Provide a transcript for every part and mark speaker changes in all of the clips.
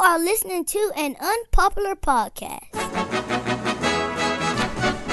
Speaker 1: are listening to an unpopular podcast.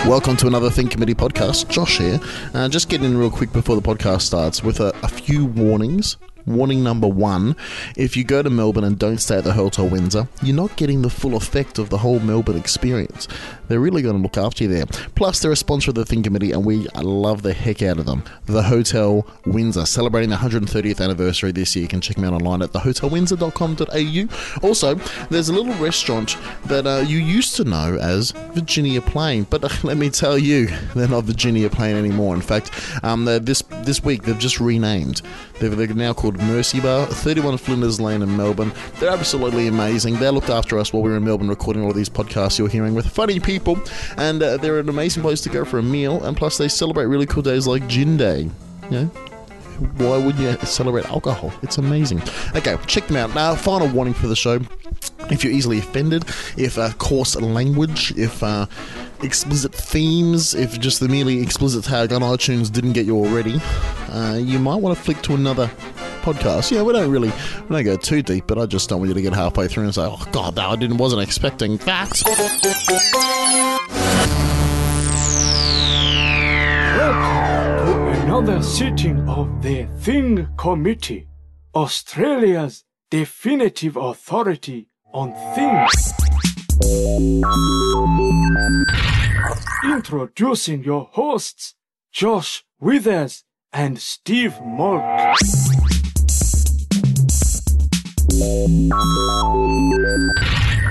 Speaker 2: Welcome to another Think Committee podcast. Josh here. Uh, just getting in real quick before the podcast starts with a, a few warnings. Warning number one if you go to Melbourne and don't stay at the Hotel Windsor, you're not getting the full effect of the whole Melbourne experience. They're really going to look after you there. Plus, they're a sponsor of the Think Committee and we love the heck out of them. The Hotel Windsor, celebrating the 130th anniversary this year. You can check them out online at thehotelwindsor.com.au. Also, there's a little restaurant that uh, you used to know as Virginia Plain, but uh, let me tell you, they're not Virginia Plain anymore. In fact, um, they're- this this week they've just renamed. They're, they're now called Mercy Bar, 31 Flinders Lane in Melbourne. They're absolutely amazing. They looked after us while we were in Melbourne recording all of these podcasts you're hearing with funny people, and uh, they're an amazing place to go for a meal. And plus, they celebrate really cool days like Gin Day. You know, why would you celebrate alcohol? It's amazing. Okay, check them out. Now, final warning for the show. If you're easily offended, if uh, coarse language, if uh, explicit themes, if just the merely explicit tag on iTunes didn't get you already, uh, you might want to flick to another podcast. Yeah, we don't really we don't go too deep, but I just don't want you to get halfway through and say, "Oh God, no, I didn't wasn't expecting that."
Speaker 3: Welcome to another sitting of the Thing Committee, Australia's definitive authority on things. Introducing your hosts, Josh Withers and Steve Malt.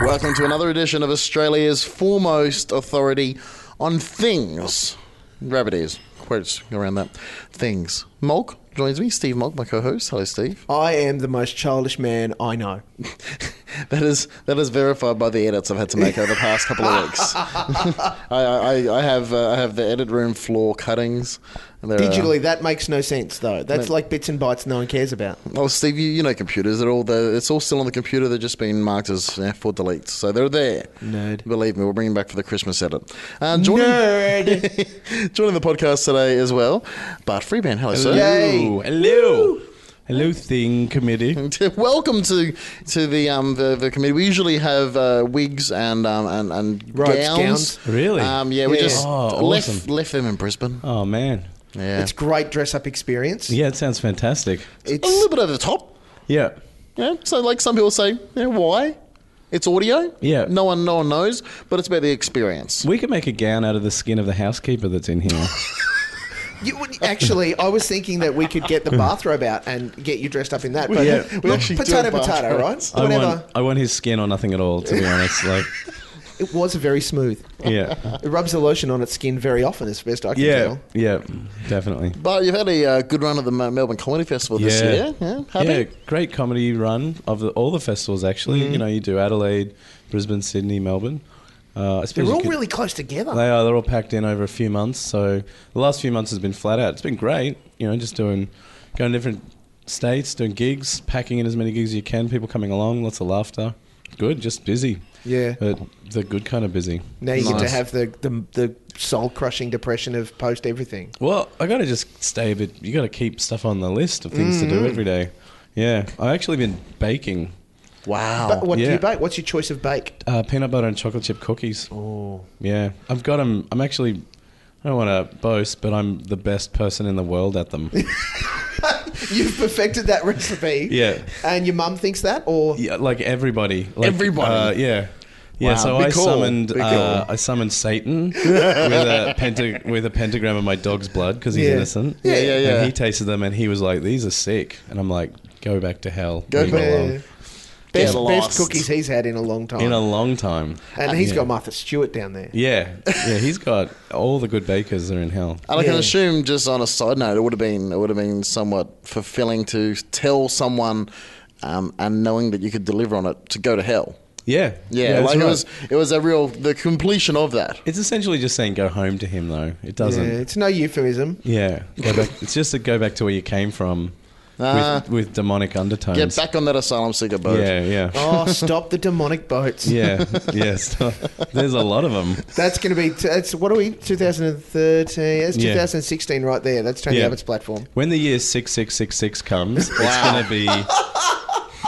Speaker 2: Welcome to another edition of Australia's foremost authority on things. Rabbit ears. Quotes around that. Things. Mulk joins me. Steve Mulk, my co-host. Hello, Steve.
Speaker 4: I am the most childish man I know.
Speaker 2: That is that is verified by the edits I've had to make over the past couple of weeks. I, I, I have uh, I have the edit room floor cuttings. um, There are-
Speaker 4: Digitally, that makes no sense, though. That's like bits and bytes no one cares about.
Speaker 2: Oh, Steve, you, you know computers. They're all the, it's all still on the computer. They're just being marked as eh, for delete. So they're there.
Speaker 4: Nerd.
Speaker 2: Believe me, we'll bring them back for the Christmas edit. Uh, joining,
Speaker 4: Nerd.
Speaker 2: joining the podcast today as well, Bart Freeman. Hello, sir.
Speaker 5: Hello. Hello. Hello, thing
Speaker 2: Mm-hmm.
Speaker 5: committee.
Speaker 2: uh, Welcome to to the um the, the committee. We usually have uh, wigs and um and and
Speaker 4: Robes,
Speaker 2: gowns.
Speaker 4: gowns.
Speaker 5: Really?
Speaker 2: Um, yeah, we
Speaker 4: Yeah.
Speaker 2: just
Speaker 5: Oh,
Speaker 2: left
Speaker 5: awesome.
Speaker 2: left them in Brisbane.
Speaker 5: Oh man.
Speaker 2: Yeah,
Speaker 4: it's great dress up experience.
Speaker 5: Yeah, it sounds fantastic.
Speaker 2: a
Speaker 4: It's
Speaker 2: little bit over the top.
Speaker 5: Yeah.
Speaker 2: Yeah. So like some people say, yeah, why? It's audio.
Speaker 5: Yeah.
Speaker 2: No one no one knows, but it's about the experience.
Speaker 5: We could make a gown out of the skin of the housekeeper that's in here.
Speaker 4: you, would- actually. I was thinking that we could get the bathrobe out and get you dressed up in that. But
Speaker 2: Yeah, we
Speaker 4: Look,
Speaker 2: actually do
Speaker 4: potato,
Speaker 2: a bathrobe.
Speaker 4: potato, right?
Speaker 5: I
Speaker 4: Whatever.
Speaker 5: want I want his skin or nothing at all, to be honest. Like
Speaker 4: It was very smooth.
Speaker 5: Yeah.
Speaker 4: It rubs the lotion on its skin very often, as best I can
Speaker 5: Yeah.
Speaker 4: tell.
Speaker 5: Yeah. Definitely.
Speaker 2: But you've had a uh, good run of the Mel- Melbourne Comedy Festival this
Speaker 5: Yeah.
Speaker 2: year. Yeah. Happy.
Speaker 5: Yeah, great comedy run of the, all the festivals actually. You know, you do Adelaide, Brisbane, Sydney, Melbourne. Uh, I suppose
Speaker 4: They're
Speaker 5: you
Speaker 4: all
Speaker 5: could-
Speaker 4: really close together.
Speaker 5: They are. They're all packed in over a few months. So the last few months has been flat out. It's been great. You know, just doing, going to different states, doing gigs, packing in as many gigs as you can. People coming along, lots of laughter. Good, just busy.
Speaker 4: Yeah.
Speaker 5: But the good kind of busy.
Speaker 4: now you get to
Speaker 5: Nice.
Speaker 4: have the the, the soul crushing depression of post everything.
Speaker 5: Well, I got to just stay a bit. You got to keep stuff on the list of things to do
Speaker 4: Mm.
Speaker 5: every day. Yeah, I've actually been baking
Speaker 2: Wow.
Speaker 4: But what do
Speaker 5: yeah.
Speaker 4: you bake? What's your choice of bake?
Speaker 5: uh, peanut butter and chocolate chip cookies.
Speaker 4: Oh.
Speaker 5: Yeah, I've got them. I'm actually. I don't want to boast, but I'm the best person in the world at them.
Speaker 4: You've perfected that recipe.
Speaker 5: Yeah.
Speaker 4: And your mum thinks that, or
Speaker 5: Yeah, like everybody. Like,
Speaker 2: Everybody.
Speaker 5: Uh, yeah. Yeah,
Speaker 2: Wow.
Speaker 5: so
Speaker 2: Be
Speaker 5: I
Speaker 2: cool.
Speaker 5: summoned
Speaker 2: Be
Speaker 5: uh,
Speaker 2: cool.
Speaker 5: I summoned Satan with a penta- with a pentagram of my dog's blood because he's
Speaker 4: Yeah.
Speaker 5: innocent.
Speaker 2: Yeah, yeah, yeah.
Speaker 5: And he tasted them and he was like, "These are sick," and I'm like, "Go back to hell."
Speaker 2: Go
Speaker 5: leave me
Speaker 2: back-
Speaker 5: alone."
Speaker 4: best,
Speaker 2: Get
Speaker 4: best
Speaker 2: lost.
Speaker 4: cookies he's had in a long time.
Speaker 5: In a long time.
Speaker 4: and he's
Speaker 5: yeah.
Speaker 4: got Martha Stewart down there.
Speaker 5: Yeah, yeah, he's got all the good bakers are in hell.
Speaker 2: And I can
Speaker 4: Yeah.
Speaker 2: assume, just on a side note, it would have been it would have been somewhat fulfilling to tell someone, um, and knowing that you could deliver on it to go to hell.
Speaker 5: Yeah,
Speaker 2: Yeah,
Speaker 5: that's
Speaker 2: like it
Speaker 5: right.
Speaker 2: was it was a real the completion of that.
Speaker 5: It's essentially just saying go home to him though. It doesn't.
Speaker 4: Yeah, it's no euphemism.
Speaker 5: Yeah, go back. it's just to go back to where you came from
Speaker 2: Ah.
Speaker 5: with, with demonic undertones.
Speaker 2: Get back on that asylum seeker boat.
Speaker 5: Yeah, yeah.
Speaker 4: Oh, stop the demonic boats.
Speaker 5: Yeah, yes. There's a lot of them.
Speaker 4: That's going to be. T- that's what are we? 2013. That's
Speaker 5: Yeah.
Speaker 4: 2016 right there. That's Tony
Speaker 5: Yeah.
Speaker 4: Abbott's platform.
Speaker 5: When the year 6666 comes, it's going to be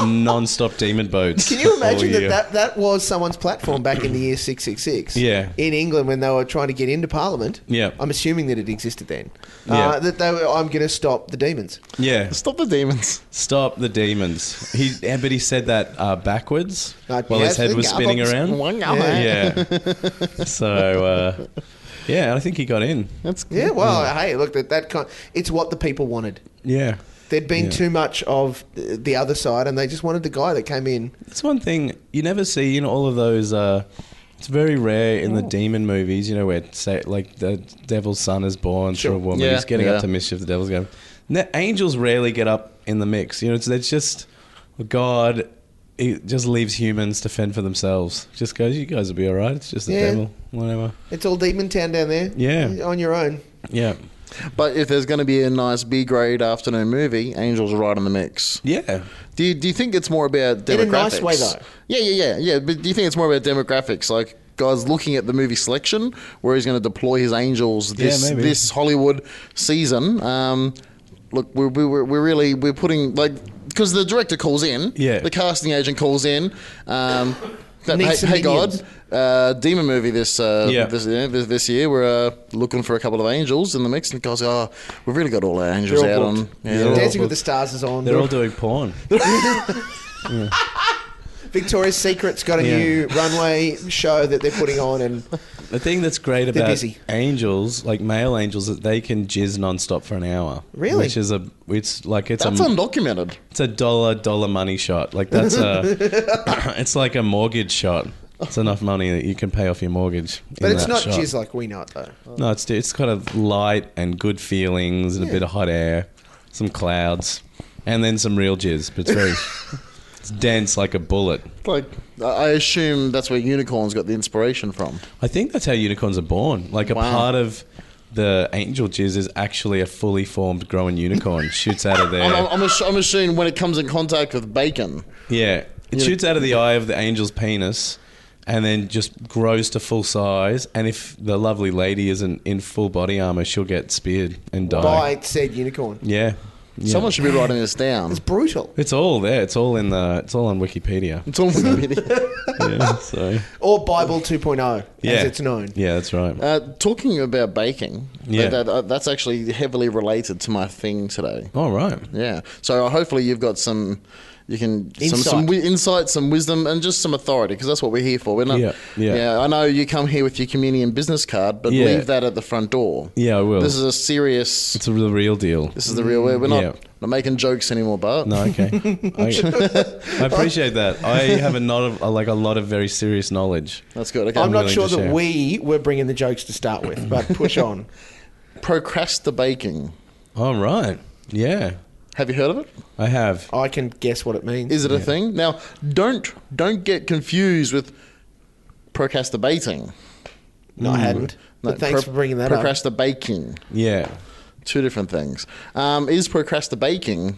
Speaker 5: non-stop demon boats.
Speaker 4: Can you
Speaker 5: all
Speaker 4: imagine that,
Speaker 5: year.
Speaker 4: that that was someone's platform back in the year 666?
Speaker 5: Yeah.
Speaker 4: In England when they were trying to get into Parliament.
Speaker 5: Yeah.
Speaker 4: I'm assuming that it existed then.
Speaker 5: Yeah.
Speaker 4: Uh, that they were, I'm going to stop the demons.
Speaker 5: Yeah,
Speaker 2: Stop the demons.
Speaker 5: stop the demons. He, yeah, but he said that uh, backwards
Speaker 4: Like,
Speaker 5: while his
Speaker 4: yes,
Speaker 5: head
Speaker 4: the
Speaker 5: was spinning
Speaker 4: goblins
Speaker 5: around. Yeah. so, uh, yeah, I think he got in.
Speaker 2: That's
Speaker 4: Yeah, well, hey, look, that, that kind, it's what the people wanted.
Speaker 5: Yeah.
Speaker 4: There'd been
Speaker 5: Yeah.
Speaker 4: too much of uh, the other side, and they just wanted the guy that came in.
Speaker 5: That's one thing you never see in all of those. Uh, it's very rare in the demon movies, you know, where say like the devil's son is born
Speaker 4: Sure.
Speaker 5: through a woman.
Speaker 2: Yeah.
Speaker 5: He's getting
Speaker 2: Yeah.
Speaker 5: up to mischief. The devil's going. No, angels rarely get up in the mix. You know, it's, it's just God. He just leaves humans to fend for themselves. Just goes, you guys will be all right. It's just the
Speaker 4: Yeah.
Speaker 5: devil, whatever.
Speaker 4: It's all Demon Town down there.
Speaker 5: Yeah.
Speaker 4: On your own.
Speaker 5: Yeah,
Speaker 2: But if there's going to be a nice B grade afternoon movie, Angels are right in the mix.
Speaker 5: yeah.
Speaker 2: Do you, do you think it's more about demographics?
Speaker 4: In a nice way, though.
Speaker 2: Yeah, yeah, yeah, yeah. But do you think it's more about demographics? Like guys looking at the movie selection, where he's going to deploy his angels this
Speaker 5: maybe.
Speaker 2: this Hollywood season. Um, look, we're, we're we're really we're putting like because the director calls in,
Speaker 5: Yeah.
Speaker 2: the casting agent calls in. Um, that,
Speaker 4: Need
Speaker 2: hey,
Speaker 4: some
Speaker 2: hey God,
Speaker 4: minions.
Speaker 2: uh, demon movie this uh,
Speaker 5: Yeah.
Speaker 2: this, yeah, this this year. We're uh, looking for a couple of angels in the mix, and guys, oh, we've really got all our angels
Speaker 4: They're
Speaker 2: out
Speaker 4: all
Speaker 2: on.
Speaker 4: booked.
Speaker 2: Yeah, they're all-
Speaker 4: Dancing with the Stars is on.
Speaker 5: They're all doing porn.
Speaker 4: Victoria's Secret's got a
Speaker 5: Yeah.
Speaker 4: new runway show that they're putting on, and
Speaker 5: The thing that's great about
Speaker 4: busy.
Speaker 5: angels, like male angels, that they can jizz nonstop for an hour.
Speaker 4: Really?
Speaker 5: Which is a, it's like it's
Speaker 2: that's
Speaker 5: a,
Speaker 2: undocumented.
Speaker 5: it's a dollar dollar money shot. Like that's a, it's like a mortgage shot. It's enough money that you can pay off your mortgage.
Speaker 4: but
Speaker 5: in
Speaker 4: it's
Speaker 5: that
Speaker 4: not
Speaker 5: shot. Oh,
Speaker 4: jizz like we know it though.
Speaker 5: No, it's it's kind of light and good feelings and a bit of hot air, some clouds, and then some real jizz. But it's very, it's dense like a bullet.
Speaker 2: Like, I I assume that's where unicorns got the inspiration from.
Speaker 5: I think that's how unicorns are born. Like a
Speaker 2: Wow.
Speaker 5: part of the angel jizz is actually a fully formed, growing unicorn shoots out of
Speaker 2: I'm,
Speaker 4: Oh,
Speaker 2: I'm,
Speaker 5: there.
Speaker 2: I'm, assu- I'm assuming when it comes in contact with bacon.
Speaker 5: Yeah, it shoots out of the eye of the angel's penis, and then just grows to full size. And if the lovely lady isn't in full body armor, she'll get speared and die.
Speaker 4: By said unicorn,
Speaker 5: Yeah, Yeah.
Speaker 2: Someone should be writing this down.
Speaker 4: it's brutal.
Speaker 5: It's all there. It's all in the. It's all on Wikipedia.
Speaker 2: It's all Wikipedia.
Speaker 5: yeah, so
Speaker 4: Or Bible 2.0,
Speaker 5: yeah,
Speaker 4: as it's known.
Speaker 5: Yeah, that's right.
Speaker 2: Uh, talking about baking, uh,
Speaker 5: Yeah.
Speaker 2: that, that- that's actually heavily related to my thing today.
Speaker 5: all right.
Speaker 2: Yeah. So uh, hopefully you've got some, you can some
Speaker 4: Insight.
Speaker 2: some wi- insight, some wisdom, and just some authority because that's what we're here for. We're not.
Speaker 5: Yeah, yeah.
Speaker 2: I know you come here with your communion business card, but
Speaker 5: Yeah.
Speaker 2: leave that at the front door.
Speaker 5: Yeah, I will.
Speaker 2: This is a serious.
Speaker 5: It's a real real deal.
Speaker 2: This is the real way. We're not,
Speaker 5: Yeah.
Speaker 2: not making jokes anymore, Bart.
Speaker 5: No, okay. I, I appreciate that. I have a not of, like a lot of very serious knowledge.
Speaker 2: That's good. Okay.
Speaker 4: I'm not
Speaker 5: willing
Speaker 4: sure
Speaker 5: to
Speaker 4: that
Speaker 5: share.
Speaker 4: we were bringing the jokes to start with, but push on.
Speaker 2: Procrastibaking.
Speaker 5: All right. Yeah,
Speaker 2: Have you heard of it?
Speaker 5: I have.
Speaker 4: I can guess what it means.
Speaker 2: Is it a thing? Now, don't don't get confused with procrastinating.
Speaker 4: no, I
Speaker 5: Mm.
Speaker 4: hadn't. but thanks for bringing that up.
Speaker 2: Procrastibaking.
Speaker 5: Yeah,
Speaker 2: Two different things. Um, is procrastibaking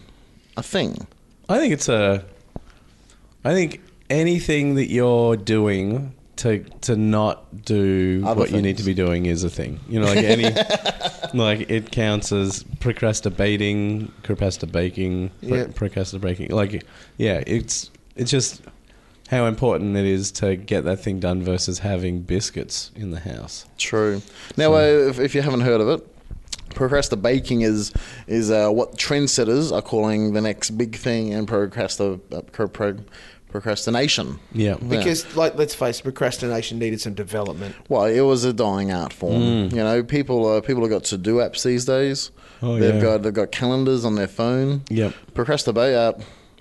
Speaker 2: a thing?
Speaker 5: I think it's a. I think anything that you're doing to to not do
Speaker 2: Other
Speaker 5: what you need
Speaker 2: things.
Speaker 5: to be doing is a thing. You know, like any, like it counts as procrastinating, procrastinating, pro-
Speaker 4: Yeah.
Speaker 5: procrastinating. Like, yeah, it's it's just how important it is to get that thing done versus having biscuits in the house.
Speaker 2: True. Now, uh, if, if you haven't heard of it, procrastinating is is uh, what trendsetters are calling the next big thing in procrasti- uh, pro- pro- procrastination.
Speaker 5: Yeah.
Speaker 4: because, like, let's face it, procrastination needed some development.
Speaker 2: Well, it was a dying art form.
Speaker 5: Mm.
Speaker 2: You know, people uh, people have got to do apps these days.
Speaker 5: Oh,
Speaker 2: they've
Speaker 5: yeah.
Speaker 2: got they've got calendars on their phone.
Speaker 5: Yep.
Speaker 2: Procrastinate. Uh,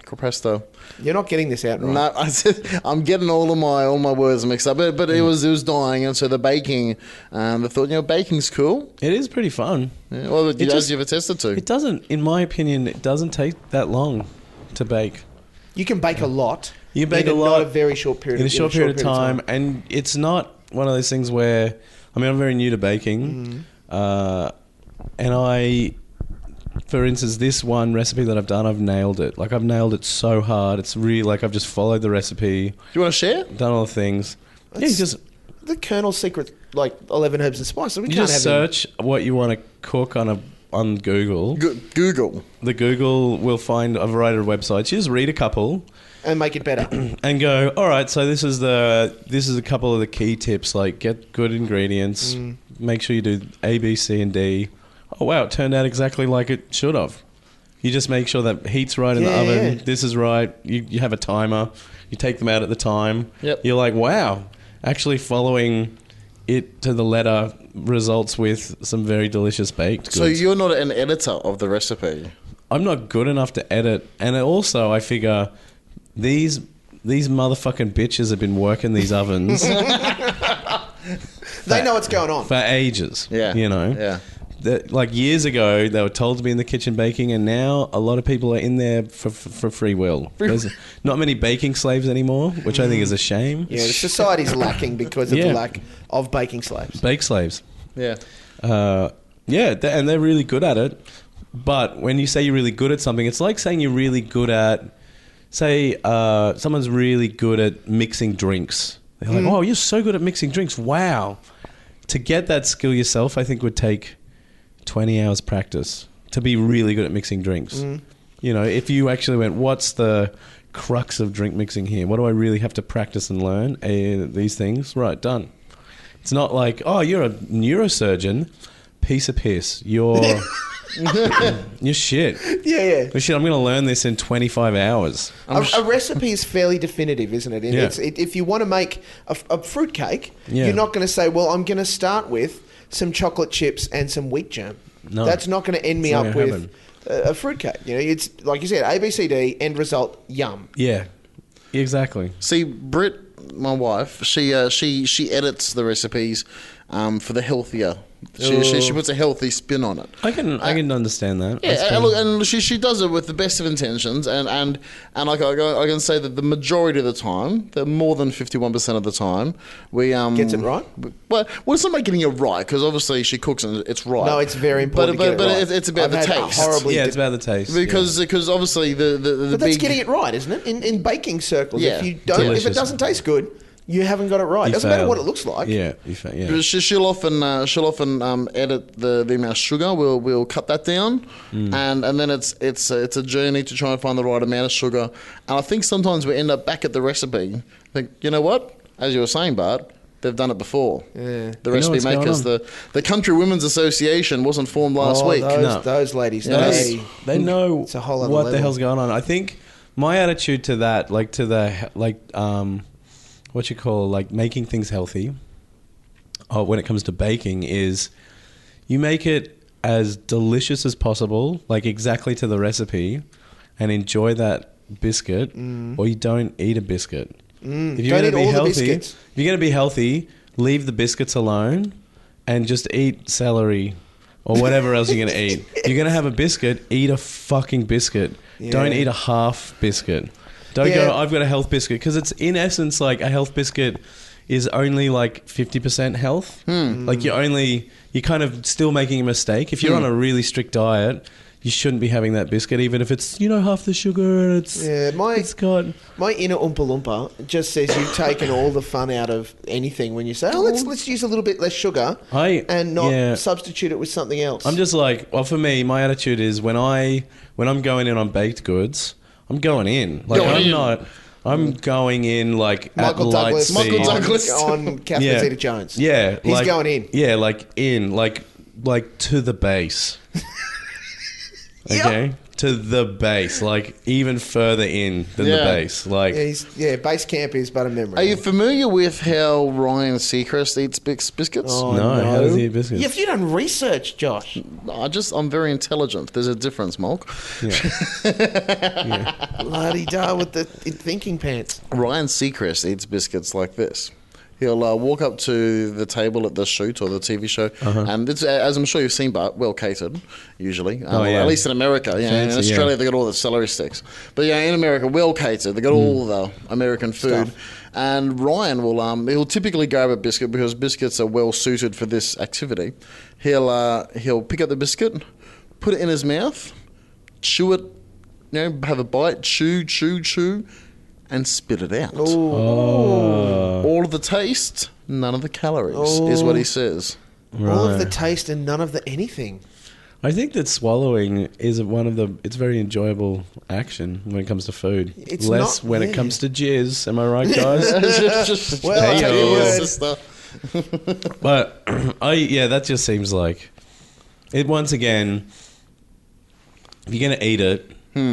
Speaker 2: procrasta.
Speaker 4: You're not getting this out right.
Speaker 2: No, I said, I'm getting all of my all my words mixed up. But, but
Speaker 5: Mm.
Speaker 2: it was it was dying, and so the baking. Um, they thought you know baking's cool.
Speaker 5: It is pretty fun.
Speaker 2: Yeah, well, you guys
Speaker 5: just-
Speaker 2: you've attested to.
Speaker 5: It doesn't, in my opinion, it doesn't take that long to bake.
Speaker 4: You can bake a lot.
Speaker 5: You bake
Speaker 4: in
Speaker 5: a
Speaker 4: not
Speaker 5: lot
Speaker 4: a very short period.
Speaker 5: in a short, period, of time, and it's not one of those things where I mean I'm very new to baking, uh, and I, for instance, this one recipe that I've done, I've nailed it. Like I've nailed it so hard. It's really like I've just followed the recipe,
Speaker 2: you want to share?
Speaker 5: done all the things. yeah, you
Speaker 4: That's-
Speaker 5: just
Speaker 4: The Colonel's secret, like eleven herbs and spices. We
Speaker 5: you
Speaker 4: can't
Speaker 5: just
Speaker 4: have them.
Speaker 5: search what you want to cook on a on Google,
Speaker 2: Go- Google.
Speaker 5: the Google will find a variety of websites. You just read a couple
Speaker 4: and make it better.
Speaker 5: and go, all right. So this is the this is a couple of the key tips. Like get good ingredients.
Speaker 2: Mm.
Speaker 5: Make sure you do A, B, C, and D. Oh wow, it turned out exactly like it should have. You just make sure that heat's right in the
Speaker 4: Yeah,
Speaker 5: oven.
Speaker 4: yeah.
Speaker 5: This is right. You you have a timer. You take them out at the time.
Speaker 2: Yep.
Speaker 5: You're like, wow, actually following it to the letter results with some very delicious baked goods.
Speaker 2: So you're not an editor of the recipe.
Speaker 5: I'm not good enough to edit, and also I figure these these motherfucking bitches have been working these ovens
Speaker 4: They know what's going on.
Speaker 5: for ages.
Speaker 2: Yeah.
Speaker 5: you know.
Speaker 2: Yeah.
Speaker 5: That, like years ago, they were told to be in the kitchen baking, and now a lot of people are in there for, for, for free will. There's not many baking slaves anymore, which I think is a shame.
Speaker 4: Yeah, society's lacking because of
Speaker 5: Yeah.
Speaker 4: the lack of baking slaves.
Speaker 5: Bake slaves.
Speaker 2: Yeah.
Speaker 5: Uh, yeah, th- and they're really good at it. But when you say you're really good at something, it's like saying you're really good at, say, uh, someone's really good at mixing drinks. They're like, oh, you're so good at mixing drinks. Wow. To get that skill yourself, I think would take 20 hours practice to be really good at mixing drinks.
Speaker 4: Mm.
Speaker 5: You know, if you actually went, what's the crux of drink mixing here? What do I really have to practice and learn? Eh, these things. Right, done. It's not like, oh, you're a neurosurgeon. Piece of piss. You're. you're shit.
Speaker 4: Yeah, yeah.
Speaker 5: You're shit. I'm going to learn this in 25 hours.
Speaker 4: A, a recipe is fairly definitive, isn't it? And
Speaker 5: Yeah.
Speaker 4: It's, it if you want to make a, f- a fruitcake,
Speaker 5: Yeah.
Speaker 4: you're not going to say, well, I'm going to start with some chocolate chips and some wheat jam.
Speaker 5: No.
Speaker 4: That's not going to end me
Speaker 5: It's not
Speaker 4: up
Speaker 5: gonna
Speaker 4: with a, a fruitcake. You know, it's like you said, A, B, C, D, end result, yum.
Speaker 5: Yeah. Exactly.
Speaker 2: See, Brit, my wife, she uh, she she edits the recipes um, for the healthier. She, she, she puts a healthy spin on it.
Speaker 5: I can
Speaker 4: Uh,
Speaker 5: I can understand that. That's
Speaker 2: Yeah, and,
Speaker 5: fair.
Speaker 2: and look, and she, she does it with the best of intentions, and and and like I, go- I can say that the majority of the time, the more than fifty one percent of the time, we um
Speaker 4: Gets it right?
Speaker 2: Well, well, it's not about getting it right because obviously she cooks and it's right.
Speaker 4: No, it's very important
Speaker 2: But
Speaker 4: to get it
Speaker 2: but, but
Speaker 4: right.
Speaker 2: it's, it's about
Speaker 4: I've
Speaker 2: the
Speaker 4: had a
Speaker 2: taste.
Speaker 4: horrible-
Speaker 5: yeah, it's about the taste.
Speaker 2: because because obviously the the, the
Speaker 4: But that's
Speaker 2: big-
Speaker 4: getting it right, isn't it? In, in baking circles,
Speaker 2: Yeah.
Speaker 4: if you don't, if
Speaker 5: Delicious.
Speaker 4: it doesn't taste good, you haven't got it right.
Speaker 5: yeah.
Speaker 4: It
Speaker 5: You
Speaker 4: doesn't matter
Speaker 5: failed.
Speaker 4: what it looks like.
Speaker 5: Yeah, you fa- yeah.
Speaker 2: She, she'll often uh, she'll often um, edit the, the amount of sugar. We'll we'll cut that down,
Speaker 5: Mm.
Speaker 2: and and then it's it's a, it's a journey to try and find the right amount of sugar. And I think sometimes we end up back at the recipe. Think you know what? As you were saying, Bart, they've done it before. The
Speaker 5: They know
Speaker 2: recipe
Speaker 5: what's going
Speaker 2: makers,
Speaker 5: on.
Speaker 2: the the Country Women's Association wasn't formed last
Speaker 4: Oh,
Speaker 2: week.
Speaker 4: Those,
Speaker 5: No.
Speaker 4: those ladies,
Speaker 2: Yeah, that's-
Speaker 4: they,
Speaker 5: they know
Speaker 4: It's a whole other
Speaker 5: what the
Speaker 4: level.
Speaker 5: hell's going on. I think my attitude to that, like to the like, um, what you call like making things healthy, or when it comes to baking, is you make it as delicious as possible, like exactly to the recipe, and enjoy that biscuit, or you don't eat a biscuit. If
Speaker 4: Mm. Don't
Speaker 5: gonna
Speaker 4: eat all the biscuits.
Speaker 5: if you're going to be healthy, leave the biscuits alone and just eat celery or whatever else you're going to eat. You're going to have a biscuit, eat a fucking biscuit. Don't
Speaker 4: Yeah.
Speaker 5: eat a half biscuit. Don't go,
Speaker 4: Yeah.
Speaker 5: I've got a health biscuit. Because it's in essence like a health biscuit is only like 50% health.
Speaker 4: Hmm.
Speaker 5: Like you're only, you're kind of still making a mistake. If you're on a really strict diet, you shouldn't be having that biscuit, even if it's, you know, half the sugar and it's,
Speaker 4: Yeah, my-
Speaker 5: it's got.
Speaker 4: My inner Oompa Loompa just says you've taken all the fun out of anything when you say, "Oh, let's let's use a little bit less sugar
Speaker 5: I-
Speaker 4: and not
Speaker 5: yeah.
Speaker 4: substitute it with something else."
Speaker 5: I'm just like, well, for me, my attitude is when I when I'm going in on baked goods, I'm going in. Like
Speaker 2: Going
Speaker 5: I'm
Speaker 2: in.
Speaker 5: not. I'm going in like
Speaker 4: Michael
Speaker 5: at
Speaker 4: Douglas,
Speaker 5: light speed.
Speaker 2: Michael
Speaker 4: on-
Speaker 2: Douglas.
Speaker 4: on Catherine
Speaker 5: yeah.
Speaker 4: Jones.
Speaker 5: Yeah,
Speaker 4: he's
Speaker 5: like-
Speaker 4: going in.
Speaker 5: Yeah, like in, like like to the base. okay, to the base, like even further in than the
Speaker 2: Yeah.
Speaker 5: base. Like
Speaker 4: Yeah, he's, yeah, base camp is but a memory.
Speaker 2: Are you familiar with how Ryan Seacrest eats bis- biscuits?
Speaker 4: Oh,
Speaker 5: no, how does he eat biscuits?
Speaker 4: Yeah, if you done research, Josh,
Speaker 2: I just I'm very intelligent. There's a difference, Mulk.
Speaker 4: bloody da with the thinking pants.
Speaker 2: Ryan Seacrest eats biscuits like this. He'll uh, walk up to the table at the shoot or the TV show,
Speaker 5: Uh-huh.
Speaker 2: and it's, as I'm sure you've seen, but well catered usually. Um,
Speaker 5: Oh, yeah.
Speaker 2: At least in America. Yeah,
Speaker 5: Fancy,
Speaker 2: in Australia
Speaker 5: yeah.
Speaker 2: they got all the celery sticks, but yeah, in America well catered. They
Speaker 4: Hmm.
Speaker 2: got all the American food, and Ryan will um he'll typically grab a biscuit because biscuits are well suited for this activity. He'll uh, he'll pick up the biscuit, put it in his mouth, chew it, you know, have a bite, chew, chew, chew, and spit it out all of the taste, none of the calories, is what he says.
Speaker 4: All of
Speaker 5: Right.
Speaker 4: the taste and none of the anything.
Speaker 5: I think that swallowing is one of the. It's very enjoyable action when it comes to food.
Speaker 4: It's
Speaker 5: Less
Speaker 4: not-
Speaker 5: when
Speaker 4: yeah.
Speaker 5: it comes to jizz. Am I right, guys?
Speaker 4: Well, I'll tell you
Speaker 5: Hey-o.
Speaker 4: what.
Speaker 2: Sister.
Speaker 5: but I yeah, that just seems like it. Once again, if you're gonna eat it,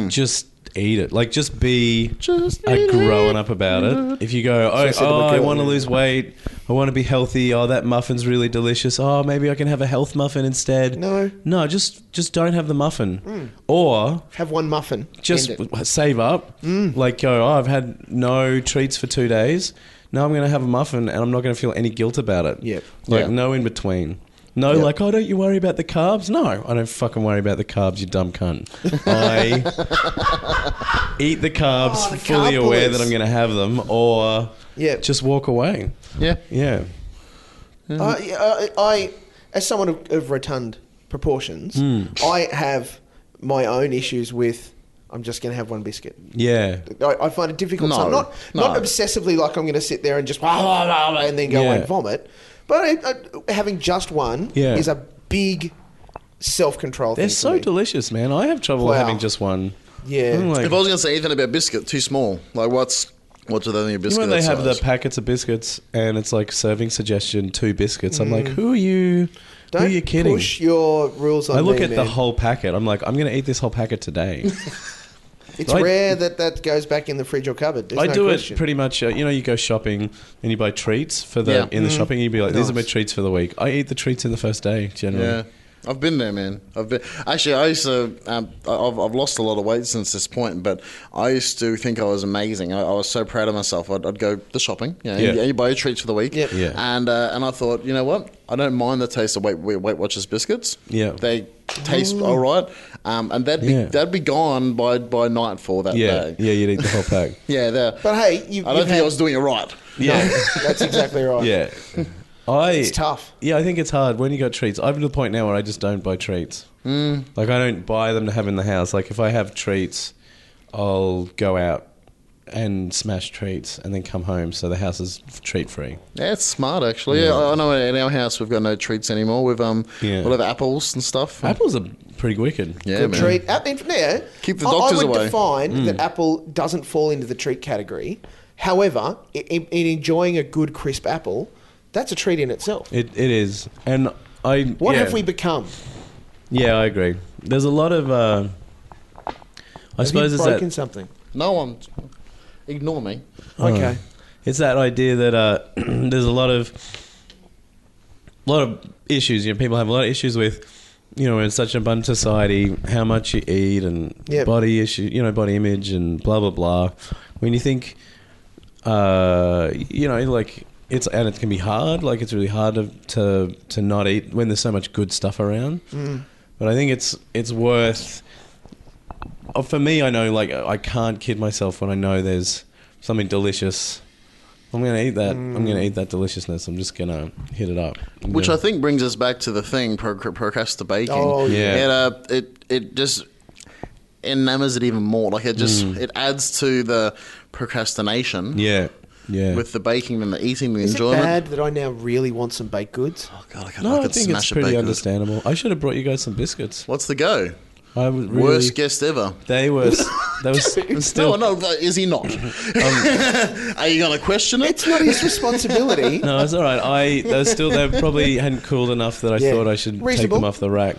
Speaker 5: just eat it. Like just be
Speaker 2: Just
Speaker 5: a
Speaker 2: eat it.
Speaker 5: growing up about it. If you go, oh,
Speaker 4: I said to
Speaker 5: oh
Speaker 4: my
Speaker 5: I
Speaker 4: girl,
Speaker 5: want to
Speaker 4: yeah.
Speaker 5: lose weight, I want to be healthy. Oh, that muffin's really delicious. Oh, maybe I can have a health muffin instead.
Speaker 4: No.
Speaker 5: no, just just don't have the muffin. Or
Speaker 4: Have one muffin.
Speaker 5: just
Speaker 4: End it. Mm.
Speaker 5: w- save up. Like go, oh, I've had no treats for two days. Now I'm going to have a muffin, and I'm not going to feel any guilt about it.
Speaker 4: Yep.
Speaker 5: Like
Speaker 2: Yeah.
Speaker 5: no in between. No,
Speaker 2: Yep.
Speaker 5: like, oh, don't you worry about the carbs? No, I don't fucking worry about the carbs, you dumb cunt. I eat the carbs,
Speaker 4: Oh, the
Speaker 5: fully
Speaker 4: carb
Speaker 5: aware
Speaker 4: bullets.
Speaker 5: that I'm going to have them, or
Speaker 4: Yeah.
Speaker 5: just walk away.
Speaker 2: Yeah.
Speaker 5: Yeah. Mm-hmm.
Speaker 4: I, I, Uh, I, as someone of, of rotund proportions,
Speaker 5: Mm.
Speaker 4: I have my own issues with. I'm just going to have one biscuit.
Speaker 5: Yeah.
Speaker 4: I, I find it difficult. so
Speaker 2: No,
Speaker 4: I'm not not
Speaker 2: no.
Speaker 4: obsessively like I'm going to sit there and just blah, blah, blah, blah, and then go
Speaker 5: Yeah.
Speaker 4: and vomit. But I, I, having just one
Speaker 5: Yeah.
Speaker 4: is a big self control.
Speaker 5: They're
Speaker 4: thing
Speaker 5: so
Speaker 4: for me.
Speaker 5: delicious, man. I have trouble
Speaker 4: Wow.
Speaker 5: having just one.
Speaker 4: Yeah.
Speaker 5: I'm like-
Speaker 2: If I was going to say anything about biscuit, too small. Like, what's what's with only a
Speaker 5: You
Speaker 2: biscuit?
Speaker 5: know when they
Speaker 2: that
Speaker 5: have the
Speaker 2: size?
Speaker 5: packets of biscuits and it's like serving suggestion two biscuits. I'm like, who are you?
Speaker 4: Mm. Don't
Speaker 5: who are you kidding?
Speaker 4: push your rules on
Speaker 5: I look
Speaker 4: me,
Speaker 5: at the
Speaker 4: man.
Speaker 5: whole packet. I'm like, I'm going to eat this whole packet today.
Speaker 4: It's
Speaker 5: I-
Speaker 4: rare that that goes back in the fridge or cupboard. There's
Speaker 5: I
Speaker 4: no
Speaker 5: do
Speaker 4: question.
Speaker 5: it pretty much. Uh, you know, you go shopping and you buy treats for the
Speaker 2: Yeah.
Speaker 5: in the shopping. You'd be like, these are my
Speaker 4: Mm. Nice.
Speaker 5: treats for the week. I eat the treats in the first day generally.
Speaker 2: Yeah. I've been there, man. I've been actually. I used to. Um, I- I've, I've lost a lot of weight since this point, but I used to think I was amazing. I, I was so proud of myself. I'd, I'd go the shopping. You know,
Speaker 5: Yeah.
Speaker 2: and you buy your treats for the week.
Speaker 4: Yep.
Speaker 5: Yeah.
Speaker 2: And uh, and I thought, you know what? I don't mind the taste of Weight, weight Watchers biscuits.
Speaker 5: Yeah.
Speaker 2: They taste all right. Um, and that'd be
Speaker 5: Yeah.
Speaker 2: that'd be gone by by nightfall that
Speaker 5: yeah,
Speaker 2: day.
Speaker 5: yeah. You'd eat the whole pack.
Speaker 2: Yeah. There.
Speaker 4: But hey, you,
Speaker 2: I don't
Speaker 4: you've
Speaker 2: think
Speaker 4: had,
Speaker 2: I was doing it right.
Speaker 5: yeah.
Speaker 4: That's exactly right.
Speaker 5: Yeah. I,
Speaker 4: It's tough.
Speaker 5: Yeah, I think it's hard when you got treats. I'm to the point now where I just don't buy treats. Mm. Like I don't buy them to have in the house. Like if I have treats, I'll go out and smash treats and then come home so the house is treat free.
Speaker 4: Mm.
Speaker 2: Yeah, it's smart actually. Yeah. I I know in our house we've got no treats anymore. We've um,
Speaker 5: Yeah.
Speaker 2: we'll have apples and stuff.
Speaker 5: Apples are pretty wicked.
Speaker 2: Yeah,
Speaker 4: Good
Speaker 2: man.
Speaker 4: treat. I mean, yeah.
Speaker 2: Keep the
Speaker 4: I-
Speaker 2: doctors
Speaker 4: I would
Speaker 2: away. Mm.
Speaker 4: define that apple doesn't fall into the treat category. However, in, in enjoying a good crisp apple, that's a treat in itself.
Speaker 5: It it is. And I
Speaker 4: What
Speaker 5: yeah.
Speaker 4: have we become?
Speaker 5: Yeah, I agree. There's a lot of uh I
Speaker 4: Have you
Speaker 5: suppose it's
Speaker 4: broken
Speaker 5: that
Speaker 4: something.
Speaker 2: No one. Ignore me.
Speaker 4: Okay.
Speaker 5: It's that idea that uh, there's a lot of lot of issues. You know, people have a lot of issues with you know, we're in such an abundant society, how much you eat and
Speaker 4: Yep.
Speaker 5: body issue, you know, body image and blah blah blah. When you think, uh, you know, like it's and it can be hard. Like it's really hard to to, to not eat when there's so much good stuff around. But I think it's it's worth. oh, For me, I know like I can't kid myself when I know there's something delicious. I'm gonna eat that. I'm gonna eat that deliciousness. I'm just gonna hit it up.
Speaker 2: Mm. Which
Speaker 5: Yeah.
Speaker 2: I think brings us back to the thing pro- procrastinating.
Speaker 4: Oh,
Speaker 5: yeah.
Speaker 2: It uh, it it just enamors it even more. Like it just it adds to the procrastination.
Speaker 5: Mm. yeah, yeah.
Speaker 2: With the baking and the eating, the
Speaker 4: Is it
Speaker 2: enjoyment.
Speaker 4: bad that I now really want some baked goods?
Speaker 2: Oh god, I, could,
Speaker 5: no,
Speaker 2: I
Speaker 5: I,
Speaker 2: could
Speaker 5: think
Speaker 2: smash
Speaker 5: it's
Speaker 2: a
Speaker 5: pretty
Speaker 2: bacon.
Speaker 5: understandable. I should have brought you guys some biscuits.
Speaker 2: What's the go?
Speaker 5: I would really,
Speaker 2: Worst guest ever.
Speaker 5: They were. s- They were
Speaker 2: No,
Speaker 5: still. Um,
Speaker 2: no, no, is he not? Are you going to question it?
Speaker 4: It's not his responsibility.
Speaker 5: No, it's all right. I they were still they probably hadn't cooled enough that I
Speaker 4: Yeah.
Speaker 5: thought I should take
Speaker 4: Reasonable.
Speaker 5: them off the rack.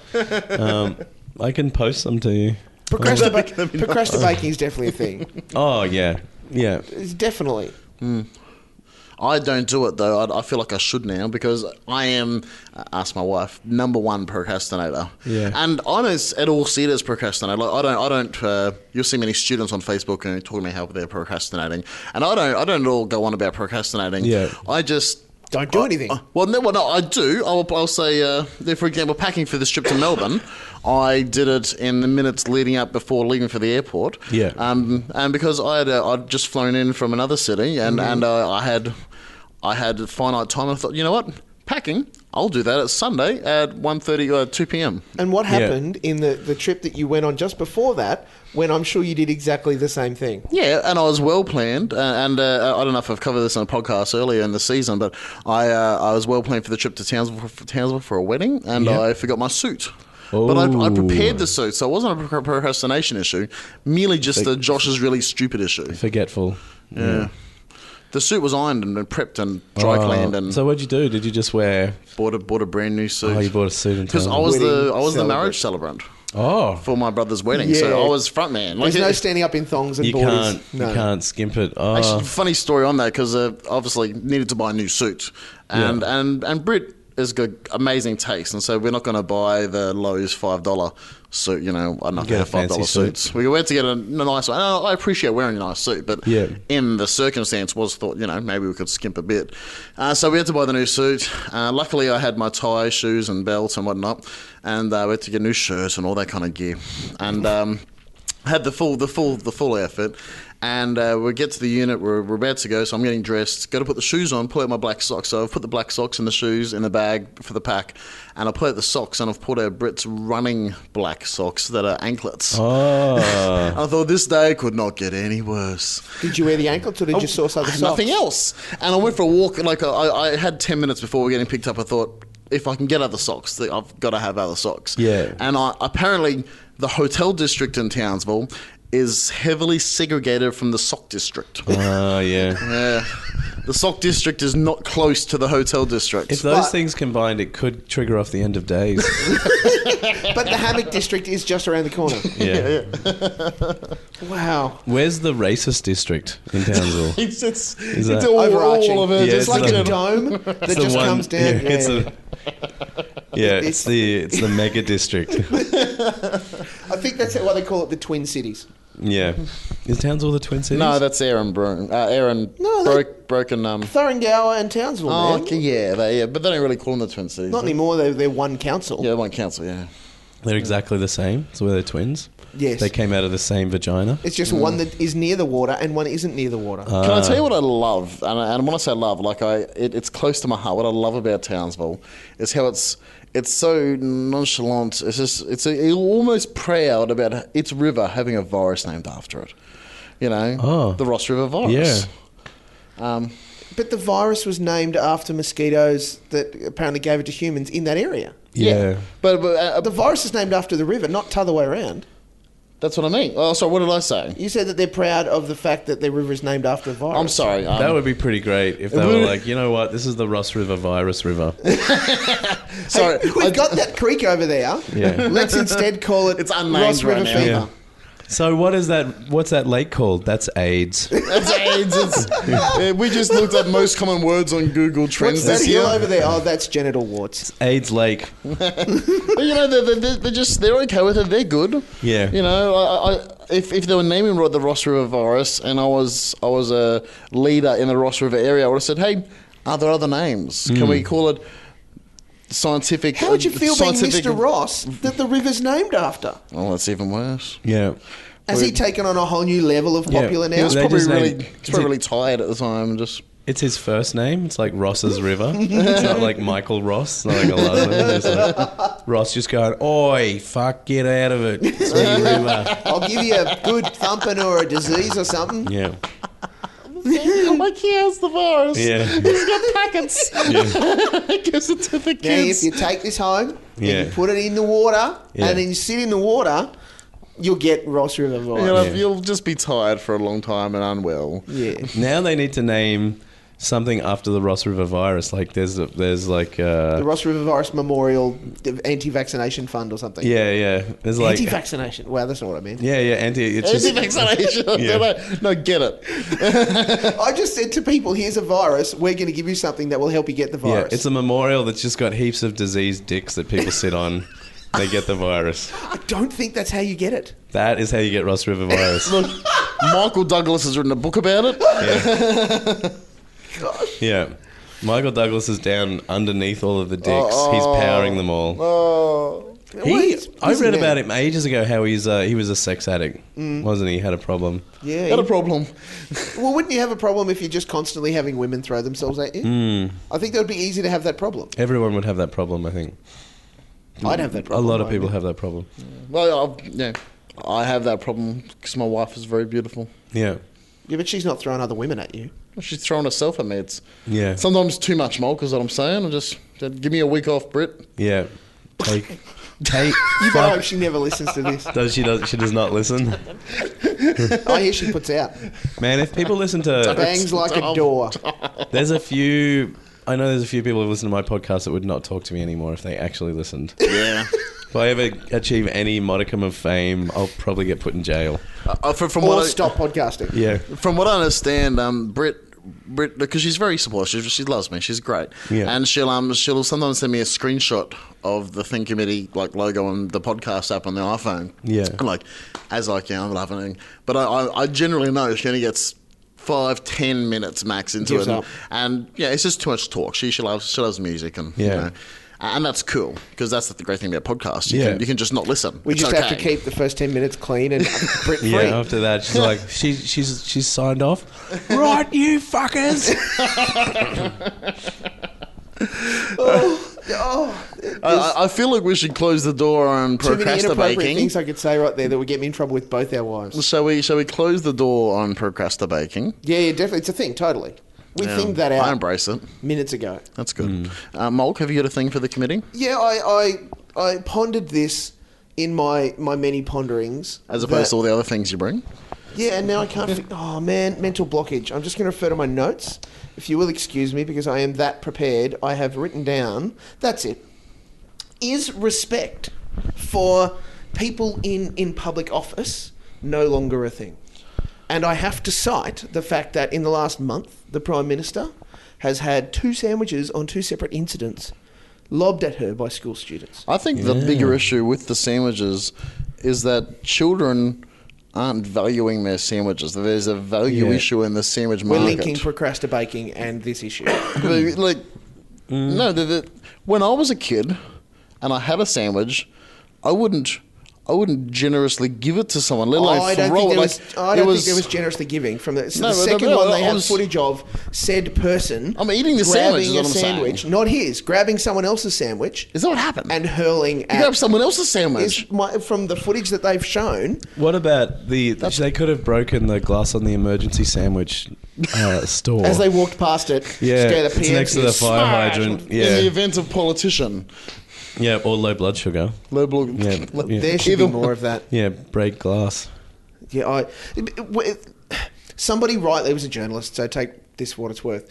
Speaker 5: Um, I can post them to you.
Speaker 4: Procrastinating procrastinating is definitely a thing.
Speaker 5: Oh yeah, yeah.
Speaker 4: It's definitely.
Speaker 2: I don't do it though. I, I feel like I should now because I am, uh, ask my wife, number one procrastinator.
Speaker 5: Yeah.
Speaker 2: And I don't s- at all see it as procrastinating. Like I don't, I don't. Uh, you'll see many students on Facebook and talking about how they're procrastinating, and I don't, I don't at all go on about procrastinating.
Speaker 5: Yeah.
Speaker 2: I just.
Speaker 4: Don't do anything.
Speaker 2: I- well, no, well, no, I do. I'll, I'll say, uh, that, for example, packing for this trip to Melbourne, I did it in the minutes leading up before leaving for the airport.
Speaker 5: Yeah.
Speaker 2: Um, and because I had uh, I'd just flown in from another city, and and uh, I had I had finite time. I thought, you know what, packing. I'll do that at Sunday at 1.30 uh, 2 p.m.
Speaker 4: And what
Speaker 5: Yeah.
Speaker 4: happened in the, the trip that you went on just before that, when I'm sure you did exactly the same thing?
Speaker 2: Yeah, and I was well planned, uh, and uh, I don't know if I've covered this on a podcast earlier in the season, but I uh, I was well planned for the trip to Townsville for, Townsville for a wedding, and
Speaker 5: Yeah.
Speaker 2: I forgot my suit. But I, I prepared the suit, so it wasn't a pro- procrastination issue. Merely just the Josh's really stupid issue.
Speaker 5: Forgetful.
Speaker 2: Yeah. The suit was ironed and prepped and dry cleaned
Speaker 5: Oh,
Speaker 2: and
Speaker 5: so what'd you do? Did you just wear?
Speaker 2: bought a bought a brand new suit.
Speaker 5: Oh, you bought a suit and
Speaker 2: because I
Speaker 5: tie.
Speaker 2: was the
Speaker 4: Wedding
Speaker 2: I was the marriage celebrant
Speaker 5: Oh,
Speaker 2: for my brother's wedding, so
Speaker 4: Yeah.
Speaker 2: I was front man. Like,
Speaker 4: There's no
Speaker 2: it-
Speaker 4: standing up in thongs and
Speaker 5: you
Speaker 4: borders.
Speaker 5: can't.
Speaker 4: no.
Speaker 5: You can't skimp it. Oh,
Speaker 2: Actually, funny story on that because uh, obviously needed to buy a new suit, and and and Brit has got amazing taste, and so we're not going to buy the Lowe's five dollar suit. You know, I don't know if they
Speaker 5: Get a
Speaker 2: have five
Speaker 5: fancy
Speaker 2: dollar
Speaker 5: suit.
Speaker 2: suits. We went to get a, a nice one. And I appreciate wearing a nice suit, but
Speaker 5: Yeah.
Speaker 2: in the circumstance, was thought you know maybe we could skimp a bit. Uh, so we had to buy the new suit. Uh, luckily, I had my tie, shoes, and belt and whatnot, and uh, we had to get new shirts and all that kind of gear, and. Um, had the full the full the full outfit and uh, we get to the unit we're, we're about to go so i'm getting dressed got to put the shoes on pull out my black socks so i've put the black socks and the shoes in the bag for the pack and i pull out the socks and i've pulled out brit's running black socks that are anklets
Speaker 5: oh.
Speaker 2: i thought this day could not get any worse
Speaker 4: Did you wear the anklets or did you source other
Speaker 2: I had
Speaker 4: socks?
Speaker 2: nothing else and i went for a walk and like I, I had 10 minutes before we were getting picked up i thought if i can get other socks th- i've got to have other socks
Speaker 5: Yeah.
Speaker 2: and I, apparently the hotel district in townsville is heavily segregated from the sock district
Speaker 5: Oh, yeah.
Speaker 2: yeah. the sock district is not close to the hotel district
Speaker 5: If those
Speaker 4: But-
Speaker 5: things combined, it could trigger off the end of days.
Speaker 4: But the hammock district is just around the corner.
Speaker 5: yeah.
Speaker 4: Wow.
Speaker 5: Where's the racist district in Townsville?
Speaker 2: it's it's,
Speaker 5: Is
Speaker 2: it's
Speaker 5: that-
Speaker 2: all,
Speaker 4: Overarching.
Speaker 2: all of it
Speaker 5: Yeah,
Speaker 2: it's
Speaker 5: it's
Speaker 2: like
Speaker 5: like-
Speaker 2: a
Speaker 4: a dome that just
Speaker 5: one-
Speaker 4: comes down.
Speaker 5: Yeah,
Speaker 4: Yeah,
Speaker 5: it's,
Speaker 4: yeah.
Speaker 5: the- yeah, it's the it's the mega district.
Speaker 4: I think that's why they call it the Twin Cities.
Speaker 5: Yeah, is Townsville the Twin Cities?
Speaker 2: no that's aaron broom uh, aaron
Speaker 4: No, they-
Speaker 2: broke broken um
Speaker 4: Thuringower and Townsville,
Speaker 2: oh
Speaker 4: man.
Speaker 2: okay, yeah they yeah, but they don't really call them the twin cities
Speaker 4: Not anymore. They're, they're one council.
Speaker 2: yeah they won't council yeah
Speaker 5: they're exactly the same. So were they twins?
Speaker 4: Yes.
Speaker 5: They came out of the same vagina.
Speaker 4: It's just one that is near the water and one isn't near the water.
Speaker 2: Can I tell
Speaker 5: Uh,
Speaker 2: you what I love? And, and when I say love, like I, it, it's close to my heart. What I love about Townsville is how it's it's so nonchalant. It's just it's, it's almost proud about its river having a virus named after it. You know,
Speaker 5: Oh.
Speaker 2: the Ross River virus. Yeah. Um,
Speaker 4: but the virus was named after mosquitoes that apparently gave it to humans in that area.
Speaker 5: Yeah.
Speaker 2: But, but uh,
Speaker 4: The virus is named after the river, not t'other way around.
Speaker 2: that's what I mean. Oh, sorry. What did I say?
Speaker 4: You said that they're proud of the fact that their river is named after a virus.
Speaker 2: I'm sorry. Um,
Speaker 5: That would be pretty great if they
Speaker 2: would-
Speaker 5: were like, you know what, this is the Ross River virus river.
Speaker 2: sorry.
Speaker 4: We've
Speaker 2: I-
Speaker 4: got that creek over there.
Speaker 5: Yeah.
Speaker 4: Let's instead call it
Speaker 2: It's unnamed
Speaker 4: Ross
Speaker 2: right
Speaker 4: River
Speaker 2: now.
Speaker 4: Fever.
Speaker 5: Yeah. So what is that? What's that lake called? That's AIDS.
Speaker 2: It's AIDS. It's, uh, we just looked at most common words on Google Trends
Speaker 4: What's that
Speaker 2: this
Speaker 4: hill
Speaker 2: year.
Speaker 4: over there? Oh, that's genital warts.
Speaker 5: AIDS Lake.
Speaker 2: But you know, they're, they're, they're just they're okay with it. They're good.
Speaker 5: Yeah.
Speaker 2: You know, I, I, if if they were naming right the Ross River virus, and I was I was a leader in the Ross River area, I would have said, "Hey, are there other names?
Speaker 5: Hmm.
Speaker 2: Can we call it scientific?"
Speaker 4: How would you feel being
Speaker 2: scientific-
Speaker 4: Mr. Ross that the river's named after?
Speaker 2: Oh, that's even worse.
Speaker 5: Yeah.
Speaker 4: Has he taken on a whole new level of
Speaker 5: Yeah.
Speaker 4: popular
Speaker 5: He
Speaker 4: now?
Speaker 5: was They
Speaker 2: Probably
Speaker 5: just
Speaker 2: really,
Speaker 5: named-
Speaker 2: it's probably really tired at the time and just.
Speaker 5: It's his first name. It's like Ross's River. It's not like Michael Ross. It's not like a lot of them. It's like Ross just going, "Oi, fuck, get out of it, it's me river."
Speaker 4: I'll give you a good thumping or a disease or something.
Speaker 5: Yeah.
Speaker 2: I'm like, he has the virus.
Speaker 5: Yeah.
Speaker 2: He's got packets. Gives it to the
Speaker 4: Now,
Speaker 2: kids.
Speaker 4: if you take this home
Speaker 5: Yeah.
Speaker 4: and you put it in the water
Speaker 5: Yeah.
Speaker 4: and then you sit in the water, you'll get Ross River
Speaker 2: You
Speaker 4: virus.
Speaker 2: know,
Speaker 5: Yeah.
Speaker 2: You'll just be tired for a long time and unwell.
Speaker 4: Yeah.
Speaker 5: Now they need to name something after the Ross River virus. Like there's a, there's like
Speaker 4: The
Speaker 5: uh,
Speaker 4: Ross River Virus Memorial Anti-Vaccination Fund or something.
Speaker 5: yeah yeah. There's like
Speaker 4: Anti-vaccination. Wow, that's not what I meant.
Speaker 5: yeah yeah anti. It's
Speaker 2: Is
Speaker 5: just,
Speaker 2: it vaccination?
Speaker 5: Yeah.
Speaker 2: No, get it.
Speaker 4: I just said to people, here's a virus. We're going to give you something that will help you get the
Speaker 5: yeah,
Speaker 4: virus.
Speaker 5: it's a memorial that's just got heaps of diseased dicks that people sit on. They get the virus.
Speaker 4: I don't think that's how you get it.
Speaker 5: That is how you get Ross River virus.
Speaker 2: Look, Michael Douglas has written a book about it.
Speaker 5: Yeah. Michael Douglas is down underneath all of the dicks. he's powering them all.
Speaker 2: Oh,
Speaker 5: He,
Speaker 4: Well, he's-
Speaker 5: I
Speaker 4: he's
Speaker 5: read
Speaker 4: an
Speaker 5: about him ages ago how he's uh, he was a sex addict,
Speaker 4: Mm.
Speaker 5: wasn't he? He Had a problem.
Speaker 4: Yeah.
Speaker 2: got a problem.
Speaker 4: Well, wouldn't you have a problem if you're just constantly having women throw themselves at you?
Speaker 5: Hmm.
Speaker 4: I think that would be easy to have that problem.
Speaker 5: Everyone would have that problem, I think.
Speaker 4: I'd have that
Speaker 5: Hmm. A
Speaker 4: problem.
Speaker 5: lot of
Speaker 4: I
Speaker 5: people
Speaker 4: admit.
Speaker 5: have that problem.
Speaker 2: Well, I, yeah, I have that problem because my wife is very beautiful.
Speaker 5: Yeah.
Speaker 4: Yeah, but she's not throwing other women at you.
Speaker 2: She's throwing herself at me. It's
Speaker 5: Yeah.
Speaker 2: sometimes too much, Mulk, is what I'm saying. I just said, give me a week off, Brit.
Speaker 5: yeah. Like, Hey,
Speaker 4: You better hope she never listens to this.
Speaker 5: does she does she does not listen?
Speaker 4: I hear she puts out
Speaker 5: Man, if people listen to,
Speaker 4: bangs like a door.
Speaker 5: there's a few. I know there's a few people who listen to my podcast that would not talk to me anymore if they actually listened.
Speaker 2: Yeah.
Speaker 5: If I ever achieve any modicum of fame, I'll probably get put in jail.
Speaker 2: Uh, from, from
Speaker 4: Or
Speaker 2: what I-
Speaker 4: stop podcasting.
Speaker 5: Yeah.
Speaker 2: from what I understand, um, Brit, Brit, because she's very supportive. She, she loves me. She's great.
Speaker 5: Yeah.
Speaker 2: And she'll um she'll sometimes send me a screenshot of the Think Committee like logo and the podcast app on the iPhone.
Speaker 5: Yeah.
Speaker 2: And, like as I can, I'm laughing. But I, I, I generally know she only gets. Five ten minutes max into
Speaker 4: Gives
Speaker 2: it,
Speaker 4: up.
Speaker 2: and yeah, it's just too much talk. She she loves she loves music, and you
Speaker 5: Yeah.
Speaker 2: know, and that's cool because that's the great thing about podcasts. You
Speaker 5: Yeah.
Speaker 2: can you can just not listen.
Speaker 4: We
Speaker 2: It's
Speaker 4: just have to
Speaker 2: okay.
Speaker 4: keep the first 10 minutes clean and Brit free.
Speaker 5: Yeah. After that, she's like, she, she's she's signed off. right, you fuckers.
Speaker 4: Oh,
Speaker 2: I, I- I feel like we should close the door on
Speaker 4: too many inappropriate
Speaker 2: procrastinating.
Speaker 4: things I could say right there that would get me in trouble with both our wives.
Speaker 2: Shall we? Shall we close the door on procrastinating?
Speaker 4: Yeah, yeah, definitely. It's a thing, totally. We
Speaker 2: Yeah.
Speaker 4: thinked that
Speaker 2: I
Speaker 4: out
Speaker 2: embrace it.
Speaker 4: minutes ago.
Speaker 2: That's good. Uh, Mulk, have you got a thing for the committee?
Speaker 4: Yeah, I, I, I pondered this in my, my many ponderings.
Speaker 2: As opposed
Speaker 4: that-
Speaker 2: to all the other things you bring.
Speaker 4: Yeah, and now I can't. Fi- oh man, mental blockage. I'm just going to refer to my notes, if you will excuse me, because I am that prepared. I have written down. That's it. Is respect for people in in public office no longer a thing? And I have to cite the fact that in the last month, the prime minister has had two sandwiches on two separate incidents lobbed at her by school students.
Speaker 2: I think the bigger issue with the sandwiches is that children aren't valuing their sandwiches. There's a value
Speaker 5: Yeah.
Speaker 2: issue in the sandwich
Speaker 4: We're
Speaker 2: market.
Speaker 4: linking procrastinating and this issue.
Speaker 2: But, like, no, the, the, when I was a kid and I had a sandwich, I wouldn't. I wouldn't generously give it to someone, let alone
Speaker 4: Oh, I don't
Speaker 2: throw
Speaker 4: think
Speaker 2: it.
Speaker 4: there
Speaker 2: Like,
Speaker 4: was. I don't
Speaker 2: it
Speaker 4: think there was generously giving from the, so
Speaker 2: No, but-
Speaker 4: the second
Speaker 2: but
Speaker 4: one.
Speaker 2: I
Speaker 4: They have
Speaker 2: was-
Speaker 4: footage of said person.
Speaker 2: I'm eating the sandwich,
Speaker 4: grabbing
Speaker 2: is
Speaker 4: a
Speaker 2: what I'm saying.
Speaker 4: sandwich, not his, grabbing someone else's sandwich
Speaker 2: Is that what happened?
Speaker 4: and hurling
Speaker 2: you
Speaker 4: at
Speaker 2: grab someone else's sandwich.
Speaker 4: is my, from the footage that they've shown.
Speaker 5: What about the? they could have broken the glass on the emergency sandwich uh, store.
Speaker 4: As they walked past it,
Speaker 5: yeah,
Speaker 4: scared the
Speaker 5: it's next to the
Speaker 4: PMCs.
Speaker 5: fire hydrant.
Speaker 2: In the
Speaker 5: Yeah,
Speaker 2: event of politician,
Speaker 5: yeah, or low blood sugar.
Speaker 2: low block.
Speaker 5: Yeah, yeah.
Speaker 4: There should
Speaker 2: Either
Speaker 4: be more of that.
Speaker 5: Yeah, break glass.
Speaker 4: Yeah, I. it- it- Somebody rightly it was a journalist, so take this for what it's worth.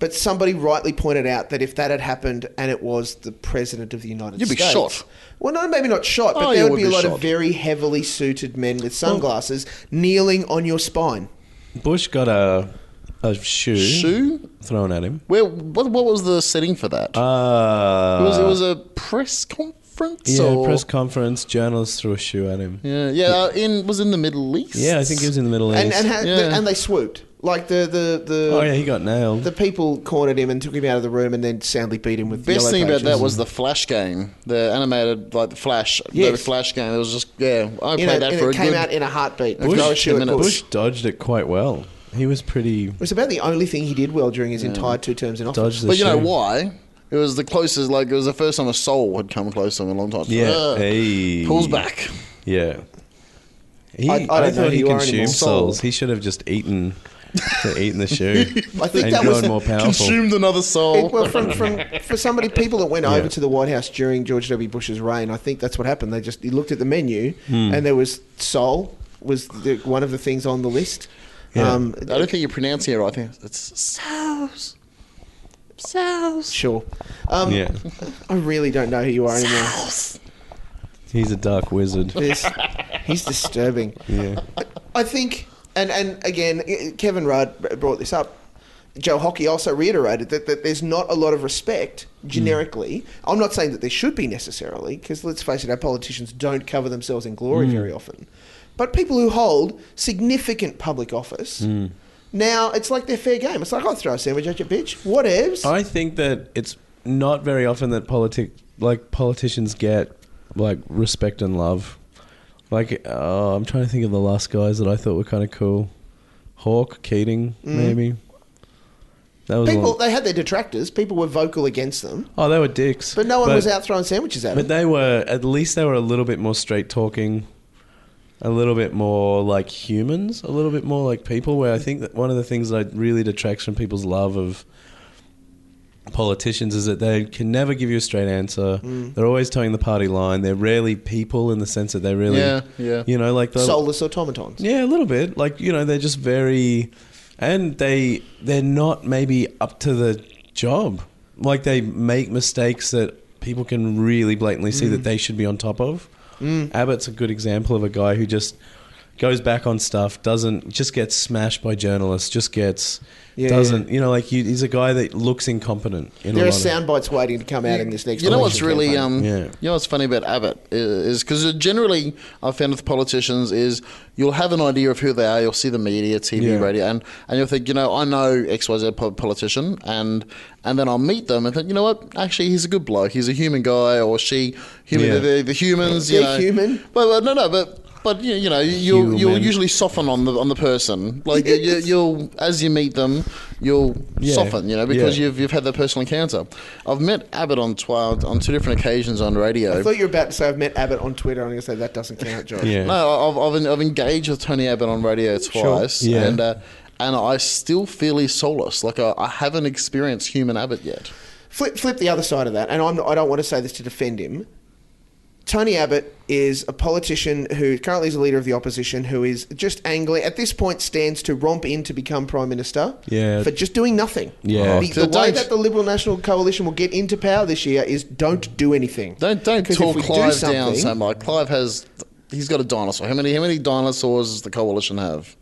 Speaker 4: But somebody rightly pointed out that if that had happened and it was the president of the United
Speaker 2: You'd be
Speaker 4: States,
Speaker 2: shot.
Speaker 4: Well, no, maybe not shot, but
Speaker 2: Oh,
Speaker 4: there
Speaker 2: you
Speaker 4: would,
Speaker 2: would
Speaker 4: be a
Speaker 2: be
Speaker 4: lot
Speaker 2: shot.
Speaker 4: of very heavily suited men with sunglasses kneeling on your spine.
Speaker 5: Bush got a a shoe,
Speaker 2: Shoe?
Speaker 5: thrown at him.
Speaker 2: Where? What, what was the setting for that?
Speaker 5: Uh,
Speaker 2: it was. It was a press conference.
Speaker 5: yeah,
Speaker 2: or-
Speaker 5: press conference. Journalists threw a shoe at him.
Speaker 2: Yeah, yeah. uh, In was in the Middle East.
Speaker 5: Yeah, I think he was in the Middle East.
Speaker 4: And and, ha-
Speaker 2: Yeah.
Speaker 4: and they swooped like the the the.
Speaker 5: oh yeah, he got nailed.
Speaker 4: The people cornered him and took him out of the room and then soundly beat him with.
Speaker 2: Best
Speaker 4: yellow
Speaker 2: thing about
Speaker 4: pages.
Speaker 2: that was the Flash game, the animated like the Flash, the
Speaker 4: Yes.
Speaker 2: Flash game. It was just yeah, I
Speaker 4: You
Speaker 2: played
Speaker 4: know,
Speaker 2: that
Speaker 4: and
Speaker 2: for
Speaker 4: it
Speaker 2: a
Speaker 4: came
Speaker 2: good.
Speaker 4: out in a heartbeat.
Speaker 2: Bush-
Speaker 4: no shoe at
Speaker 2: minutes.
Speaker 4: all.
Speaker 5: Bush dodged it quite well. He was pretty
Speaker 4: It was about the only thing he did well during his entire two terms in office.
Speaker 5: dodged. The
Speaker 2: but you know
Speaker 5: shoe.
Speaker 2: why? It was the closest. Like it was the first time a soul had come close in a long time.
Speaker 5: Yeah,
Speaker 4: Uh,
Speaker 2: Ugh.
Speaker 5: hey.
Speaker 2: pulls back.
Speaker 5: Yeah. He,
Speaker 4: I- I
Speaker 5: I,
Speaker 4: don't know
Speaker 5: thought
Speaker 4: who
Speaker 5: he
Speaker 4: you are anymore.
Speaker 5: consumed souls. He should have just eaten, eaten the shoe.
Speaker 4: I think
Speaker 5: and
Speaker 4: that was
Speaker 5: grown more powerful.
Speaker 2: Consumed another soul.
Speaker 4: It- well, from, from for somebody, people that went over to the White House during George W. Bush's reign, I think that's what happened. They just he looked at the menu, and there was soul was the, one of the things on the list.
Speaker 5: Yeah.
Speaker 4: Um,
Speaker 2: I don't think you're pronouncing it right. I think it's souls. Souls.
Speaker 4: sure. Um,
Speaker 5: Yeah,
Speaker 4: I really don't know who you are anymore.
Speaker 5: he's a dark wizard.
Speaker 4: This, he's disturbing.
Speaker 5: Yeah,
Speaker 4: I think, and and again, i- Kevin Rudd b- brought this up. Joe Hockey also reiterated that, that there's not a lot of respect
Speaker 5: Mm.
Speaker 4: generically. I'm not saying that there should be necessarily, because let's face it, our politicians don't cover themselves in
Speaker 5: Mm.
Speaker 4: glory very often. But people who hold significant public office,
Speaker 5: Mm.
Speaker 4: now it's like they're fair game. It's like, I'll throw a sandwich at you, bitch. Whatevs.
Speaker 5: I think that it's not very often that politic like politicians get like respect and love. Like, oh, I'm trying to think of the last guys that I thought were kind of cool. Hawke, Keating, maybe. That was
Speaker 4: Mm. People,
Speaker 5: One.
Speaker 4: they had their detractors. People were vocal against them.
Speaker 5: Oh, they were dicks.
Speaker 4: But no one was out throwing sandwiches at them.
Speaker 5: But they were at least they were a little bit more straight talking, a little bit more like humans, a little bit more like people. Where I think that one of the things that really detracts from people's love of politicians is that they can never give you a straight answer.
Speaker 2: Mm.
Speaker 5: They're always towing the party line. They're rarely people in the sense that they really,
Speaker 2: Yeah, yeah.
Speaker 5: you know, like the
Speaker 4: Soulless automatons.
Speaker 5: yeah, a little bit. Like you know, they're just very, and they they're not maybe up to the job. Like they make mistakes that people can really blatantly see
Speaker 4: Mm.
Speaker 5: that they should be on top of. Abbott's a good example of a guy who just goes back on stuff, doesn't just gets smashed by journalists, just gets
Speaker 4: Yeah,
Speaker 5: doesn't you know like he, he's a guy that looks incompetent. In
Speaker 4: There
Speaker 5: a
Speaker 4: are
Speaker 5: lot of-
Speaker 4: sound bites waiting to come out in this next.
Speaker 2: You know what's
Speaker 4: election
Speaker 2: really,
Speaker 4: campaign.
Speaker 2: um,
Speaker 5: Yeah.
Speaker 2: you know what's funny about Abbott is because generally I've found with politicians is you'll have an idea of who they are. You'll see the media, TV,
Speaker 5: Yeah.
Speaker 2: radio, and, and you'll think, you know, I know X Y Z po- politician, and and then I'll meet them and think, you know what, actually he's a good bloke. He's a human guy, or she, human.
Speaker 5: Yeah.
Speaker 2: they're- They're, the humans, you
Speaker 4: They're
Speaker 2: know,
Speaker 4: human.
Speaker 2: But, but no, no, but. But you you know you'll, you'll
Speaker 5: Human.
Speaker 2: usually soften on the on the person like you, you, you'll as you meet them you'll
Speaker 5: Yeah.
Speaker 2: soften you know because
Speaker 5: Yeah.
Speaker 2: you've you've had that personal encounter. I've met Abbott on twelve on two different occasions on radio.
Speaker 4: I thought you were about to say I've met Abbott on Twitter. and I'm going to say that doesn't count, Josh.
Speaker 5: Yeah.
Speaker 2: No, I've, I've, I've engaged with Tony Abbott on radio twice,
Speaker 5: Yeah.
Speaker 2: and uh, and I still feel his solace. Like I, I haven't experienced human Abbott yet.
Speaker 4: Flip, flip the other side of that, and I'm, I don't want to say this to defend him. Tony Abbott is a politician who currently is a leader of the opposition, who is just angling at this point stands to romp in to become prime minister.
Speaker 5: Yeah.
Speaker 4: for just doing nothing.
Speaker 5: Yeah.
Speaker 4: the,
Speaker 2: Oh. So
Speaker 4: the way
Speaker 2: don't-
Speaker 4: that the Liberal National Coalition will get into power this year is don't do anything.
Speaker 2: Don't don't
Speaker 4: 'Cause if
Speaker 2: talk
Speaker 4: we do
Speaker 2: Clive down
Speaker 4: something-
Speaker 2: so much. Clive has he's got a dinosaur. How many how many dinosaurs does the coalition have?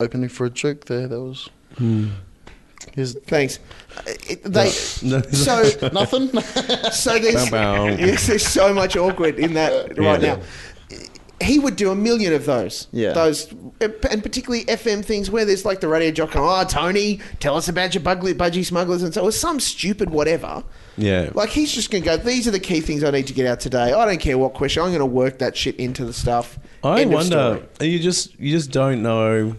Speaker 2: Opening for a joke there. That was.
Speaker 4: Hmm.
Speaker 2: Here's
Speaker 4: Thanks. Uh, It, they,
Speaker 5: No.
Speaker 4: so
Speaker 2: nothing.
Speaker 4: So there's,
Speaker 5: Bow, bow.
Speaker 4: yes, there's so much awkward in that right
Speaker 5: Yeah.
Speaker 4: now. He would do a million of those.
Speaker 2: Yeah.
Speaker 4: Those, and particularly FM things where there's like the radio jock, oh, Tony, tell us about your bugly, budgie smugglers and so, or some stupid whatever.
Speaker 5: yeah.
Speaker 4: Like he's just going to go, these are the key things I need to get out today. I don't care what question, I'm going to work that shit into the stuff.
Speaker 5: I
Speaker 4: End of
Speaker 5: wonder.
Speaker 4: story.
Speaker 5: You just you just don't know.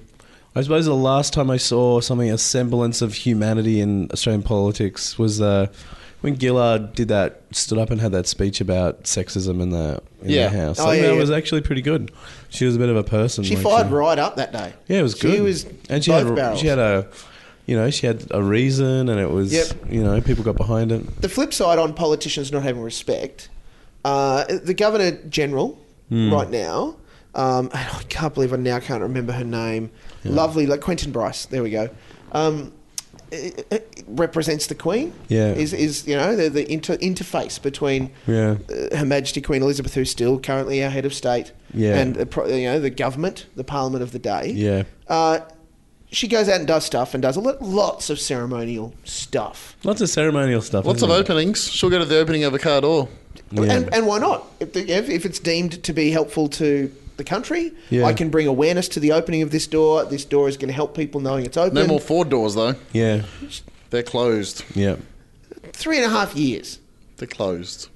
Speaker 5: I suppose the last time I saw something a semblance of humanity in Australian politics was uh, when Gillard did that, stood up and had that speech about sexism in the in
Speaker 2: Yeah.
Speaker 5: the house.
Speaker 4: Oh,
Speaker 5: I think
Speaker 4: yeah,
Speaker 5: that
Speaker 4: yeah.
Speaker 5: was actually pretty good. She was a bit of a person.
Speaker 4: She
Speaker 5: like uh,
Speaker 4: fired right up that day.
Speaker 5: Yeah, it was good.
Speaker 4: She was
Speaker 5: and she
Speaker 4: both
Speaker 5: had
Speaker 4: barrels.
Speaker 5: she had a, you know, she had a reason, and it was
Speaker 4: Yep.
Speaker 5: you know people got behind it.
Speaker 4: the flip side on politicians not having respect, uh, the Governor General
Speaker 5: Hmm.
Speaker 4: right now, um, I can't believe I now can't remember her name. Lovely, like Quentin Bryce. There we go. Um, it- it represents the Queen.
Speaker 5: Yeah.
Speaker 4: is is you know the, the inter- interface between
Speaker 5: Yeah.
Speaker 4: uh, Her Majesty Queen Elizabeth, who's still currently our head of state,
Speaker 5: Yeah.
Speaker 4: and the, pro- you know the government, the Parliament of the day.
Speaker 5: Yeah.
Speaker 4: Uh, she goes out and does stuff and does a lot, lots of ceremonial stuff.
Speaker 5: Lots of ceremonial stuff.
Speaker 2: Lots of
Speaker 4: Hmm.
Speaker 5: isn't it?
Speaker 2: openings. She'll go to the opening of a car door.
Speaker 5: Yeah.
Speaker 4: And, and why not? If, the, if, if it's deemed to be helpful to the country,
Speaker 5: Yeah.
Speaker 4: I can bring awareness to the opening of this door. This door is going to help people knowing it's open.
Speaker 2: No more Ford doors though.
Speaker 5: yeah.
Speaker 2: They're closed.
Speaker 5: Yeah.
Speaker 4: Three and a half years.
Speaker 2: They're closed.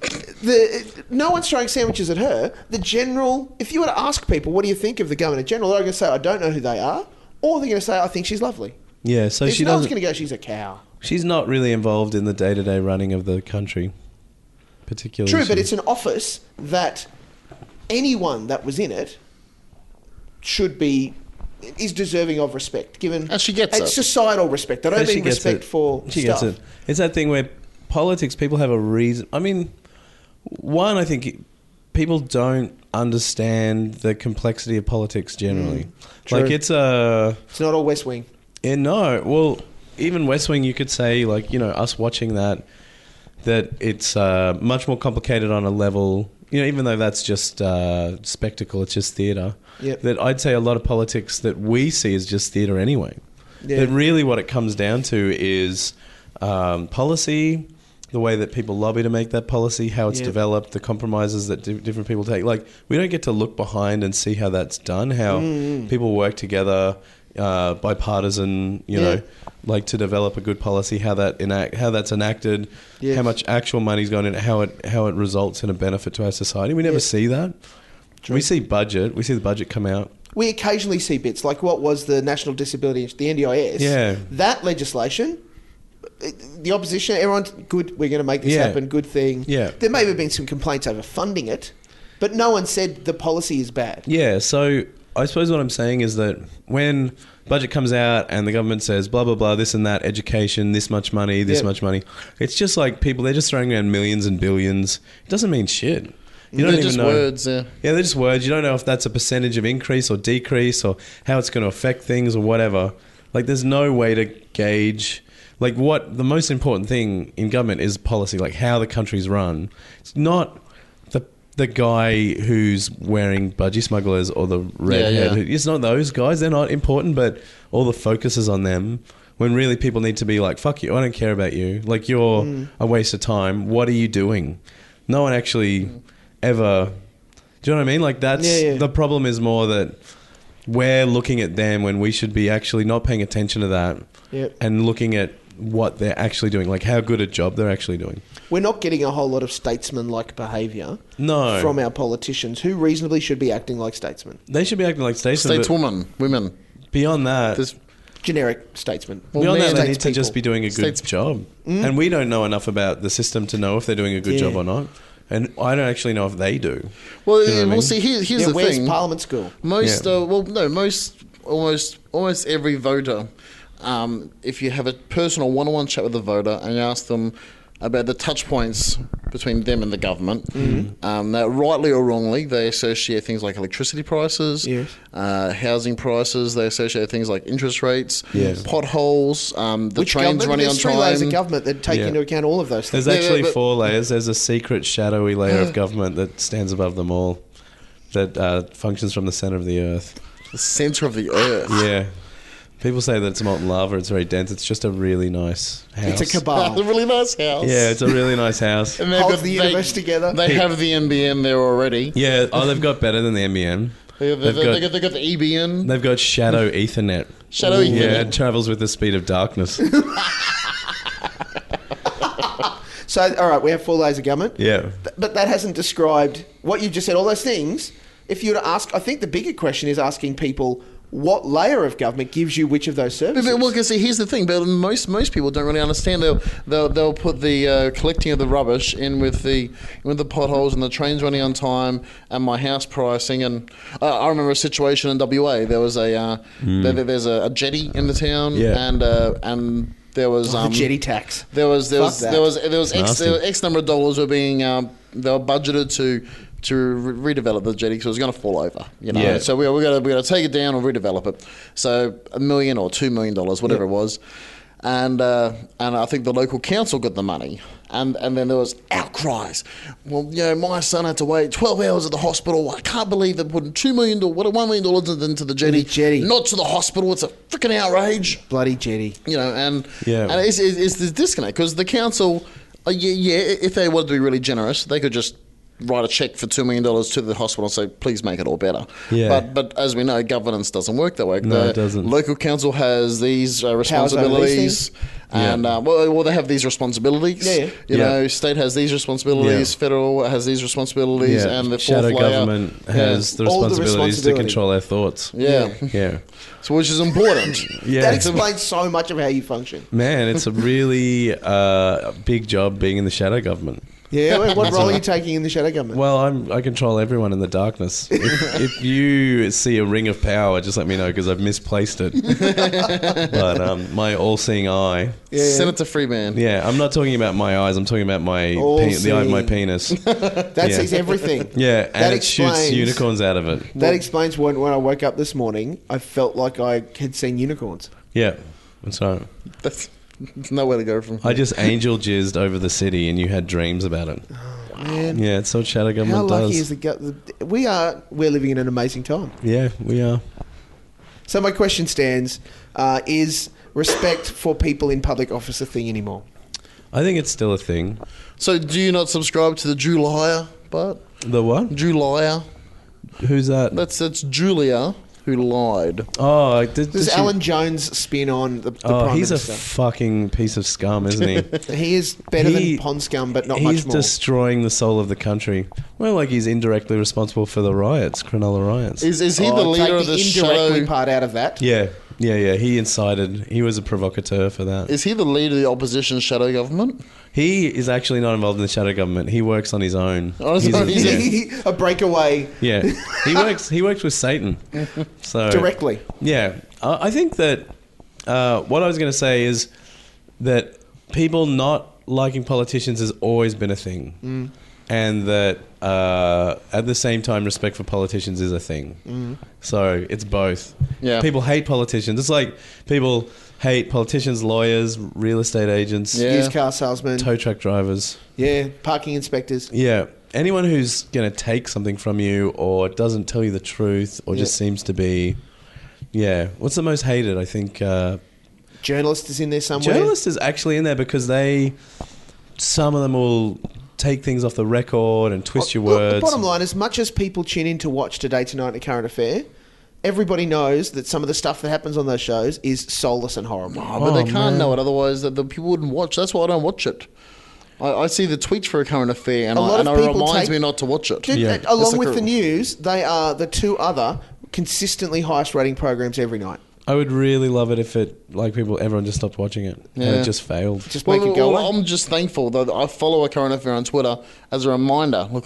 Speaker 4: The, no one's throwing sandwiches at her. The general, if you were to ask people, what do you think of the governor general, they're going to say, I don't know who they are, or they're going to say, I think she's lovely.
Speaker 5: Yeah. So
Speaker 4: There's
Speaker 5: she
Speaker 4: no one's
Speaker 5: doesn't.
Speaker 4: going to go, she's a cow.
Speaker 5: She's not really involved in the day to day running of the country, particularly.
Speaker 4: True, but
Speaker 5: she-
Speaker 4: it's an office that anyone that was in it should be is deserving of respect. Given
Speaker 2: And she gets
Speaker 4: it's
Speaker 2: it.
Speaker 4: societal respect. I
Speaker 5: No,
Speaker 4: don't mean respect
Speaker 5: it.
Speaker 4: for
Speaker 5: She
Speaker 4: stuff.
Speaker 5: gets it. It's that thing where politics people have a reason. I mean, one, I think it- people don't understand the complexity of politics generally. like
Speaker 4: Mm, true.
Speaker 5: it's a.
Speaker 4: It's not all West Wing.
Speaker 5: Yeah, no. Well, even West Wing, you could say, like, you know, us watching that, that it's uh, much more complicated on a level, you know, even though that's just uh, spectacle, it's just theatre.
Speaker 4: Yep.
Speaker 5: That I'd say a lot of politics that we see is just theatre anyway.
Speaker 4: Yeah.
Speaker 5: That really what it comes down to is um, policy, the way that people lobby to make that policy, how it's
Speaker 4: Yeah.
Speaker 5: developed, the compromises that di- different people take. Like, we don't get to look behind and see how that's done, how
Speaker 4: Mm,
Speaker 5: people work together, uh, bipartisan, you
Speaker 4: Yeah.
Speaker 5: know, like to develop a good policy, how that enact, how that's enacted,
Speaker 4: Yes.
Speaker 5: how much actual money's gone in, how it how it results in a benefit to our society. We never
Speaker 4: Yeah.
Speaker 5: see that. We see budget. We see the budget come out.
Speaker 4: We occasionally see bits like what was the National Disability, the NDIS.
Speaker 5: Yeah.
Speaker 4: that legislation. The opposition, everyone's good. We're going to make this
Speaker 5: Yeah.
Speaker 4: happen. Good thing.
Speaker 5: Yeah.
Speaker 4: there may have been some complaints over funding it, but no one said the policy is bad.
Speaker 5: Yeah, so I suppose what I'm saying is that when budget comes out and the government says blah blah blah this and that education this much money this
Speaker 4: Yeah.
Speaker 5: much money, it's just like people they're just throwing around millions and billions. It doesn't mean shit. You don't
Speaker 2: They're
Speaker 5: even
Speaker 2: just
Speaker 5: know.
Speaker 2: words, yeah.
Speaker 5: Yeah, they're just words. You don't know if that's a percentage of increase or decrease or how it's going to affect things or whatever. Like, there's no way to gauge. Like, what the most important thing in government is policy, like how the country's run. It's not the the guy who's wearing budgie smugglers or the redhead.
Speaker 2: yeah.
Speaker 5: who- It's not those guys. They're not important, but all the focus is on them. When really people need to be like, fuck you, I don't care about you. Like, you're
Speaker 2: Mm.
Speaker 5: a waste of time. What are you doing? No one actually ever do you know what I mean? Like that's
Speaker 4: Yeah, yeah.
Speaker 5: the problem is more that we're looking at them when we should be actually not paying attention to that
Speaker 4: Yep.
Speaker 5: and looking at what they're actually doing, like how good a job they're actually doing.
Speaker 4: We're not getting a whole lot of statesman-like behaviour
Speaker 5: No,
Speaker 4: from our politicians, who reasonably should be acting like statesmen.
Speaker 5: they should be acting like statesmen. but
Speaker 2: Stateswoman, women.
Speaker 5: beyond that,
Speaker 2: There's
Speaker 4: Generic statesmen.
Speaker 2: Well,
Speaker 5: beyond that,
Speaker 2: men-
Speaker 5: they need to
Speaker 4: statespeople.
Speaker 5: just be doing a good
Speaker 2: States-
Speaker 5: job, and we don't know enough about the system to know if they're doing a good
Speaker 4: Mm. Yeah.
Speaker 5: job or not. And I don't actually know if they do.
Speaker 2: well,
Speaker 5: know what I
Speaker 2: well.
Speaker 5: mean?
Speaker 2: See, here, here's
Speaker 4: Yeah,
Speaker 2: the
Speaker 4: where's
Speaker 2: thing.
Speaker 4: Parliament School?
Speaker 2: Most,
Speaker 5: Yeah.
Speaker 2: uh, well, no, most, almost, almost every voter. Um, if you have a personal one-on-one chat with a voter and you ask them about the touch points between them and the government,
Speaker 5: Mm-hmm.
Speaker 2: um, that rightly or wrongly they associate things like electricity prices,
Speaker 4: Yes.
Speaker 2: uh, housing prices. They associate things like interest rates,
Speaker 5: Yes.
Speaker 2: potholes, um, the
Speaker 4: Which
Speaker 2: trains
Speaker 4: government?
Speaker 2: running
Speaker 4: There's
Speaker 2: on
Speaker 4: three layers of
Speaker 2: time.
Speaker 4: government that take
Speaker 5: Yeah.
Speaker 4: into account all of those things.
Speaker 5: There's
Speaker 2: Yeah, yeah,
Speaker 5: actually
Speaker 2: but-
Speaker 5: four layers. There's a secret, shadowy layer of government that stands above them all, that uh, functions from the center of the earth.
Speaker 2: The center of the earth.
Speaker 5: Yeah. People say that it's molten lava. It's very dense. It's just a really nice
Speaker 4: It's
Speaker 5: house.
Speaker 4: a
Speaker 2: the
Speaker 4: cabal.
Speaker 2: really nice house.
Speaker 5: Yeah, it's a really nice house.
Speaker 2: And they've
Speaker 4: Hold
Speaker 2: got-
Speaker 4: the
Speaker 2: they-
Speaker 4: universe together.
Speaker 2: They have the NBN there already.
Speaker 5: Yeah. Oh, they've got better than the NBN.
Speaker 2: They- they-
Speaker 5: They've
Speaker 2: they-
Speaker 5: got-
Speaker 2: they got, they got the E EBN.
Speaker 5: They've got shadow Ethernet.
Speaker 2: Shadow
Speaker 5: Yeah,
Speaker 2: Ethernet.
Speaker 5: it travels with the speed of darkness.
Speaker 4: so, all right, we have four layers of government.
Speaker 5: Yeah.
Speaker 4: Th- but that hasn't described what you just said. All those things. If you were to ask, I think the bigger question is asking people what layer of government gives you which of those
Speaker 2: But,
Speaker 4: services.
Speaker 2: but, well, 'cause see, here's the thing. But most most people don't really understand. They'll they'll, they'll put the uh, collecting of the rubbish in with the with the potholes and the trains running on time and my house pricing. And uh, I remember a situation in WA. There was a uh, there- there- there's a, a jetty in the town,
Speaker 5: Hmm. Yeah.
Speaker 2: and uh, and there was
Speaker 4: the
Speaker 2: um,
Speaker 4: jetty tax.
Speaker 2: There was there
Speaker 4: Fuck
Speaker 2: was,
Speaker 4: that.
Speaker 2: there was there was X,
Speaker 5: Nasty.
Speaker 2: there was X number of dollars were being um, they were budgeted to to re- redevelop the jetty because it was going to fall over. You know,
Speaker 5: Yeah.
Speaker 2: so we we got to we got to take it down or redevelop it. So a million or two million dollars, whatever it was. And uh, and I think the local council got the money, and and then there was outcries. Well, you know, my son had to wait twelve hours at the hospital. I can't believe they're putting two million dollars, what one million dollars into the jetty,
Speaker 4: jetty.
Speaker 2: not to the hospital. It's a freaking outrage
Speaker 4: Bloody jetty.
Speaker 2: you know, and
Speaker 5: Yeah.
Speaker 2: and it's, it's, it's this disconnect because the council, uh, yeah, yeah, if they wanted to be really generous, they could just write a check for two million dollars to the hospital and say, please make it all better.
Speaker 5: Yeah.
Speaker 2: But but as we know, governance doesn't work that way.
Speaker 5: No,
Speaker 2: The
Speaker 5: it doesn't.
Speaker 2: Local council has these uh,
Speaker 4: these
Speaker 2: responsibilities,
Speaker 4: things.
Speaker 2: and
Speaker 5: Yeah.
Speaker 2: uh, well, well, they have these responsibilities.
Speaker 4: Yeah, yeah.
Speaker 2: You
Speaker 5: Yeah.
Speaker 2: know, state has these responsibilities, federal has these responsibilities,
Speaker 5: Yeah.
Speaker 2: and the fourth
Speaker 5: shadow
Speaker 2: layer-
Speaker 5: government
Speaker 2: Yeah.
Speaker 5: has the
Speaker 4: All the
Speaker 5: responsibilities to
Speaker 4: responsibility.
Speaker 5: control our thoughts.
Speaker 2: Yeah.
Speaker 5: Yeah.
Speaker 2: so which is important.
Speaker 5: Yeah.
Speaker 4: That explains so much of how you function.
Speaker 5: Man, it's a really uh, big job being in the shadow government.
Speaker 4: Yeah. What, what role are you taking in the shadow government?
Speaker 5: Well, I'm, I control everyone in the darkness. If, if you see a ring of power, just let me know because I've misplaced it. but um, my all-seeing eye.
Speaker 2: Senator Freeman.
Speaker 5: Yeah, I'm not talking about my eyes. I'm talking about my pe- the eye of my
Speaker 4: All-seeing.
Speaker 5: penis.
Speaker 4: that
Speaker 5: yeah.
Speaker 4: sees everything.
Speaker 5: Yeah,
Speaker 4: That
Speaker 5: and it shoots
Speaker 4: explains-
Speaker 5: unicorns out of it.
Speaker 4: That explains when, when I woke up this morning, I felt like I had seen unicorns.
Speaker 5: Yeah, that's right.
Speaker 2: That's there's nowhere to go from.
Speaker 5: I just angel jizzed over the city, and you had dreams about it.
Speaker 4: Man,
Speaker 5: Yeah, it's what
Speaker 4: Uh-huh.
Speaker 5: shadow
Speaker 4: how
Speaker 5: government
Speaker 4: lucky
Speaker 5: does.
Speaker 4: is the, go- the we are we're living in an amazing time.
Speaker 5: yeah, we are.
Speaker 4: So my question stands: uh, Is respect for people in public office a thing anymore?
Speaker 5: I think it's still a thing.
Speaker 2: So, do you not subscribe to the Julia part?
Speaker 5: The what?
Speaker 2: Julia.
Speaker 5: Who's that?
Speaker 2: That's that's Julia who lied.
Speaker 5: oh, I did,
Speaker 4: This
Speaker 5: did
Speaker 4: is
Speaker 5: she-
Speaker 4: Alan Jones spin on the, the
Speaker 5: Oh,
Speaker 4: prime
Speaker 5: he's
Speaker 4: minister.
Speaker 5: a fucking piece of scum, isn't he?
Speaker 4: he is better
Speaker 5: He-
Speaker 4: than pond scum, but not
Speaker 5: he's
Speaker 4: much more.
Speaker 5: destroying the soul of the country. Well, like he's indirectly responsible for the riots, Cronulla riots.
Speaker 2: Is is he
Speaker 4: Oh,
Speaker 2: the leader
Speaker 4: take
Speaker 2: of the
Speaker 4: indirectly
Speaker 2: shadow?
Speaker 4: part out of that.
Speaker 5: yeah, Yeah, yeah. He incited. He was a provocateur for that.
Speaker 2: Is he the leader of the opposition shadow government?
Speaker 5: He is actually not involved in the shadow government. He works on his own.
Speaker 2: Oh, that's
Speaker 5: He's a-
Speaker 2: right, he's a-
Speaker 5: yeah.
Speaker 4: a breakaway
Speaker 5: Yeah, he works. He works with Satan. So
Speaker 4: directly.
Speaker 5: Yeah, I I think that uh, what I was going to say is that people not liking politicians has always been a thing,
Speaker 2: Mm.
Speaker 5: and that uh, at the same time, respect for politicians is a thing. So it's both.
Speaker 2: Mm. Yeah.
Speaker 5: people hate politicians. It's like people hate politicians, lawyers, real estate agents,
Speaker 2: Yeah.
Speaker 4: Used car salesman.
Speaker 5: tow truck drivers.
Speaker 4: yeah, parking inspectors.
Speaker 5: Yeah. Anyone who's going to take something from you or doesn't tell you the truth or just
Speaker 4: Yeah.
Speaker 5: seems to be. Yeah. What's the most hated? I think uh,
Speaker 4: Journalist is in there somewhere.
Speaker 5: journalist is actually in there because they. Some of them will take things off the record and twist your
Speaker 4: Oh, Look,
Speaker 5: words.
Speaker 4: the bottom line, as much as people tune in to watch Today Tonight and Current Affair, everybody knows that some of the stuff that happens on those shows is soulless and horrible.
Speaker 2: Oh, but they can't know it, otherwise the, the people wouldn't watch. That's why I don't watch it. I, I see the tweets for a current affair, and,
Speaker 4: A
Speaker 2: I,
Speaker 4: lot
Speaker 2: and
Speaker 4: of
Speaker 2: it
Speaker 4: people
Speaker 2: reminds
Speaker 4: take-
Speaker 2: me not to watch it.
Speaker 4: Dude,
Speaker 5: Yeah.
Speaker 4: uh,
Speaker 5: That's
Speaker 4: along
Speaker 2: like
Speaker 4: with
Speaker 2: a-
Speaker 4: the news, they are the two other consistently highest rating programs every night.
Speaker 5: I would really love it if it, like, people, everyone just stopped watching it and
Speaker 2: Yeah.
Speaker 5: it just failed.
Speaker 4: Just
Speaker 2: Well,
Speaker 4: make it go
Speaker 2: well,
Speaker 4: away.
Speaker 2: I'm just thankful that I follow a current affair on Twitter as a reminder. Look,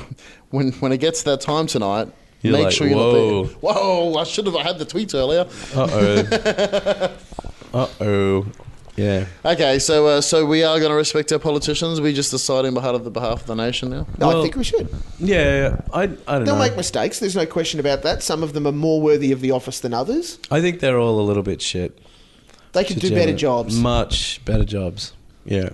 Speaker 2: when when it gets to that time tonight,
Speaker 5: You're
Speaker 2: make
Speaker 5: like,
Speaker 2: sure you're
Speaker 5: "Whoa."
Speaker 2: not there. Whoa! I should have had the tweets earlier.
Speaker 5: Uh oh. uh oh. Yeah.
Speaker 2: Okay, so uh, so we are going to respect our politicians. We just decide on behalf of the behalf of the nation now.
Speaker 4: No, I
Speaker 5: well,
Speaker 4: think we should.
Speaker 5: Yeah. I, I don't
Speaker 4: They'll
Speaker 5: know.
Speaker 4: make mistakes. There's no question about that. Some of them are more worthy of the office than others.
Speaker 5: I think they're all a little bit shit.
Speaker 4: They can
Speaker 5: to
Speaker 4: do better
Speaker 5: generate
Speaker 4: jobs.
Speaker 5: Much better jobs. Yeah.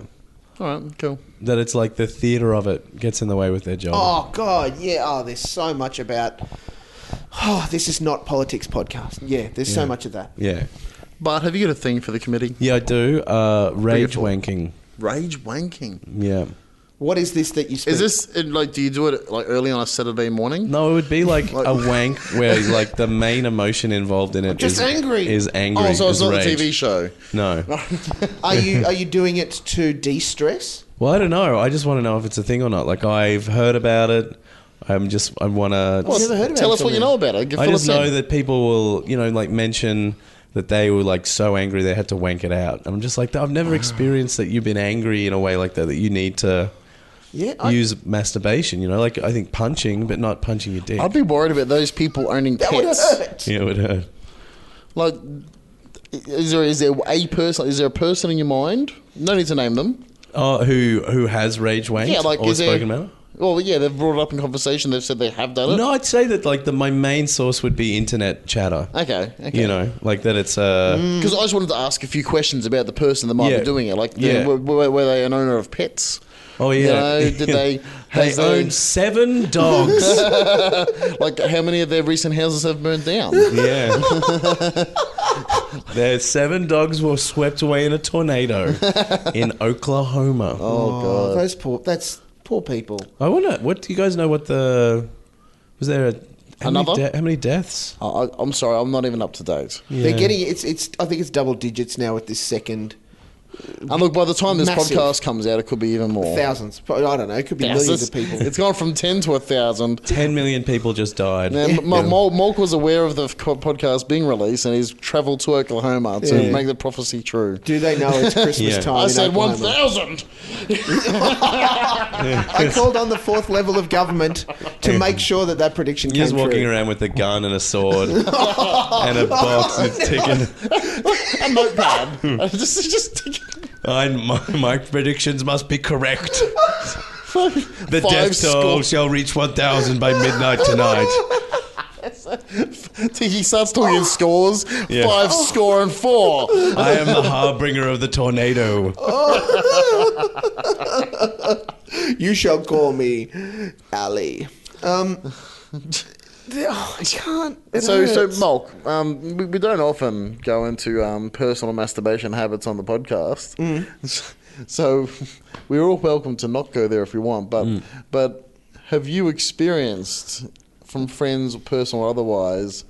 Speaker 2: All right, cool.
Speaker 5: That it's like the theatre of it gets in the way with their job.
Speaker 4: Oh God, yeah. Oh, there's so much about. Oh, this is not politics podcast. Yeah, there's so
Speaker 5: Yeah.
Speaker 4: much of that.
Speaker 5: Yeah.
Speaker 2: Bart, have you got a thing for the committee?
Speaker 5: Yeah, I do. Uh, rage
Speaker 2: Beautiful.
Speaker 5: wanking.
Speaker 2: Rage wanking.
Speaker 5: Yeah.
Speaker 4: What is this that you? Speak?
Speaker 2: Is this it, like? Do you do it like early on a Saturday morning?
Speaker 5: No, it would be like,
Speaker 2: Like-
Speaker 5: a wank where like the main emotion involved in it is
Speaker 4: just angry.
Speaker 5: Is angry.
Speaker 2: Oh, so it's
Speaker 5: is
Speaker 2: not
Speaker 5: rage.
Speaker 2: the TV show.
Speaker 5: No.
Speaker 4: Are you are you doing it to de-stress?
Speaker 5: Well, I don't know. I just want to know if it's a thing or not. Like I've heard about it. I'm just I want to.
Speaker 4: Well, never heard about
Speaker 2: Tell
Speaker 4: it
Speaker 2: us what
Speaker 4: till
Speaker 2: you
Speaker 4: now.
Speaker 2: know about it. Give-
Speaker 5: I
Speaker 2: fill
Speaker 5: just
Speaker 2: us in.
Speaker 5: know that people will, you know, like mention that they were like so angry they had to wank it out. I'm just like, I've
Speaker 2: Ah.
Speaker 5: never experienced that you've been angry in a way like that, that you need to
Speaker 4: Yeah, I,
Speaker 5: use masturbation, you know? Like, I think punching, but not punching your dick.
Speaker 2: I'd be worried about those people owning
Speaker 4: that would
Speaker 2: pets.
Speaker 4: hurt.
Speaker 5: yeah, it would hurt.
Speaker 2: Like, is there is there a person? Is there a person in your mind? No need to name them.
Speaker 5: Oh, who who has rage wanked?
Speaker 2: Yeah, like
Speaker 5: or
Speaker 2: is there?
Speaker 5: spoken about? it?
Speaker 2: Well, yeah, they've brought it up in conversation. They've said they have done it.
Speaker 5: No, I'd say that like the my main source would be internet chatter.
Speaker 2: Okay. Okay. Mm.
Speaker 5: You know, like that it's uh
Speaker 2: Because I just wanted to ask a few questions about the person that might
Speaker 5: Yeah.
Speaker 2: be doing it. Like,
Speaker 5: Yeah.
Speaker 2: yeah. were, were- were they an owner of pets?
Speaker 5: oh yeah.
Speaker 2: You know, did they-
Speaker 5: they
Speaker 2: has they-
Speaker 5: own seven dogs?
Speaker 2: Like, how many of their recent houses have burned down?
Speaker 5: Yeah. Their seven dogs were swept away in a tornado in Oklahoma.
Speaker 4: Oh, those poor. That's poor people.
Speaker 5: I wonder, what do you guys know what the. Was there a. How
Speaker 2: Another?
Speaker 5: Many de- how many deaths?
Speaker 2: I, I- I'm sorry, I'm not even up to date.
Speaker 5: Yeah.
Speaker 4: They're getting it's it's. I think it's double digits now with this second
Speaker 2: And look, by the time this
Speaker 4: Massive.
Speaker 2: podcast comes out, it could be even more.
Speaker 4: thousands. Probably, I don't know. It could be millions
Speaker 2: Thousands.
Speaker 4: of people.
Speaker 2: It's gone from 10 to 1,000.
Speaker 5: 10 million people just died.
Speaker 2: Now, M- M- Mol- Malk was aware of the co- podcast being released and he's travelled to Oklahoma to
Speaker 4: Yeah.
Speaker 2: make the prophecy true.
Speaker 4: Do they know it's Christmas
Speaker 5: Yeah.
Speaker 4: time?
Speaker 2: I
Speaker 4: in
Speaker 2: said
Speaker 4: Oklahoma?
Speaker 2: 1,000!
Speaker 4: I called on the fourth level of government to make sure that that prediction
Speaker 5: He was
Speaker 4: came
Speaker 5: walking
Speaker 4: true.
Speaker 5: around with a gun and a sword and a box with ticking.
Speaker 2: A notepad. just, just
Speaker 5: I, my, my predictions must be correct. The
Speaker 2: Five
Speaker 5: death toll
Speaker 2: score-
Speaker 5: shall reach 1,000 by midnight tonight.
Speaker 2: he starts talking in scores.
Speaker 5: Yeah.
Speaker 2: Five score and four.
Speaker 5: I am the harbinger of the tornado.
Speaker 4: You shall call me Ali. Um, oh, I can't. It
Speaker 2: So, so
Speaker 4: hurts.
Speaker 2: Mulk, um, we, we don't often go into um, personal masturbation habits on the podcast.
Speaker 5: Mm.
Speaker 2: So, we're all welcome to not go there if we want. But,
Speaker 5: Mm.
Speaker 2: but have you experienced from friends, personal or otherwise?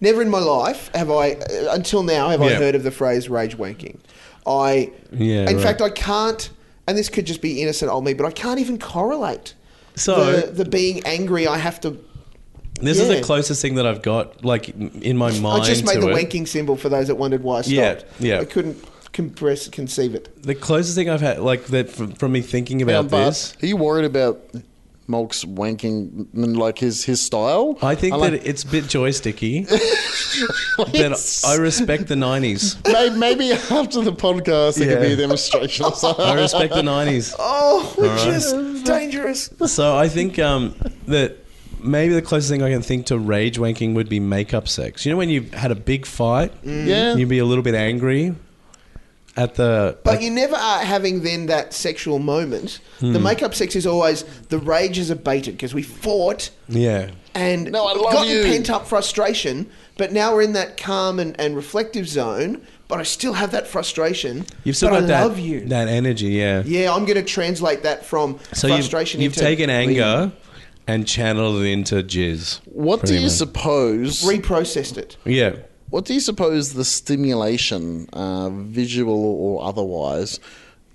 Speaker 4: Never in my life have I, uh, until now, have I
Speaker 5: Yeah.
Speaker 4: heard of the phrase rage wanking. I,
Speaker 5: Yeah,
Speaker 4: in
Speaker 5: right.
Speaker 4: fact, I can't, and this could just be innocent on me, but I can't even correlate
Speaker 5: So-
Speaker 4: the, the being angry I have to
Speaker 5: This is the
Speaker 4: Yeah.
Speaker 5: closest thing that I've got, like in my mind.
Speaker 4: I just made
Speaker 5: to
Speaker 4: the
Speaker 5: it.
Speaker 4: winking symbol for those that wondered why I stopped.
Speaker 5: Yeah, yeah.
Speaker 4: I couldn't compress, conceive it.
Speaker 5: The closest thing I've had, like that, from, from me thinking about
Speaker 2: um, But
Speaker 5: this.
Speaker 2: Are you worried about Mulk's wanking and like his his style?
Speaker 5: I think
Speaker 2: like-
Speaker 5: that it's a bit joysticky, but I respect the '90s.
Speaker 2: May- maybe after the podcast there could
Speaker 5: Yeah.
Speaker 2: be a demonstration or something.
Speaker 5: I respect the '90s.
Speaker 4: Oh, which
Speaker 5: right.
Speaker 4: is dangerous.
Speaker 5: So I think um, that maybe the closest thing I can think to rage wanking would be makeup sex. You know when you've had a big fight,
Speaker 4: Mm.
Speaker 2: Yeah.
Speaker 5: you'd be a little bit angry at the.
Speaker 4: But
Speaker 5: like-
Speaker 4: you never are having then that sexual moment. The
Speaker 5: Hmm.
Speaker 4: makeup sex is always the rage is abated because we fought
Speaker 5: yeah,
Speaker 4: and
Speaker 2: No, I love
Speaker 4: gotten
Speaker 2: you.
Speaker 4: pent up frustration, but now we're in that calm and, and reflective zone. But I still have that frustration.
Speaker 5: you've still
Speaker 4: but
Speaker 5: got
Speaker 4: I
Speaker 5: that
Speaker 4: love you.
Speaker 5: that energy. Yeah.
Speaker 4: yeah, I'm going to translate that from
Speaker 5: So
Speaker 4: frustration.
Speaker 5: you've,
Speaker 4: into
Speaker 5: you've taken anger and channeled it into jizz.
Speaker 2: What do
Speaker 5: pretty
Speaker 2: you
Speaker 5: much.
Speaker 2: suppose?
Speaker 4: re- reprocessed it.
Speaker 5: Yeah.
Speaker 2: What do you suppose the stimulation, uh, visual or otherwise,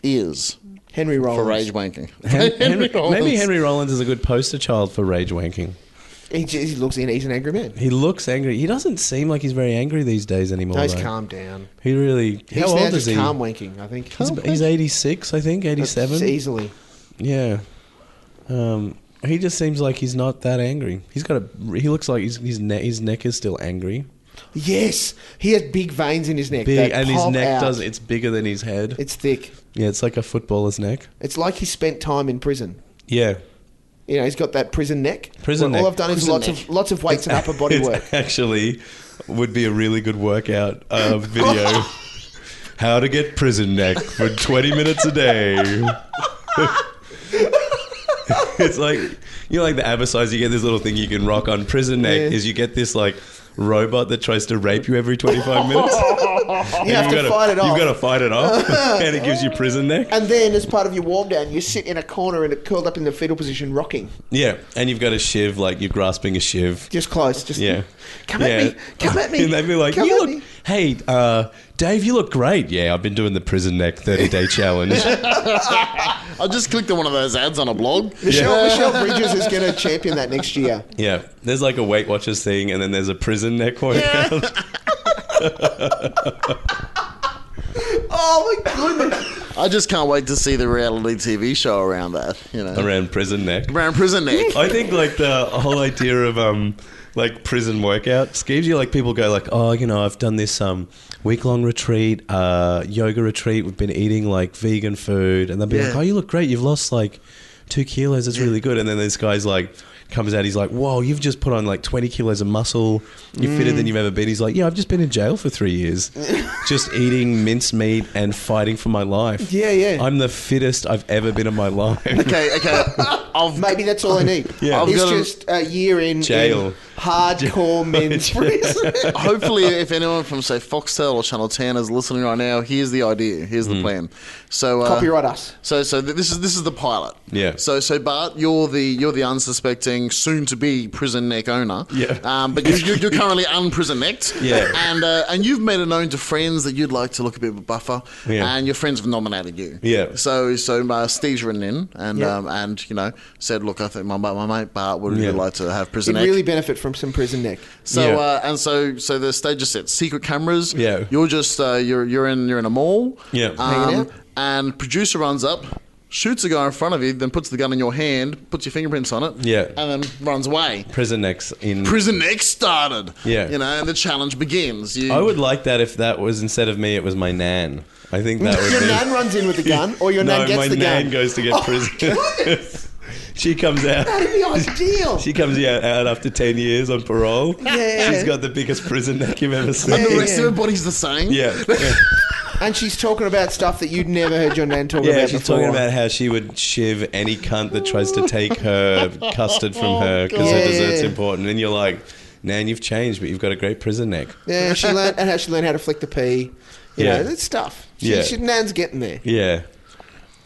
Speaker 2: is
Speaker 4: Henry Rollins.
Speaker 2: for rage wanking?
Speaker 5: Hen- Henry, maybe
Speaker 2: Rollins.
Speaker 5: Henry Rollins is a good poster child for rage wanking.
Speaker 4: He, just, he looks in. He's an angry man.
Speaker 5: He looks angry. He doesn't seem like he's very angry these days anymore.
Speaker 4: No, he's
Speaker 5: though.
Speaker 4: calm down.
Speaker 5: He really.
Speaker 4: He's
Speaker 5: how
Speaker 4: now
Speaker 5: old is
Speaker 4: just
Speaker 5: he?
Speaker 4: calm wanking. I think
Speaker 5: He's, he's 86, I think, 87.
Speaker 4: easily.
Speaker 5: Yeah. Um, he just seems like he's not that angry. He's got a. He looks like he's, his ne- his neck is still angry.
Speaker 4: Yes, he has big veins in his neck. that
Speaker 5: Big and his
Speaker 4: pop
Speaker 5: neck
Speaker 4: out.
Speaker 5: does. It's bigger than his head.
Speaker 4: It's thick.
Speaker 5: yeah, it's like a footballer's neck.
Speaker 4: It's like he spent time in prison.
Speaker 5: Yeah.
Speaker 4: You know, he's got that prison neck.
Speaker 5: Prison
Speaker 4: Well, All
Speaker 5: neck.
Speaker 4: I've done is
Speaker 2: Prison
Speaker 4: lots
Speaker 2: neck.
Speaker 4: of lots of weights and upper body
Speaker 5: It's
Speaker 4: work.
Speaker 5: Actually, would be a really good workout uh, video. How to get prison neck for 20 minutes a day. it's like you know, like the advertiser. You get this little thing you can rock on prison neck.
Speaker 4: Yeah.
Speaker 5: Is you get this like robot that tries to rape you every 25 minutes.
Speaker 4: You have to
Speaker 5: gotta,
Speaker 4: fight it off.
Speaker 5: You've got to fight it off, and it gives you prison neck.
Speaker 4: and then, as part of your warm down, you sit in a corner and it curled up in the fetal position, rocking.
Speaker 5: Yeah, and you've got a shiv, like you're grasping a shiv.
Speaker 4: Just close. Just
Speaker 5: Yeah.
Speaker 4: Come at
Speaker 5: Yeah.
Speaker 4: me. Come at me.
Speaker 5: and they'd be like,
Speaker 4: Come
Speaker 5: you
Speaker 4: at
Speaker 5: look,
Speaker 4: me."
Speaker 5: hey, uh, Dave, you look great. Yeah, I've been doing the prison neck 30 day challenge.
Speaker 2: I just clicked on one of those ads on a blog.
Speaker 4: Michelle, Michelle Bridges is going to champion that next year.
Speaker 5: yeah, there's like a Weight Watchers thing, and then there's a prison neck workout.
Speaker 4: Oh my goodness!
Speaker 2: I just can't wait to see the reality TV show around that. You know, around,
Speaker 5: around prison neck.
Speaker 2: prison neck.
Speaker 5: I think like the whole idea of um like prison workout schemes you like people go like oh you know I've done this um week long retreat uh yoga retreat we've been eating like vegan food and they'll be like
Speaker 2: Yeah.
Speaker 5: oh you look great you've lost like two kilos it's really good and then this guy's like comes out he's like whoa you've just put on like 20 kilos of muscle you're fitter than you've ever been he's like yeah I've just been in jail for three years just eating mince meat and fighting for my life
Speaker 4: Yeah, yeah.
Speaker 5: I'm the fittest I've ever been in my life
Speaker 2: Okay, okay. I've
Speaker 4: Maybe that's all I need.
Speaker 5: Yeah. I've
Speaker 4: it's
Speaker 2: got a-
Speaker 4: just a year in
Speaker 5: Jail.
Speaker 4: in hardcore men's prison.
Speaker 2: Hopefully, if anyone from say Foxtel or Channel Ten is listening right now, here's the idea. Here's
Speaker 5: Hmm.
Speaker 2: the plan. So uh,
Speaker 4: Copyright us.
Speaker 2: So, so th- this is this is the pilot.
Speaker 5: Yeah.
Speaker 2: So, so Bart, you're the you're the unsuspecting, soon-to-be prison neck owner.
Speaker 5: Yeah.
Speaker 2: Um, but you, you, you're currently unprison necked.
Speaker 5: Yeah.
Speaker 2: And uh, and you've made it known to friends that you'd like to look a bit of a buffer.
Speaker 5: Yeah.
Speaker 2: And your friends have nominated you.
Speaker 5: Yeah.
Speaker 2: So, so uh, Steve's written in and
Speaker 4: Yeah.
Speaker 2: um, and you know said, look, I think my my mate Bart would
Speaker 5: Yeah.
Speaker 2: really like to have prison
Speaker 4: You'd
Speaker 2: neck.
Speaker 4: really benefit from some prison neck.
Speaker 2: So
Speaker 5: Yeah.
Speaker 2: uh, and so so the stage is set. Secret cameras.
Speaker 5: Yeah.
Speaker 2: You're just uh, you're you're in you're in a mall.
Speaker 5: Yeah.
Speaker 4: Hanging
Speaker 2: Um,
Speaker 4: out.
Speaker 2: and producer runs up, shoots a guy in front of you, then puts the gun in your hand, puts your fingerprints on it.
Speaker 5: Yeah.
Speaker 2: And then runs away.
Speaker 5: prison necks in
Speaker 2: Prison X started.
Speaker 5: Yeah.
Speaker 2: You know, and the challenge begins. You,
Speaker 5: I would like that if that was instead of me, it was my nan. I think that would
Speaker 4: Your
Speaker 5: be.
Speaker 4: nan runs in with a gun, or your
Speaker 5: no,
Speaker 4: nan gets
Speaker 5: my
Speaker 4: the
Speaker 5: nan
Speaker 4: gun. Oh,
Speaker 5: goes to get prison. she comes out.
Speaker 4: That'd be ideal.
Speaker 5: She comes out, out after ten years on parole.
Speaker 4: Yeah.
Speaker 5: she's got the biggest prison neck you've ever
Speaker 2: and the
Speaker 5: seen.
Speaker 2: rest of everybody's the same.
Speaker 5: Yeah, yeah,
Speaker 4: and she's talking about stuff that you'd never heard your nan talk
Speaker 5: Yeah,
Speaker 4: about
Speaker 5: she's
Speaker 4: before.
Speaker 5: talking about how she would shiv any cunt that tries to take her custard
Speaker 4: Oh,
Speaker 5: from her because
Speaker 4: Yeah,
Speaker 5: her
Speaker 4: yeah,
Speaker 5: dessert's
Speaker 4: yeah.
Speaker 5: important. And you're like, Nan, you've changed, but you've got a great prison neck.
Speaker 4: yeah, she learned and how she learned how to flick the pee. You
Speaker 5: Yeah.
Speaker 4: know, that's stuff. She,
Speaker 5: Yeah.
Speaker 4: she- nan's getting there.
Speaker 5: Yeah,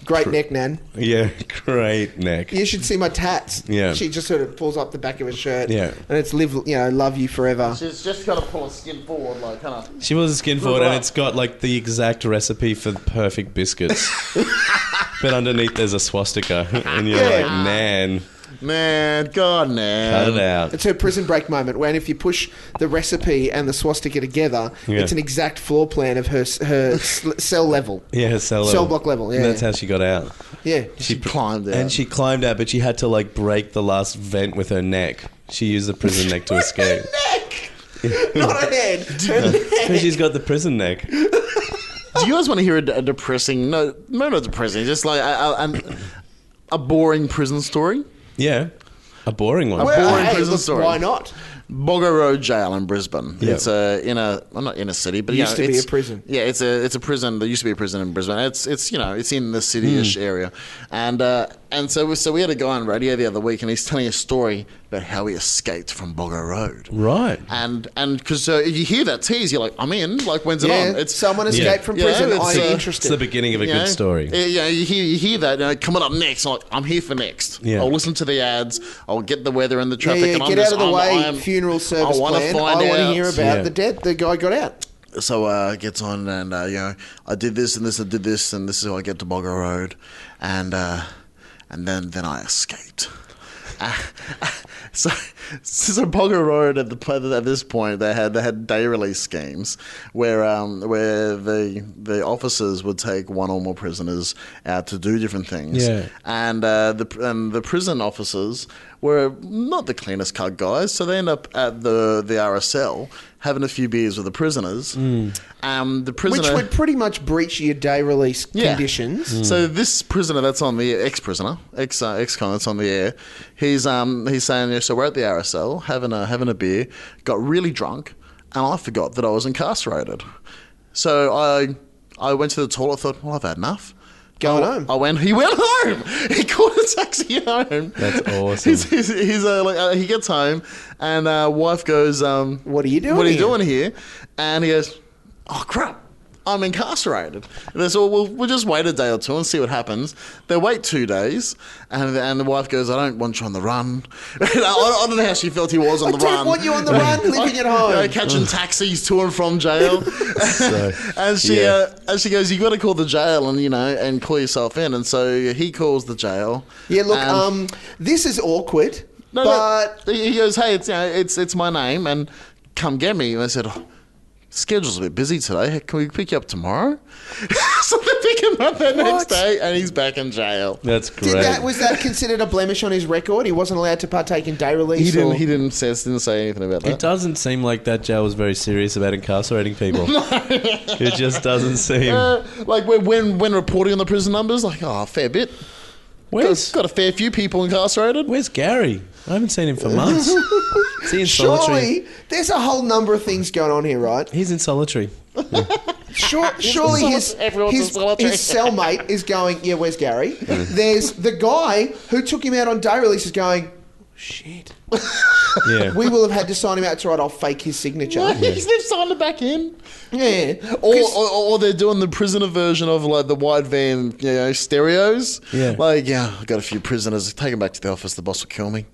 Speaker 4: Great neck, nan.
Speaker 5: yeah, great neck.
Speaker 4: You should see my tats.
Speaker 5: Yeah.
Speaker 4: She just sort of pulls up the back of her shirt.
Speaker 5: Yeah.
Speaker 4: And it's live, you know, love you forever.
Speaker 2: She's just got to pull a skin forward, like kind of.
Speaker 5: She was a skin forward, and
Speaker 2: Right.
Speaker 5: it's got like the exact recipe for perfect biscuits. but underneath, there's a swastika, and you're
Speaker 4: Yeah.
Speaker 5: like, man,
Speaker 2: Man, God,
Speaker 5: Cut
Speaker 2: man.
Speaker 5: it out.
Speaker 4: Um, It's her prison break moment when if you push the recipe and the swastika together,
Speaker 5: Yeah.
Speaker 4: it's an exact floor plan of her s- her s- cell level.
Speaker 5: Yeah, her cell,
Speaker 4: Cell
Speaker 5: level.
Speaker 4: block level, yeah,
Speaker 5: And that's
Speaker 4: yeah.
Speaker 5: how she got out.
Speaker 4: Yeah.
Speaker 2: She
Speaker 5: pr-
Speaker 2: climbed out.
Speaker 5: And she climbed out, but she had to like break the last vent with her neck. She used the prison neck to escape.
Speaker 4: Neck! Not a head. Her neck.
Speaker 5: She's got the prison neck.
Speaker 2: Do you guys want to hear a, a depressing? No, no, not depressing. Just like a, a, an- a boring prison story.
Speaker 5: Yeah. A boring one.
Speaker 2: Well- boring
Speaker 4: Hey,
Speaker 2: prison
Speaker 4: look,
Speaker 2: story.
Speaker 4: Why not?
Speaker 2: Boggo Road Jail in Brisbane.
Speaker 5: Yeah.
Speaker 2: It's a in a well, not inner city, but you
Speaker 4: Used
Speaker 2: know,
Speaker 4: to be
Speaker 2: it's-
Speaker 4: a prison.
Speaker 2: Yeah, it's a it's a prison. There used to be a prison in Brisbane. It's it's you know it's in the city-ish
Speaker 4: Hmm.
Speaker 2: area, and uh, and so we, so we had a guy on radio the other week, and he's telling a story about how he escaped from Boggo Road.
Speaker 5: right.
Speaker 2: And and because uh, you hear that tease, you're like, I'm in. Like, when's it
Speaker 4: Yeah,
Speaker 2: on? It's
Speaker 4: someone escaped from
Speaker 2: Yeah,
Speaker 4: prison.
Speaker 2: it's,
Speaker 4: I'm
Speaker 2: uh,
Speaker 5: It's
Speaker 4: interested.
Speaker 5: the beginning of a
Speaker 2: you
Speaker 5: good
Speaker 2: know?
Speaker 5: story.
Speaker 2: Yeah, yeah, you hear you hear that. You know, coming up next, I'm like, I'm here for next.
Speaker 5: Yeah.
Speaker 2: I'll listen to the ads. I'll get the weather and the
Speaker 4: Yeah,
Speaker 2: traffic.
Speaker 4: yeah,
Speaker 2: and I'm
Speaker 4: get
Speaker 2: just,
Speaker 4: out of the
Speaker 2: I'm-
Speaker 4: way.
Speaker 2: I'm-
Speaker 4: funeral service
Speaker 2: I wanna
Speaker 4: plan.
Speaker 2: Find
Speaker 4: I want to
Speaker 2: out.
Speaker 4: hear about
Speaker 5: Yeah.
Speaker 4: the dead. The guy got out.
Speaker 2: So uh, gets on and uh, you know, I did this and this, I did this, and this is how I get to Boggo Road, and uh, and then then I escaped. Uh, so, so Boggo Road at the at this point they had they had day release schemes where um, where the the officers would take one or more prisoners out to do different things.
Speaker 5: Yeah.
Speaker 2: And uh, the and the prison officers were not the cleanest cut guys, so they end up at the the RSL having a few beers with the prisoners. Um, the prisoner.
Speaker 4: Which would pretty much breach your day release
Speaker 2: Yeah.
Speaker 4: conditions.
Speaker 2: So this prisoner that's on the ex prisoner, ex uh, ex con that's on the air, he's um he's saying yeah, so we're at the RSL having a having a beer, got really drunk, and I forgot that I was incarcerated. So I I went to the toilet, thought, well I've had enough.
Speaker 4: Going
Speaker 2: I,
Speaker 4: home.
Speaker 2: I went. He went home. He called a taxi home.
Speaker 5: That's awesome.
Speaker 2: He's, he's, he's uh, like, uh, he gets home, and uh, wife goes, um,
Speaker 4: What are you doing
Speaker 2: What are you
Speaker 4: here?"
Speaker 2: doing here? And he goes, "Oh crap, I'm incarcerated." And they said, "Well, we'll just wait a day or two and see what happens." They wait two days, and and the wife goes, "I don't want you on the run." I, I don't know how she felt he was on
Speaker 4: I
Speaker 2: the
Speaker 4: don't
Speaker 2: run.
Speaker 4: want you on the run, living at home.
Speaker 2: You know, catching taxis to and from jail. and she
Speaker 5: yeah.
Speaker 2: uh, and she goes, "You got to call the jail and you know and call yourself in." And so he calls the jail.
Speaker 4: Yeah, look,
Speaker 2: and-
Speaker 4: um, this is awkward,
Speaker 2: no,
Speaker 4: but
Speaker 2: no. he he goes, "Hey, it's you know, it's it's my name, and come get me." And I said, oh, "Schedule's a bit busy today. Can we pick you up tomorrow?" so they pick him up that next
Speaker 4: What?
Speaker 2: day, and he's back in jail.
Speaker 5: That's great.
Speaker 4: did that was that considered a blemish on his record? He wasn't allowed to partake in day release.
Speaker 2: He
Speaker 4: or-
Speaker 2: didn't. He didn't say, didn't say anything about
Speaker 5: it
Speaker 2: that.
Speaker 5: doesn't seem like that jail was very serious about incarcerating people. it just doesn't seem.
Speaker 2: Uh, like when, when when reporting on the prison numbers, like oh, a fair bit.
Speaker 5: Where's,
Speaker 2: Got a fair few people incarcerated.
Speaker 5: where's Gary? I haven't seen him for months. Is he in solitary?
Speaker 4: surely there's a whole number of things going on here, right?
Speaker 5: He's in solitary.
Speaker 4: Sure, surely his,
Speaker 2: Everyone's
Speaker 4: his, his
Speaker 2: in solitary.
Speaker 4: cellmate is going, yeah, where's Gary? There's the guy who took him out on day release is going, shit.
Speaker 5: Yeah.
Speaker 4: We will have had to sign him out to write, I'll fake his signature.
Speaker 2: He's they've signed it back in.
Speaker 4: Yeah.
Speaker 2: Or,
Speaker 4: 'Cause-
Speaker 2: or, or they're doing the prisoner version of like the wide van, you know, stereos.
Speaker 5: Yeah.
Speaker 2: Like, yeah, I've got a few prisoners. Take them back to the office. The boss will kill me.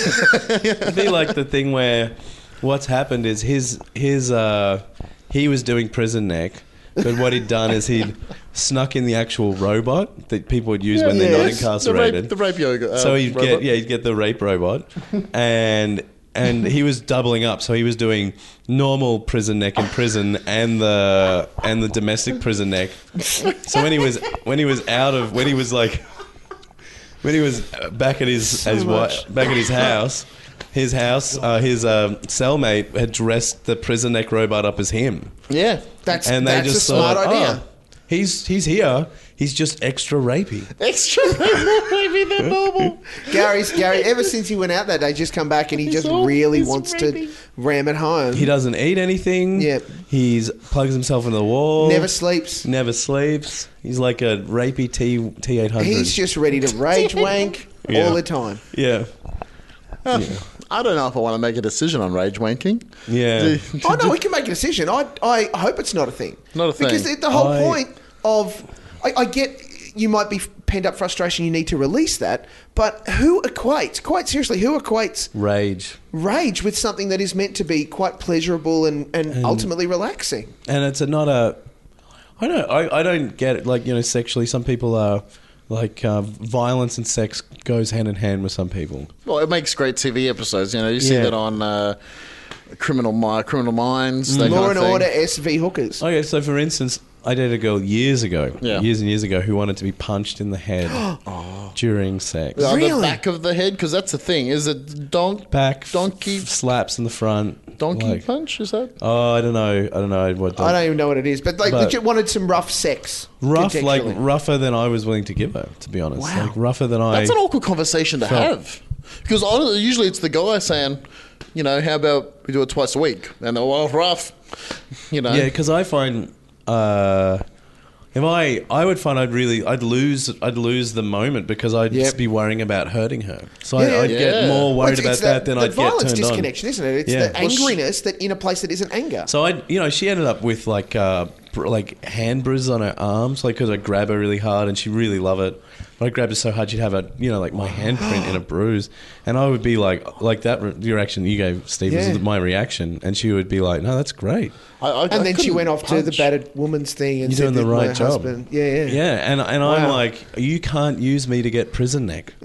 Speaker 5: It'd be like the thing where what's happened is his his uh he was doing prison neck, but what he'd done is he'd snuck in the actual robot that people would use when they're not
Speaker 2: Yes,
Speaker 5: incarcerated.
Speaker 2: The rape, the rape yoga. uh,
Speaker 5: so he'd
Speaker 2: robot.
Speaker 5: get yeah he'd get the rape robot, and and he was doubling up. So he was doing normal prison neck in prison and the and the domestic prison neck. So when he was when he was out of when he was like when he was uh, back at his, his wi- back at his house, his house, uh, his um, cellmate had dressed the prison neck robot up as him,
Speaker 2: Yeah.
Speaker 4: that's
Speaker 5: and they
Speaker 4: that's
Speaker 5: just
Speaker 4: a smart
Speaker 5: thought,
Speaker 4: idea.
Speaker 5: "Oh, he's he's here. He's just extra rapey.
Speaker 2: Extra maybe they're normal.
Speaker 4: Gary's Gary. Ever since he went out that day, just come back and he just
Speaker 2: all-
Speaker 4: really
Speaker 2: he's
Speaker 4: wants
Speaker 2: rapey.
Speaker 4: to ram it home.
Speaker 5: He doesn't eat anything.
Speaker 4: Yep.
Speaker 5: He's plugs himself into the wall.
Speaker 4: never sleeps.
Speaker 5: Never sleeps. He's like a rapey T T eight hundred.
Speaker 4: He's just ready to rage wank
Speaker 5: Yeah.
Speaker 4: all the time.
Speaker 5: yeah.
Speaker 2: Uh, I don't know if I want to make a decision on rage wanking.
Speaker 5: Yeah.
Speaker 4: Oh no, we can make a decision. I I hope it's not a thing.
Speaker 2: Not a thing.
Speaker 4: Because the, the whole
Speaker 5: I-
Speaker 4: point of I, I get you might be pent up frustration. You need to release that. But who equates? Quite seriously, who equates
Speaker 5: Rage.
Speaker 4: rage with something that is meant to be quite pleasurable and, and, ultimately relaxing?
Speaker 5: and it's a, not a. I don't. I, I don't get it. Like you know, sexually, some people are like uh, violence and sex goes hand in hand with some people.
Speaker 2: Well, it makes great TV episodes. You know, you see
Speaker 5: Yeah.
Speaker 2: that on uh, Criminal Mi- Criminal Minds. that
Speaker 4: Law
Speaker 2: kind
Speaker 4: and
Speaker 2: of thing.
Speaker 4: Order SV hookers.
Speaker 5: Okay, so for instance, I dated a girl years ago,
Speaker 2: Yeah.
Speaker 5: years and years ago, who wanted to be punched in the head during sex.
Speaker 2: On
Speaker 4: Really?
Speaker 2: the back of the head, because that's the thing. Is it donk
Speaker 5: Back f-
Speaker 2: Donkey-
Speaker 5: f- slaps in the front.
Speaker 2: donkey
Speaker 5: like-
Speaker 2: punch? Is that?
Speaker 5: Oh, I don't know. I don't know what. The,
Speaker 4: I don't even know what it is, but like
Speaker 5: But-
Speaker 4: legit wanted some rough sex.
Speaker 5: rough, like
Speaker 4: contextually.
Speaker 5: rougher than I was willing to give her. To be honest,
Speaker 4: Wow.
Speaker 5: like rougher than I.
Speaker 2: That's an awkward conversation to have because hon- usually it's the guy saying, you know, how about we do it twice a week? And they're well, rough, you know.
Speaker 5: Yeah, because I find uh, if I I would find I'd really I'd lose I'd lose the moment because I'd
Speaker 4: Yep.
Speaker 5: just be worrying about hurting her. So
Speaker 4: Yeah,
Speaker 5: I, I'd
Speaker 4: yeah.
Speaker 5: get
Speaker 2: Yeah.
Speaker 5: more
Speaker 4: Well,
Speaker 5: worried
Speaker 4: it's-
Speaker 5: about
Speaker 4: it's
Speaker 5: that
Speaker 4: the,
Speaker 5: than
Speaker 4: the
Speaker 5: I'd get
Speaker 4: violence
Speaker 5: turned
Speaker 4: disconnection,
Speaker 5: on.
Speaker 4: isn't it? It's
Speaker 5: Yeah.
Speaker 4: the
Speaker 5: Well, she-
Speaker 4: angriness that in a place that isn't anger.
Speaker 5: So I you know she ended up with like uh, br- like hand bruises on her arms like because I grab her really hard and she really love it. But I grabbed her so hard she'd have a you know like my handprint in a bruise, and I would be like like that re- the reaction you gave Steve
Speaker 4: Yeah.
Speaker 5: was my reaction, and she would be like, no, that's great.
Speaker 2: I, I,
Speaker 4: and
Speaker 2: I
Speaker 4: then she
Speaker 2: couldn't
Speaker 4: went off to the
Speaker 2: punch.
Speaker 4: battered woman's thing and
Speaker 5: You're
Speaker 4: said
Speaker 5: doing the
Speaker 4: that my
Speaker 5: right job.
Speaker 4: husband. Yeah, yeah.
Speaker 5: Yeah, and and I'm
Speaker 4: Wow.
Speaker 5: like, you can't use me to get prison neck.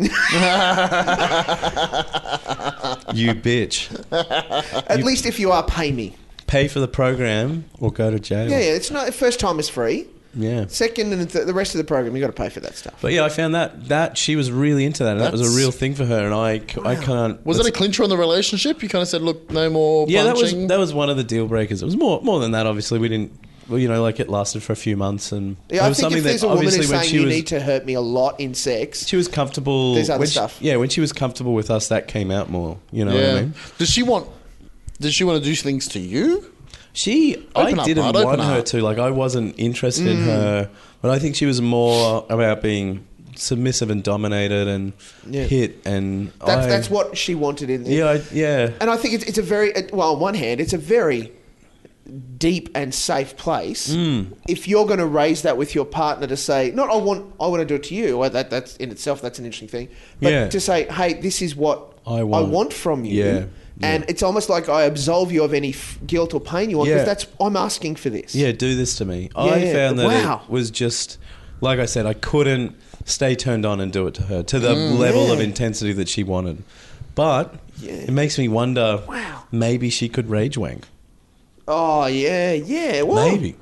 Speaker 5: you bitch.
Speaker 4: At least if you are, pay me.
Speaker 5: Pay for the program or go to jail.
Speaker 4: Yeah, yeah. It's not. First time is free.
Speaker 5: Yeah.
Speaker 4: Second and th- the rest of the program, you got to pay for that stuff.
Speaker 5: But yeah, I found that that she was really into that, and that was
Speaker 2: That's-
Speaker 5: a real thing for her. And I, c- I can't.
Speaker 2: Was it a clincher on the relationship? You kind of said, look, no more
Speaker 5: yeah, that was
Speaker 2: punching.
Speaker 5: that was one of the deal breakers. It was more more than that. Obviously, we didn't. Well, you know, like it lasted for a few months, and
Speaker 4: Yeah,
Speaker 5: it
Speaker 4: I
Speaker 5: was
Speaker 4: think if
Speaker 5: something
Speaker 4: there's
Speaker 5: that
Speaker 4: a woman
Speaker 5: obviously
Speaker 4: who's
Speaker 5: when
Speaker 4: saying
Speaker 5: she
Speaker 4: you
Speaker 5: was
Speaker 4: need to hurt me a lot in sex,
Speaker 5: she was comfortable.
Speaker 4: There's other
Speaker 5: when she-
Speaker 4: stuff.
Speaker 5: yeah, when she was comfortable with us, that came out more. You know
Speaker 2: yeah.
Speaker 5: what I mean?
Speaker 2: Does she want? Does she want to do things to you?
Speaker 5: She,
Speaker 2: Open
Speaker 5: I
Speaker 2: up,
Speaker 5: didn't
Speaker 2: bud, open
Speaker 5: want her
Speaker 2: up.
Speaker 5: to. Like, I wasn't interested
Speaker 4: Mm.
Speaker 5: in her, but I think she was more about being submissive and dominated and
Speaker 4: Yeah.
Speaker 5: hit. And
Speaker 4: that's
Speaker 5: I-
Speaker 4: that's what she wanted in.
Speaker 5: Yeah, I, yeah.
Speaker 4: And I think it's, it's a very, it- well, on one hand, it's a very deep and safe place.
Speaker 5: Mm.
Speaker 4: If you're going to raise that with your partner to say, not I want, I want to do it to you. Well, that that's in itself, that's an interesting thing. But
Speaker 5: Yeah.
Speaker 4: to say, hey, this is what
Speaker 5: I want."
Speaker 4: from you.
Speaker 5: Yeah,
Speaker 4: And
Speaker 5: yeah.
Speaker 4: it's almost like I absolve you of any f- guilt or pain you want
Speaker 5: Yeah.
Speaker 4: because that's I'm asking for this.
Speaker 5: Yeah, do this to me. I
Speaker 4: Yeah,
Speaker 5: found that
Speaker 4: wow.
Speaker 5: it was just, like I said, I couldn't stay turned on and do it to her to the level of
Speaker 4: Mm, yeah.
Speaker 5: intensity that she wanted. But it makes me wonder
Speaker 4: Wow.
Speaker 5: maybe she could rage wank.
Speaker 4: Oh yeah, yeah. Well,
Speaker 5: Maybe.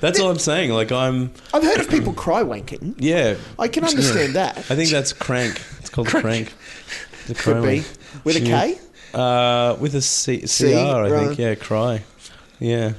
Speaker 5: That's all I'm saying. Like, I'm,
Speaker 4: I've heard of people cry wanking.
Speaker 5: yeah.
Speaker 4: I can understand that.
Speaker 5: I think that's crank. It's called crank. crank. The
Speaker 4: Could
Speaker 5: crank.
Speaker 4: be with a K.
Speaker 5: Uh, with a C-
Speaker 4: C,
Speaker 5: CR, I
Speaker 4: right.
Speaker 5: think. Yeah, cry. Yeah.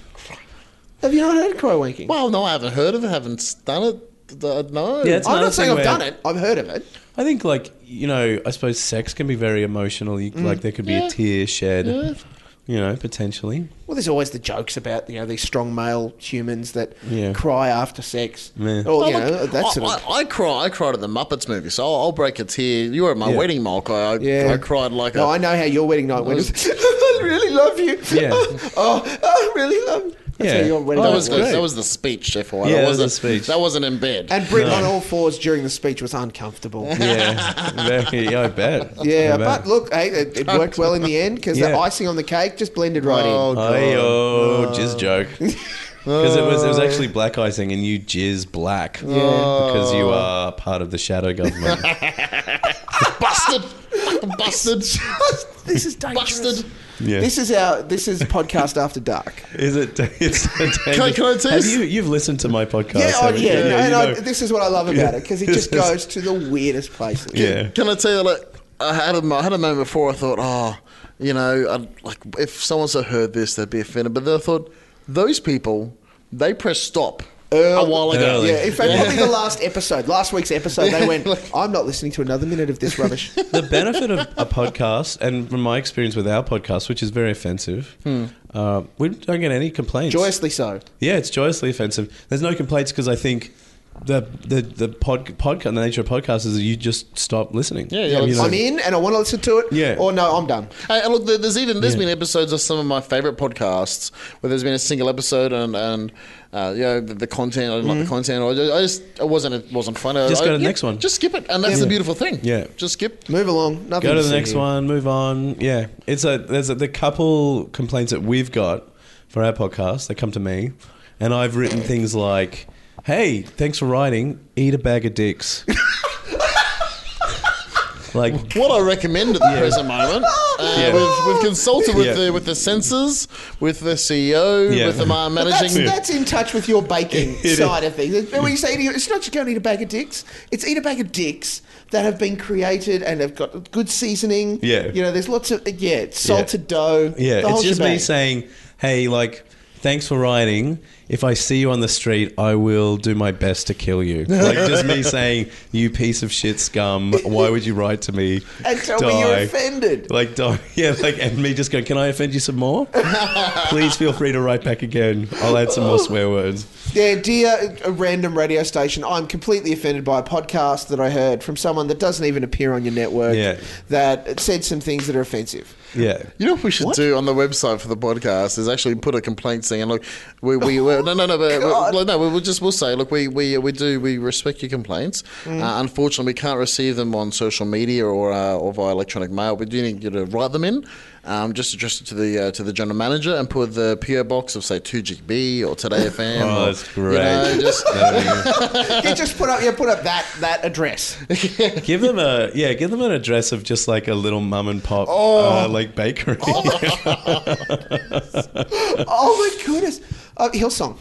Speaker 4: Have you not heard of cry wanking?
Speaker 2: Well, no, I haven't heard of it. Haven't done it. Uh, No.
Speaker 5: Yeah, it's
Speaker 4: I'm
Speaker 5: another
Speaker 4: not saying
Speaker 5: thing
Speaker 4: I've
Speaker 5: where-
Speaker 4: done it. I've heard of it.
Speaker 5: I think, like, you know, I suppose sex can be very emotional. You, Like, there could be
Speaker 2: Yeah.
Speaker 5: a tear shed, you know, potentially.
Speaker 4: Well, there's always the jokes about you know these strong male humans that
Speaker 5: Yeah.
Speaker 4: cry after sex,
Speaker 5: Yeah.
Speaker 4: or you
Speaker 2: Oh,
Speaker 4: know
Speaker 2: look,
Speaker 4: that
Speaker 2: I,
Speaker 4: sort of.
Speaker 2: I, I cry. I cried at the Muppets movie, so I'll, I'll break a tear. You were at my
Speaker 5: Yeah.
Speaker 2: wedding, Mark. I, I,
Speaker 4: Yeah.
Speaker 2: I cried like
Speaker 4: No,
Speaker 2: a.
Speaker 4: I know how your wedding night went. I really love you.
Speaker 5: Yeah.
Speaker 4: oh, I really love. You. That's
Speaker 5: Yeah.
Speaker 4: how your wedding
Speaker 5: Oh,
Speaker 2: that
Speaker 4: night
Speaker 2: was
Speaker 4: went.
Speaker 2: the,
Speaker 5: great.
Speaker 2: that was the speech, FYI.
Speaker 5: Yeah,
Speaker 2: that
Speaker 5: that was
Speaker 2: wasn't,
Speaker 5: the speech.
Speaker 2: That wasn't in bed.
Speaker 4: And Brit on all fours during the speech was uncomfortable.
Speaker 5: Yeah. very, yeah, I bet.
Speaker 4: Yeah,
Speaker 5: I bet.
Speaker 4: but look, hey, it, it worked well in the end because the
Speaker 5: Yeah.
Speaker 4: icing on the cake just blended right
Speaker 2: Oh,
Speaker 4: in.
Speaker 2: God.
Speaker 5: Ayo, oh,
Speaker 4: uh,
Speaker 5: jizz joke. Because it was it was actually black icing, and you jizz black because you are part of the shadow government.
Speaker 2: busted, Fucking busted,
Speaker 4: this is dangerous.
Speaker 2: busted.
Speaker 5: yeah.
Speaker 4: This is our this is podcast after dark.
Speaker 5: Is it? It's
Speaker 2: Can I- can I taste?
Speaker 5: Have you? You've listened to my podcast.
Speaker 4: Yeah, oh,
Speaker 5: haven't you?
Speaker 4: yeah, no,
Speaker 5: you
Speaker 4: and I,
Speaker 5: know.
Speaker 4: this is what I love about it because it just
Speaker 5: This is-
Speaker 4: goes to the weirdest places.
Speaker 5: yeah.
Speaker 2: Can I tell you, like, I had a, I had a moment before I thought, oh, you know, I'd, like, if someone's heard this, they'd be offended. But then I thought, those people, they pressed stop a while ago.
Speaker 5: Early.
Speaker 4: Yeah, in fact, probably the last episode, last week's episode, they went, I'm not listening to another minute of this rubbish.
Speaker 5: the benefit of a podcast, and from my experience with our podcast, which is very offensive,
Speaker 2: Hmm.
Speaker 5: uh, we don't get any complaints.
Speaker 4: Joyously so.
Speaker 5: Yeah, it's joyously offensive. There's no complaints because I think the the the pod, podcast, the nature of podcasts is that you just stop listening.
Speaker 2: Yeah, yeah,
Speaker 5: You
Speaker 2: So-
Speaker 4: I'm in and I want to listen to it.
Speaker 5: Yeah.
Speaker 4: Or no, I'm done.
Speaker 2: Hey, and look, there- there's even there's
Speaker 5: Yeah.
Speaker 2: been episodes of some of my favorite podcasts where there's been a single episode and and uh, you know the, the content I didn't like the content or I just, I just it wasn't it wasn't fun. I-
Speaker 5: Mm-hmm. Just
Speaker 2: I-
Speaker 5: go to the
Speaker 2: yeah,
Speaker 5: next one.
Speaker 2: Just skip it, and that's the beautiful thing.
Speaker 5: Yeah.
Speaker 2: just skip.
Speaker 4: Move along. Nothing
Speaker 5: Go to the
Speaker 4: see
Speaker 5: next
Speaker 4: here.
Speaker 5: one, move on. Yeah, it's a there's a, the couple complaints that we've got for our podcast. They come to me, and I've written things like Hey, thanks for writing. Eat a bag of dicks. like,
Speaker 2: What I recommend at the present moment, uh,
Speaker 5: Yeah.
Speaker 2: we've, we've consulted with
Speaker 5: Yeah.
Speaker 2: the with the censors, with the CEO,
Speaker 5: Yeah.
Speaker 2: with the ma-
Speaker 4: But that's,
Speaker 2: managing.
Speaker 4: that's in touch with your baking
Speaker 5: is.
Speaker 4: side of things. When you say eating, it's not just go and eat a bag of dicks. It's eat a bag of dicks that have been created and have got good seasoning.
Speaker 5: Yeah.
Speaker 4: you know, there's lots of yeah it's salted dough.
Speaker 5: yeah,
Speaker 4: the whole
Speaker 5: it's just me
Speaker 4: shebang.
Speaker 5: saying, hey, like, thanks for writing. If I see you on the street, I will do my best to kill you. Like, just me saying, you piece of shit scum. Why would you write to me?
Speaker 4: And tell me you're
Speaker 5: Die.
Speaker 4: offended.
Speaker 5: Like, die. yeah, like, and me just going, can I offend you some more? Please feel free to write back again. I'll add some more swear words.
Speaker 4: Yeah, dear a random radio station, I'm completely offended by a podcast that I heard from someone that doesn't even appear on your network
Speaker 5: Yeah.
Speaker 4: that said some things that are offensive.
Speaker 5: Yeah.
Speaker 2: You know what we should do on the website for the podcast is actually put a complaint saying, "Look, we we we- no no no but we, no we, we just we'll say, look, we we we do we respect your complaints.
Speaker 5: Mm.
Speaker 2: Uh, unfortunately, we can't receive them on social media or uh, or via electronic mail. We do need you to write them in. Um, just address it to the uh, to the general manager and put the PO box of say two GB or Today FM.
Speaker 5: Oh,
Speaker 2: or,
Speaker 5: that's
Speaker 2: You know,
Speaker 5: great.
Speaker 2: just
Speaker 4: yeah, just put up yeah, put up that that address.
Speaker 5: Give them a yeah. Give them an address of just like a little mum and pop uh, like bakery.
Speaker 4: oh my goodness, uh, Hillsong.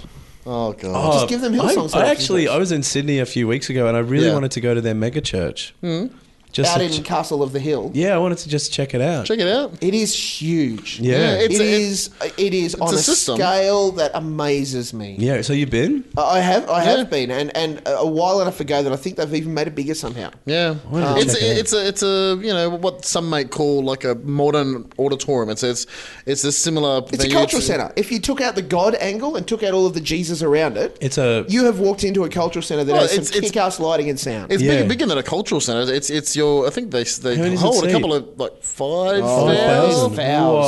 Speaker 2: oh god.
Speaker 4: Just give them Hillsong
Speaker 5: Uh, I, I
Speaker 4: songs.
Speaker 5: actually I was in Sydney a few weeks ago and I really
Speaker 2: Yeah.
Speaker 5: wanted to go to their mega church. Mm. Just
Speaker 4: Hmm? out
Speaker 5: to
Speaker 4: in
Speaker 5: ch-
Speaker 4: Castle of the Hill.
Speaker 5: yeah, I wanted to just check it out.
Speaker 2: Check it out.
Speaker 4: It is huge.
Speaker 5: Yeah. Yeah,
Speaker 2: it's
Speaker 4: it's,
Speaker 2: a- it-
Speaker 4: It is on
Speaker 2: a
Speaker 4: a,
Speaker 2: system.
Speaker 4: scale that amazes me.
Speaker 5: yeah. So you've been?
Speaker 4: I I have, I
Speaker 2: Yeah.
Speaker 4: have been, and and a while enough ago that I think they've even made it bigger somehow.
Speaker 2: Yeah,
Speaker 5: wanted to
Speaker 2: it's
Speaker 5: check it
Speaker 2: a, it's a it's a you know what some might call like a modern auditorium. It's it's it's a similar.
Speaker 4: It's a
Speaker 2: venue
Speaker 4: cultural
Speaker 2: to-
Speaker 4: center. If you took out the God angle and took out all of the Jesus around it,
Speaker 5: It's a
Speaker 4: you have walked into a cultural center that
Speaker 2: Well,
Speaker 4: has
Speaker 2: it's-
Speaker 4: some
Speaker 2: it's-
Speaker 4: kick-ass lighting and sound.
Speaker 2: It's
Speaker 5: Yeah.
Speaker 2: bigger, bigger than a cultural center. It's it's your I think they they
Speaker 5: many does it
Speaker 2: hold a
Speaker 5: seat?
Speaker 2: couple of like five
Speaker 5: five thousand.
Speaker 2: thousand,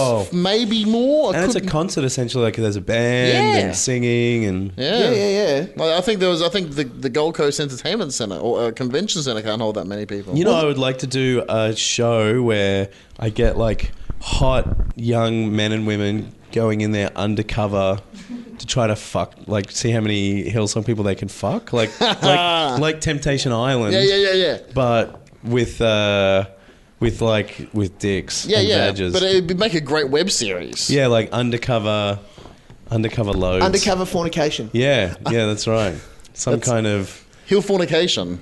Speaker 5: Wow.
Speaker 2: maybe more. I
Speaker 5: And it's a
Speaker 2: couldn't-
Speaker 5: concert essentially. Like there's a band
Speaker 2: Yeah.
Speaker 5: and singing and
Speaker 2: yeah.
Speaker 4: yeah, yeah, yeah.
Speaker 2: Like, I think there was. I think the, the Gold Coast Entertainment Center or uh, Convention Center can't hold that many people.
Speaker 5: You know, I would like to do a show where I get like hot young men and women going in there undercover to try to fuck, like see how many Hillsong people they can fuck, like like, like Temptation Island.
Speaker 2: Yeah, yeah, yeah, yeah.
Speaker 5: But with uh, with like with dicks
Speaker 2: Yeah,
Speaker 5: and
Speaker 2: yeah.
Speaker 5: badges.
Speaker 2: But it'd be- make a great web series.
Speaker 5: yeah, like undercover, undercover loads.
Speaker 4: Undercover fornication.
Speaker 5: Yeah, yeah, that's right. Some kind of
Speaker 2: Hill fornication.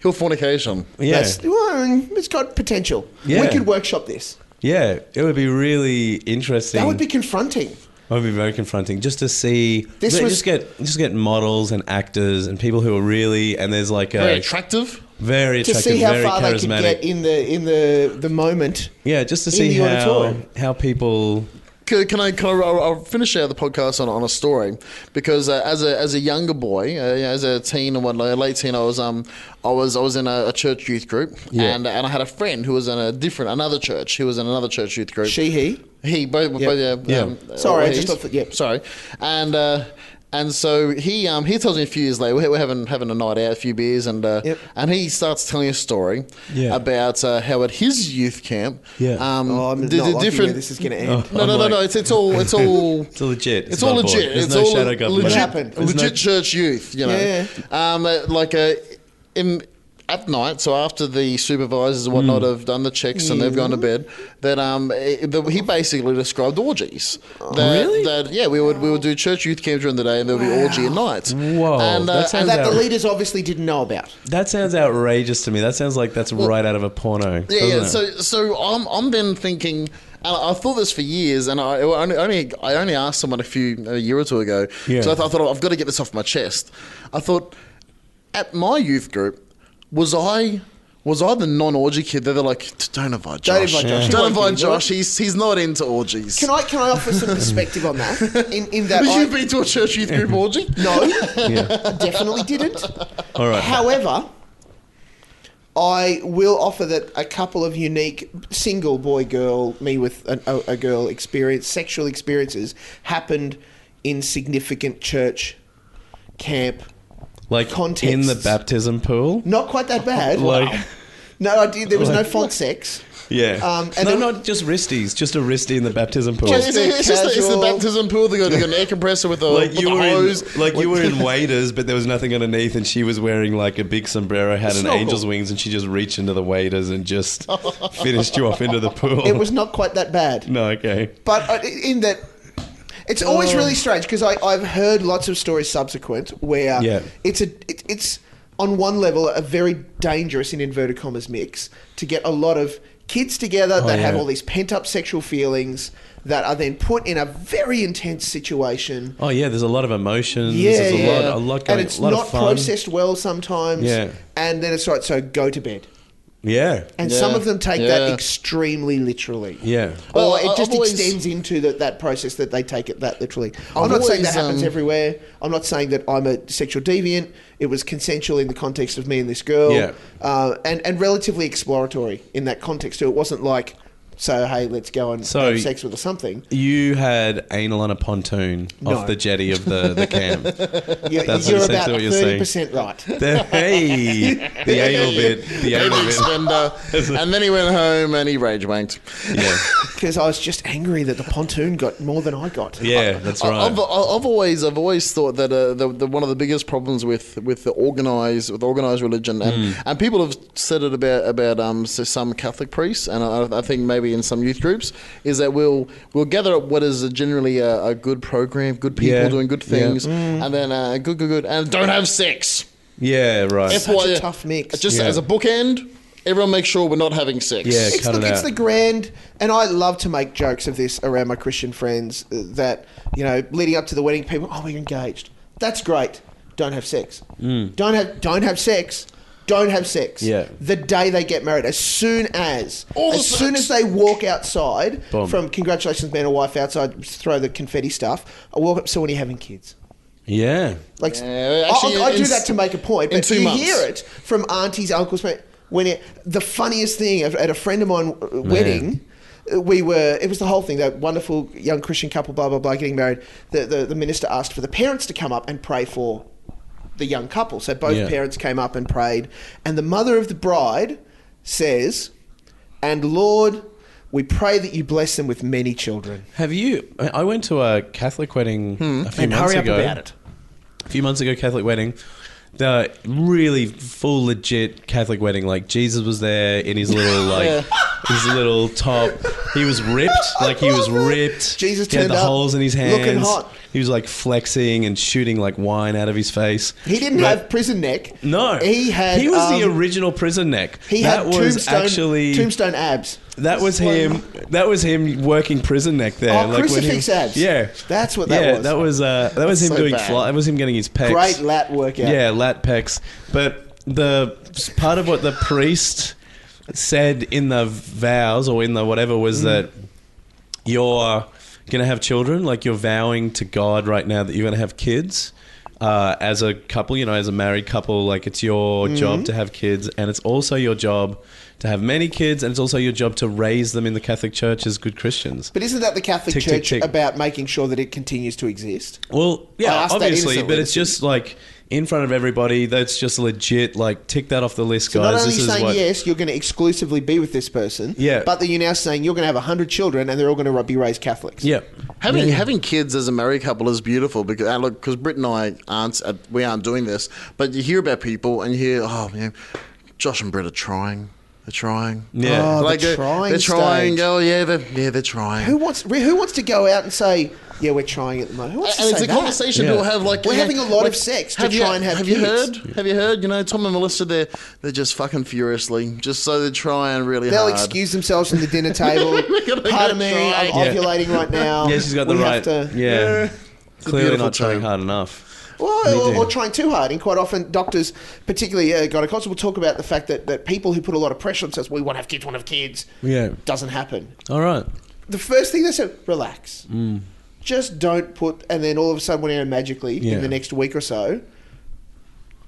Speaker 2: Hill fornication.
Speaker 5: yeah.
Speaker 4: That's- well, it's got potential.
Speaker 5: Yeah.
Speaker 4: We could workshop this.
Speaker 5: yeah, it would be really interesting.
Speaker 4: That would be confronting.
Speaker 5: It would be very confronting just to see.
Speaker 4: This
Speaker 5: This
Speaker 4: was-
Speaker 5: just get just get models and actors and people who are really and there's like a
Speaker 2: Very attractive.
Speaker 5: very
Speaker 4: To
Speaker 5: attractive,
Speaker 4: see how
Speaker 5: very
Speaker 4: far they could
Speaker 5: charismatic.
Speaker 4: get in the in the the moment.
Speaker 5: yeah, just to
Speaker 4: in
Speaker 5: see
Speaker 4: the
Speaker 5: how
Speaker 4: auditorium.
Speaker 5: how people.
Speaker 2: Can, can I? Can I I'll, I'll finish out the podcast on, on a story because uh, as a as a younger boy, uh, you know, as a teen and what late teen, I was um I was I was in a, a church youth group and and I had a friend who was in a different another church. He was in another church youth group.
Speaker 4: She he.
Speaker 2: he both both yeah,
Speaker 5: Yeah.
Speaker 2: um, uh,
Speaker 4: Sorry, I
Speaker 2: he's-
Speaker 4: just thought that- yep.
Speaker 2: sorry, and. Uh, and so he um, he tells me a few years later we're, we're having having a night out, a few beers, and uh,
Speaker 4: Yep.
Speaker 2: and he starts telling a story
Speaker 5: Yeah.
Speaker 2: about uh, how at his youth camp
Speaker 5: Yeah.
Speaker 2: um,
Speaker 4: Oh, I'm
Speaker 2: the- Oh.
Speaker 4: not
Speaker 2: the
Speaker 4: liking where this is going to end.
Speaker 2: no, no,
Speaker 5: I'm
Speaker 2: no, no.
Speaker 5: like-
Speaker 2: It's it's all it's all
Speaker 5: It's all legit.
Speaker 2: It's, all
Speaker 5: above board.
Speaker 2: legit.
Speaker 5: There's
Speaker 2: it's
Speaker 5: no
Speaker 2: all
Speaker 5: shadow
Speaker 2: le-
Speaker 5: government.
Speaker 4: What
Speaker 2: legit,
Speaker 4: happened?
Speaker 5: There's
Speaker 2: legit
Speaker 5: no-
Speaker 2: church youth. You know,
Speaker 4: Yeah.
Speaker 2: um, uh, like a in. At night, so after the supervisors
Speaker 5: Hmm.
Speaker 2: and whatnot have done the checks and they've gone to bed, that um, it- the, he basically described orgies. That,
Speaker 5: Oh. Really?
Speaker 2: That yeah, we would we would do church youth camp during the day and there would be orgy at night.
Speaker 5: Whoa,
Speaker 2: And,
Speaker 5: that sounds
Speaker 4: That the
Speaker 5: out-
Speaker 4: leaders obviously didn't know about.
Speaker 5: That sounds outrageous to me. That sounds like that's right out of a porno.
Speaker 2: Yeah, yeah.
Speaker 5: doesn't it?
Speaker 2: So, so I'm, I'm then thinking, and I thought this for years, and I only, only I only asked someone a few a year or two ago.
Speaker 5: Yeah.
Speaker 2: So I, th- I thought I've got to get this off my chest. I thought at my youth group, was I was I the non orgy kid? They're like, don't invite Josh.
Speaker 4: Don't invite Josh. He
Speaker 2: Don't
Speaker 4: won't get
Speaker 2: invite
Speaker 4: into it."
Speaker 2: Josh. He's he's not into orgies.
Speaker 4: Can I can I offer some perspective on that? In in that
Speaker 2: Have
Speaker 4: I,
Speaker 2: you been to a church youth group orgy?
Speaker 4: no,
Speaker 5: Yeah.
Speaker 4: I definitely didn't.
Speaker 5: all right.
Speaker 4: However, I will offer that a couple of unique single boy girl me with an, a, a girl experience sexual experiences happened in significant church camp.
Speaker 5: like
Speaker 4: Contexts.
Speaker 5: in the baptism pool.
Speaker 4: Not quite that bad.
Speaker 5: Like
Speaker 4: No, I did. There was no font sex.
Speaker 5: Yeah.
Speaker 4: Um, and
Speaker 5: no,
Speaker 4: then-
Speaker 5: not just wristies, just a wristy in the baptism pool.
Speaker 4: Just-
Speaker 2: It's, it's just it's the
Speaker 4: Casual.
Speaker 2: baptism pool. They got, they got an air compressor with a
Speaker 5: like
Speaker 2: with
Speaker 5: you
Speaker 2: a
Speaker 5: were
Speaker 2: hose.
Speaker 5: in, like you were in waders, but there was nothing underneath, and she was wearing like a big sombrero hat and
Speaker 2: snorkel.
Speaker 5: angel's wings, and she just reached into the waders and just finished you off into the pool.
Speaker 4: It was not quite that bad.
Speaker 5: no okay.
Speaker 4: But uh, in that, it's
Speaker 5: Oh.
Speaker 4: always really strange because I've heard lots of stories subsequent where
Speaker 5: Yeah.
Speaker 4: it's a it, it's on one level a very dangerous in inverted commas mix to get a lot of kids together that have
Speaker 5: Oh, yeah.
Speaker 4: all these pent up sexual feelings that are then put in a very intense situation.
Speaker 5: Oh yeah, there's a lot of emotions.
Speaker 4: Yeah,
Speaker 5: there's Mm, a
Speaker 4: yeah.
Speaker 5: lot, a lot going,
Speaker 4: and it's
Speaker 5: a lot
Speaker 4: not
Speaker 5: of fun.
Speaker 4: processed well sometimes.
Speaker 5: Yeah.
Speaker 4: and then it's like so go to bed,
Speaker 5: Yeah,
Speaker 4: and
Speaker 2: Yeah.
Speaker 4: some of them take that
Speaker 2: Yeah.
Speaker 4: extremely literally.
Speaker 5: yeah.
Speaker 2: Well,
Speaker 4: or
Speaker 2: I-
Speaker 4: it
Speaker 2: I've
Speaker 4: just
Speaker 2: always-
Speaker 4: extends into the, that process that they take it that literally. I'm
Speaker 2: I've
Speaker 4: not saying that
Speaker 2: always,
Speaker 4: happens
Speaker 2: um,
Speaker 4: everywhere. I'm not saying that I'm a sexual deviant. It was consensual in the context of me and this girl,
Speaker 5: Yeah.
Speaker 4: uh, and and relatively exploratory in that context too. It wasn't like, so hey, let's go and
Speaker 5: So-
Speaker 4: have sex with or something.
Speaker 5: You had anal on a pontoon
Speaker 4: No.
Speaker 5: off the jetty of the the camp.
Speaker 4: You're,
Speaker 5: That's
Speaker 4: you're
Speaker 5: essentially
Speaker 4: about
Speaker 5: what you're saying.
Speaker 4: thirty percent right.
Speaker 5: The- hey, the anal bit, the anal
Speaker 2: Baby
Speaker 5: bit.
Speaker 2: spender. and then he went home and he rage wanked.
Speaker 5: Yeah,
Speaker 4: Because I was just angry that the pontoon got more than I got.
Speaker 5: yeah, that's
Speaker 2: I-
Speaker 5: right.
Speaker 2: I've, I've always I've always thought that uh, the, the, one of the biggest problems with with the organized with organized religion and,
Speaker 5: Hmm.
Speaker 2: and people have said it about about um s- some Catholic priests and I, I think maybe in some youth groups is that we'll we'll gather up what is a generally a, a good program, good people
Speaker 5: Yeah.
Speaker 2: doing good
Speaker 5: Yeah. Hmm.
Speaker 2: things, and then uh, good good good and don't have sex.
Speaker 5: yeah, right.
Speaker 4: Such a
Speaker 2: FYI,
Speaker 4: tough mix.
Speaker 2: Just
Speaker 5: Yeah.
Speaker 2: as a bookend, everyone make sure we're not having sex.
Speaker 5: Yeah,
Speaker 4: it's,
Speaker 5: cut it
Speaker 4: look, it's
Speaker 5: out.
Speaker 4: the grand, and I love to make jokes of this around my Christian friends uh, that, you know, leading up to the wedding, people, oh, we're engaged. That's great. Don't have sex. Don't have don't have sex. Don't have sex.
Speaker 5: Mm. Yeah.
Speaker 4: The day they get married, as soon as
Speaker 2: All the
Speaker 4: as soon as
Speaker 2: sex.
Speaker 4: they walk outside
Speaker 5: Boom.
Speaker 4: from congratulations man or wife outside, just throw the confetti stuff. I walk up. So when are you having kids?
Speaker 5: yeah,
Speaker 4: Like
Speaker 2: Yeah, actually,
Speaker 4: I, I, I do
Speaker 2: in-
Speaker 4: that to make a point.
Speaker 2: in
Speaker 4: But
Speaker 2: two
Speaker 4: you
Speaker 2: months.
Speaker 4: hear it from aunties, uncles, mate. When it, the funniest thing at at a friend of mine uh, wedding, uh, we were it was the whole thing that wonderful young Christian couple, blah blah blah, getting married. The the, the minister asked for the parents to come up and pray for the young couple. So both
Speaker 5: Yeah.
Speaker 4: parents came up and prayed, and the mother of the bride says, "And Lord." We pray that you bless them with many children.
Speaker 5: Have you? I I went to a Catholic wedding
Speaker 4: Hmm.
Speaker 5: a few months ago. A few months ago, Catholic wedding. The really full legit Catholic wedding. Like Jesus was there in his little like his little top. He was ripped. Like he was ripped.
Speaker 4: Jesus
Speaker 5: he had
Speaker 4: turned
Speaker 5: the
Speaker 4: up,
Speaker 5: holes in his hands.
Speaker 4: looking hot.
Speaker 5: He was like flexing and shooting like wine out of his face.
Speaker 4: He didn't
Speaker 5: But-
Speaker 4: have prison neck.
Speaker 5: No,
Speaker 4: he had.
Speaker 5: He was the
Speaker 4: um,
Speaker 5: original prison neck.
Speaker 4: He
Speaker 5: that
Speaker 4: had
Speaker 5: was
Speaker 4: tombstone,
Speaker 5: actually
Speaker 4: tombstone abs.
Speaker 5: That was
Speaker 4: Slow.
Speaker 5: him. That was him working prison neck there.
Speaker 4: Oh,
Speaker 5: when he-
Speaker 4: crucifix abs.
Speaker 5: Yeah,
Speaker 4: That's what that
Speaker 5: yeah,
Speaker 4: was.
Speaker 5: That was uh, that was him
Speaker 2: so
Speaker 5: doing
Speaker 2: bad.
Speaker 5: fly. That was him getting his pecs.
Speaker 4: Great lat workout.
Speaker 5: Yeah, lat pecs. But the part of what the priest said in the vows or in the whatever was that you're gonna have children. Like you're vowing to God right now that you're gonna have kids. Uh, as a couple, you know, as a married couple, like it's your job to have kids, and it's also your job to have many kids, and it's also your job to raise them in the Catholic Church as good Christians.
Speaker 4: But isn't that the Catholic
Speaker 5: Tick, tick,
Speaker 4: Church
Speaker 5: tick.
Speaker 4: about making sure that it continues to exist?
Speaker 5: Well,
Speaker 4: I
Speaker 5: yeah,
Speaker 4: asked that
Speaker 5: obviously,
Speaker 4: innocently,
Speaker 5: but it's just like in front of everybody. That's just legit. Like tick that off the list,
Speaker 4: So
Speaker 5: guys.
Speaker 4: not only
Speaker 5: this is
Speaker 4: saying
Speaker 5: what.
Speaker 4: yes, you're going to exclusively be with this person,
Speaker 5: Yeah.
Speaker 4: but that you're now saying you're going to have 100 children and they're all going to be raised Catholics.
Speaker 5: Yeah.
Speaker 2: Having having kids as a married couple is beautiful because and look, because Britt and I aren't uh, we aren't doing this, but you hear about people and you hear, oh man, Josh and Britt are trying, they're trying, uh,
Speaker 5: Yeah. Oh,
Speaker 4: the
Speaker 2: they're,
Speaker 4: trying
Speaker 2: they're trying,
Speaker 4: stage.
Speaker 2: oh yeah, they're, yeah, they're trying.
Speaker 4: Who wants re- who wants to go out and say, yeah, we're trying at the moment? Who wants
Speaker 2: and
Speaker 4: to
Speaker 2: it's
Speaker 4: say
Speaker 2: a
Speaker 4: that?
Speaker 2: conversation
Speaker 5: Yeah.
Speaker 2: people have like
Speaker 4: We're
Speaker 2: you know,
Speaker 4: having a lot of
Speaker 2: like,
Speaker 4: sex to try and have
Speaker 2: you
Speaker 4: kids.
Speaker 2: heard have you heard you know Tom and Melissa they're they're just fucking furiously just so they're trying really
Speaker 4: They'll
Speaker 2: hard
Speaker 4: excuse themselves from the dinner table.
Speaker 2: gonna go
Speaker 4: Pardon me, I'm
Speaker 2: try.
Speaker 5: Yeah.
Speaker 4: ovulating right now.
Speaker 5: Yeah, she's got the
Speaker 4: We
Speaker 5: right.
Speaker 4: have to-
Speaker 5: yeah. Clearly
Speaker 2: beautiful
Speaker 5: not trying
Speaker 2: term.
Speaker 5: hard enough.
Speaker 4: Well,
Speaker 5: They
Speaker 4: or, or
Speaker 5: do.
Speaker 4: trying too hard. And quite often, doctors, particularly uh, gynecologists, will talk about the fact that, that people who put a lot of pressure on themselves, we want to have kids, want to have kids,
Speaker 5: Yeah.
Speaker 4: doesn't happen.
Speaker 5: All right.
Speaker 4: The first thing they said, relax.
Speaker 5: Mm.
Speaker 4: Just don't put, and then all of a sudden, you know, magically,
Speaker 5: Yeah.
Speaker 4: in the next week or so,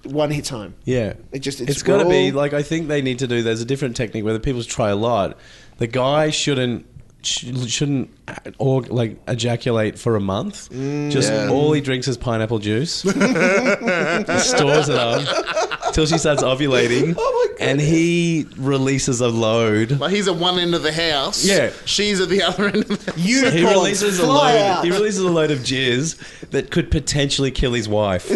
Speaker 4: one hits home.
Speaker 5: Yeah.
Speaker 4: It just- it's
Speaker 5: it's got to be
Speaker 4: raw.
Speaker 5: like I think they need to do. There's a different technique where the people try a lot. The guy shouldn't sh- shouldn't or like ejaculate for a month.
Speaker 4: Mm,
Speaker 5: Just all he drinks is pineapple juice. He stores it up. till she starts ovulating.
Speaker 4: Oh my God.
Speaker 5: And he releases a load.
Speaker 2: Like he's at one end of the house.
Speaker 5: Yeah.
Speaker 2: She's at the other end of the house.
Speaker 5: He
Speaker 4: Unicorns
Speaker 5: releases a
Speaker 4: fly
Speaker 5: load.
Speaker 4: out.
Speaker 5: He releases a load of jizz that could potentially kill his wife.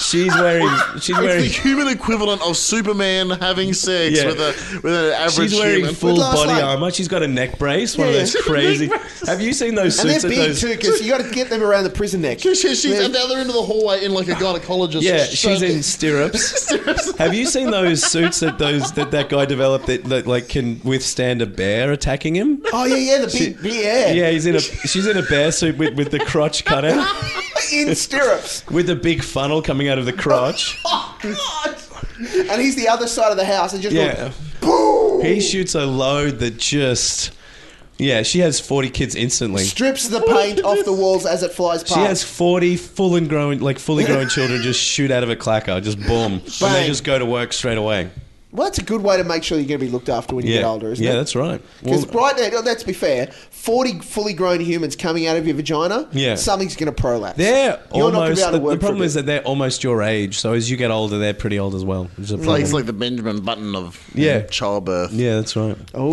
Speaker 5: she's wearing. She's
Speaker 2: It's the
Speaker 5: wearing.
Speaker 2: human equivalent of Superman having sex
Speaker 5: Yeah.
Speaker 2: with a with an average
Speaker 5: She's wearing
Speaker 2: human.
Speaker 5: full
Speaker 4: With last
Speaker 5: body
Speaker 4: night-
Speaker 5: armor. She's got a neck brace. One of
Speaker 4: Yeah.
Speaker 5: those crazy. Have you seen those
Speaker 4: And
Speaker 5: suits?
Speaker 4: they're
Speaker 5: that
Speaker 4: big
Speaker 5: those,
Speaker 4: too, because you got to get them around the prison neck.
Speaker 2: She's, she's at the other end of the hallway in like a gynecologist.
Speaker 5: Yeah, she's
Speaker 2: shirt.
Speaker 5: in stirrups. Have you seen those suits that those that, that guy developed that, that like can withstand a bear attacking him?
Speaker 4: Oh yeah, yeah, the big, big yeah,
Speaker 5: Yeah, he's in a she's in a bear suit with, with the crotch cut out,
Speaker 4: in stirrups.
Speaker 5: with a big funnel coming out of the crotch.
Speaker 4: Oh god! And he's the other side of the house, and just
Speaker 5: Yeah,
Speaker 4: boom,
Speaker 5: he shoots a load that just yeah. She has forty kids instantly.
Speaker 4: strips the paint off the walls as it flies past.
Speaker 5: She has forty full and grown like fully grown children just shoot out of a clacker, just boom, and they
Speaker 4: Bang.
Speaker 5: just go to work straight away.
Speaker 4: well, that's a good way to make sure you're going to be looked after when you
Speaker 5: Yeah,
Speaker 4: get older, isn't
Speaker 5: yeah,
Speaker 4: it?
Speaker 5: that's right.
Speaker 4: Because
Speaker 5: Well,
Speaker 4: right now, let's be fair, 40 fully grown humans coming out of your vagina,
Speaker 5: Yeah.
Speaker 4: something's going to prolapse.
Speaker 5: They're
Speaker 4: You're not going
Speaker 5: almost.
Speaker 4: to be able
Speaker 5: the,
Speaker 4: to
Speaker 5: the
Speaker 4: work for a
Speaker 5: problem
Speaker 4: bit.
Speaker 5: is that they're almost your age. So as you get older, they're pretty old as well. which is a
Speaker 2: It's like, it's
Speaker 5: problem.
Speaker 2: like the Benjamin Button of
Speaker 5: Yeah.
Speaker 2: childbirth.
Speaker 5: yeah, that's right.
Speaker 4: Oh,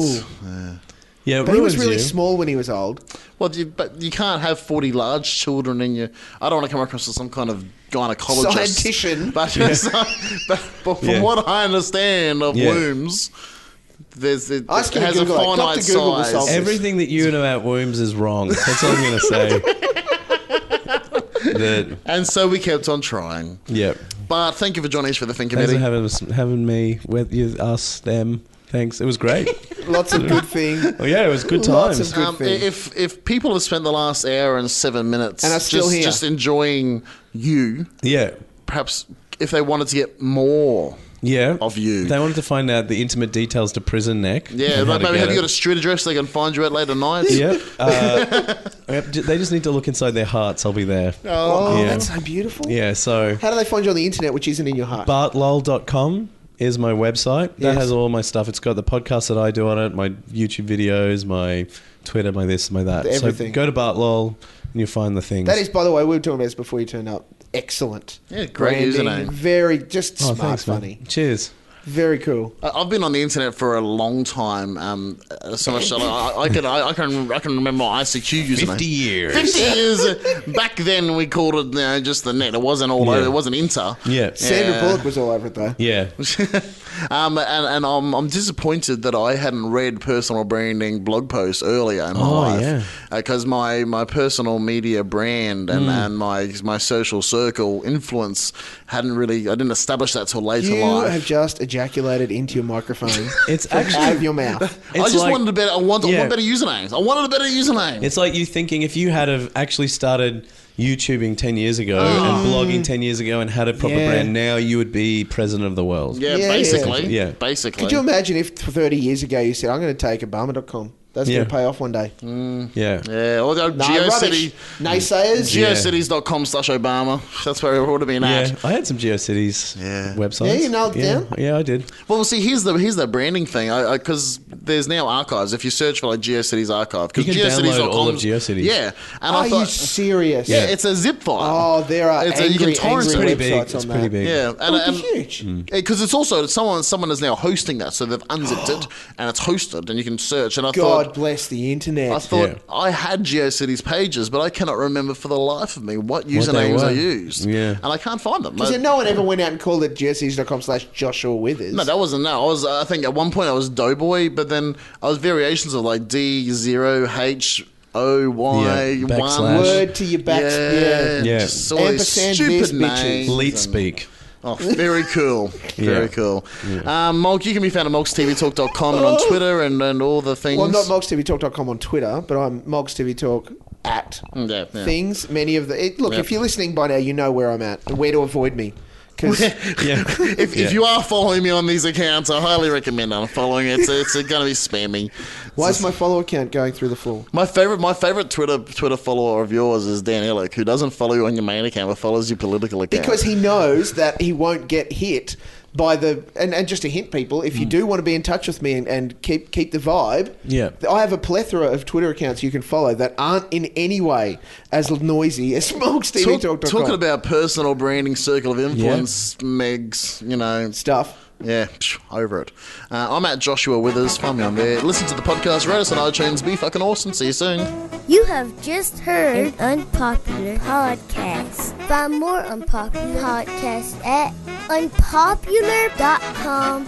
Speaker 5: Yeah, it
Speaker 4: but he was
Speaker 5: ruins
Speaker 4: really
Speaker 5: you.
Speaker 4: small when he was old.
Speaker 2: Well, you, but you can't have 40 large children in your. I don't want to come across as some kind of gynecologist.
Speaker 4: Scientician.
Speaker 2: But, but, but from
Speaker 5: Yeah.
Speaker 2: what I understand of
Speaker 5: Yeah.
Speaker 2: wombs, there's, it,
Speaker 4: I was
Speaker 2: it
Speaker 4: gonna
Speaker 2: has a
Speaker 4: Google it. Dr.
Speaker 2: finite
Speaker 4: Google will
Speaker 2: size.
Speaker 4: solve it.
Speaker 5: Everything that you know about wombs is wrong. That's all I'm going to say. that,
Speaker 2: and so we kept on trying.
Speaker 5: yeah.
Speaker 2: But thank you for joining us for the Think
Speaker 5: Thanks
Speaker 2: Committee.
Speaker 5: for having, us, having me with you, us, them. Thanks. It was great.
Speaker 4: Lots of good things.
Speaker 5: Oh, yeah, it was good
Speaker 4: Lots of
Speaker 5: times.
Speaker 4: good
Speaker 2: um, i-
Speaker 4: thing.
Speaker 2: if if people have spent the last hour and seven minutes
Speaker 4: And are still
Speaker 2: just,
Speaker 4: here.
Speaker 2: just enjoying you,
Speaker 5: yeah.
Speaker 2: perhaps if they wanted to get more
Speaker 5: Yeah.
Speaker 2: of you,
Speaker 5: They wanted to find out the intimate details to Prison Neck.
Speaker 2: yeah,
Speaker 5: and how
Speaker 2: like
Speaker 5: to
Speaker 2: maybe
Speaker 5: get
Speaker 2: have you
Speaker 5: it.
Speaker 2: got a street address they can find you at later night?
Speaker 5: Yep. Uh, yep, j- They just need to look inside their hearts. I'll be there.
Speaker 4: Oh,
Speaker 5: Yeah.
Speaker 4: that's so beautiful.
Speaker 5: Yeah, so
Speaker 4: How do they find you on the internet, which isn't in your heart?
Speaker 5: bartlol.com is my website. That
Speaker 4: Yes.
Speaker 5: has all my stuff. It's got the podcast that I do on it, my YouTube videos, my Twitter, my this, my that.
Speaker 4: Everything.
Speaker 5: So go to bartlol and you'll find the things.
Speaker 4: that is, by the way, we were talking about this before you turned up. Excellent.
Speaker 2: Yeah, great username.
Speaker 4: Very, just
Speaker 5: Oh,
Speaker 4: smart,
Speaker 5: thanks, man.
Speaker 4: funny.
Speaker 5: Cheers.
Speaker 4: Very cool.
Speaker 2: I- I've been on the internet for a long time. Um, uh, so much that I, I can I, I can I can remember my ICQ username.
Speaker 5: years.
Speaker 2: Fifty years uh, back then, we called it you know, just the net. It wasn't all
Speaker 5: Yeah.
Speaker 2: over. It wasn't Inter.
Speaker 5: Yeah.
Speaker 4: Sandra
Speaker 2: Yeah.
Speaker 4: Bullock was all over it, though.
Speaker 5: Yeah.
Speaker 2: um, and and I'm, I'm disappointed that I hadn't read personal branding blog posts earlier in my
Speaker 5: Oh, yeah.
Speaker 2: life because my, my personal media brand
Speaker 5: Hmm.
Speaker 2: and, and my my social circle influence hadn't really I didn't establish that till later
Speaker 4: You
Speaker 2: life.
Speaker 4: have just ejaculated into your microphone.
Speaker 5: It's
Speaker 4: from
Speaker 5: actually-
Speaker 4: out of your mouth.
Speaker 5: It's
Speaker 2: I just
Speaker 5: like-
Speaker 2: wanted a better I want, I
Speaker 5: Yeah.
Speaker 2: want better usernames. I wanted a better username.
Speaker 5: It's like you thinking if you had have actually started YouTubing 10 years ago and blogging 10 years ago and had a proper
Speaker 4: Oh. Yeah.
Speaker 5: brand, now you would be president of the world.
Speaker 2: yeah,
Speaker 4: Yeah,
Speaker 2: basically.
Speaker 5: yeah. Yeah.
Speaker 2: Basically.
Speaker 4: Could you imagine if 30 years ago you said, I'm going to take Obama.com? That's
Speaker 5: Yeah.
Speaker 4: going to pay off one day.
Speaker 2: Mm.
Speaker 5: Yeah.
Speaker 2: yeah, although
Speaker 4: No,
Speaker 2: GeoCity
Speaker 4: rubbish. Naysayers.
Speaker 5: Yeah.
Speaker 2: geocities.com slash Obama. That's where it ought to be an ad.
Speaker 5: Yeah, I had some GeoCities
Speaker 2: Yeah.
Speaker 5: websites.
Speaker 4: Yeah, you nailed it
Speaker 5: yeah.
Speaker 4: down.
Speaker 5: Yeah, I did.
Speaker 2: Well, see, here's the here's the branding thing, because there's now archives. If you search for like GeoCities archive, because
Speaker 5: You can download all of GeoCities.
Speaker 2: Yeah, and
Speaker 4: Are
Speaker 2: I
Speaker 4: you
Speaker 2: thought,
Speaker 4: serious?
Speaker 2: yeah, it's a zip file.
Speaker 4: Oh, there are
Speaker 2: It's a- you
Speaker 4: angry,
Speaker 2: can torrent
Speaker 4: angry
Speaker 2: it.
Speaker 4: websites
Speaker 5: Pretty big.
Speaker 4: on
Speaker 5: It's
Speaker 4: that.
Speaker 5: pretty big.
Speaker 2: Yeah,
Speaker 4: Oh,
Speaker 2: and,
Speaker 4: it'd be
Speaker 2: and
Speaker 4: huge.
Speaker 2: because it's also someone someone is now hosting that, so they've unzipped it and it's hosted, and you can search. And I
Speaker 4: God
Speaker 2: thought.
Speaker 4: bless the internet.
Speaker 2: I thought
Speaker 5: Yeah.
Speaker 2: I had GeoCities pages, but I cannot remember for the life of me what usernames
Speaker 5: were.
Speaker 2: I used.
Speaker 5: Yeah.
Speaker 2: And I can't find them.
Speaker 4: Is
Speaker 2: I-
Speaker 4: it no one ever went out and called it jerseys.com slash Joshua Withers?
Speaker 2: No, that wasn't that. I was. uh, I think at one point I was Doughboy, but then I was variations of like D zero H O Y
Speaker 5: Yeah,
Speaker 2: one
Speaker 5: backslash.
Speaker 4: Word to your back.
Speaker 2: Yeah,
Speaker 4: Yeah.
Speaker 5: Yeah.
Speaker 2: Just all these
Speaker 4: Ampersand
Speaker 2: stupid
Speaker 4: this
Speaker 2: names.
Speaker 4: bitches.
Speaker 5: Leet speak.
Speaker 2: Oh, very cool. Very
Speaker 5: Yeah.
Speaker 2: cool. Um, Mulk, you can be found at mulkstvtalk.com and on Twitter and, and all the things.
Speaker 4: Oh. Well, I'm not MogsTVTalk.com on Twitter, but I'm MogsTVTalk at
Speaker 2: Yeah, Mm, yeah.
Speaker 4: things. Many of the. It, look,
Speaker 2: Yeah.
Speaker 4: if you're listening by now, you know where I'm at and where to avoid me. Because
Speaker 5: Yeah.
Speaker 2: if,
Speaker 5: Yeah.
Speaker 2: if you are following me on these accounts, I highly recommend unfollowing it. It's, it's going to be spammy.
Speaker 4: why is my follower count going through the floor?
Speaker 2: My favorite, my favorite Twitter Twitter follower of yours is Dan Ellick, who doesn't follow you on your main account but follows your political account.
Speaker 4: Because he knows that he won't get hit by the and, and just to hint people, if you
Speaker 2: Mm.
Speaker 4: do want to be in touch with me and, and keep keep the vibe,
Speaker 5: Yeah.
Speaker 4: I have a plethora of Twitter accounts you can follow that aren't in any way as noisy as smokestvtalk.com.
Speaker 2: Talk, talking about personal branding, circle of influence, Megs, you know,
Speaker 4: stuff.
Speaker 2: Yeah, psh, over it. Uh, I'm at Joshua Withers. Find me on there. Listen to the podcast. Rate us on iTunes. Be fucking awesome. See you soon.
Speaker 1: You have just heard an unpopular podcast. Find more unpopular podcasts at unpopular.com.au.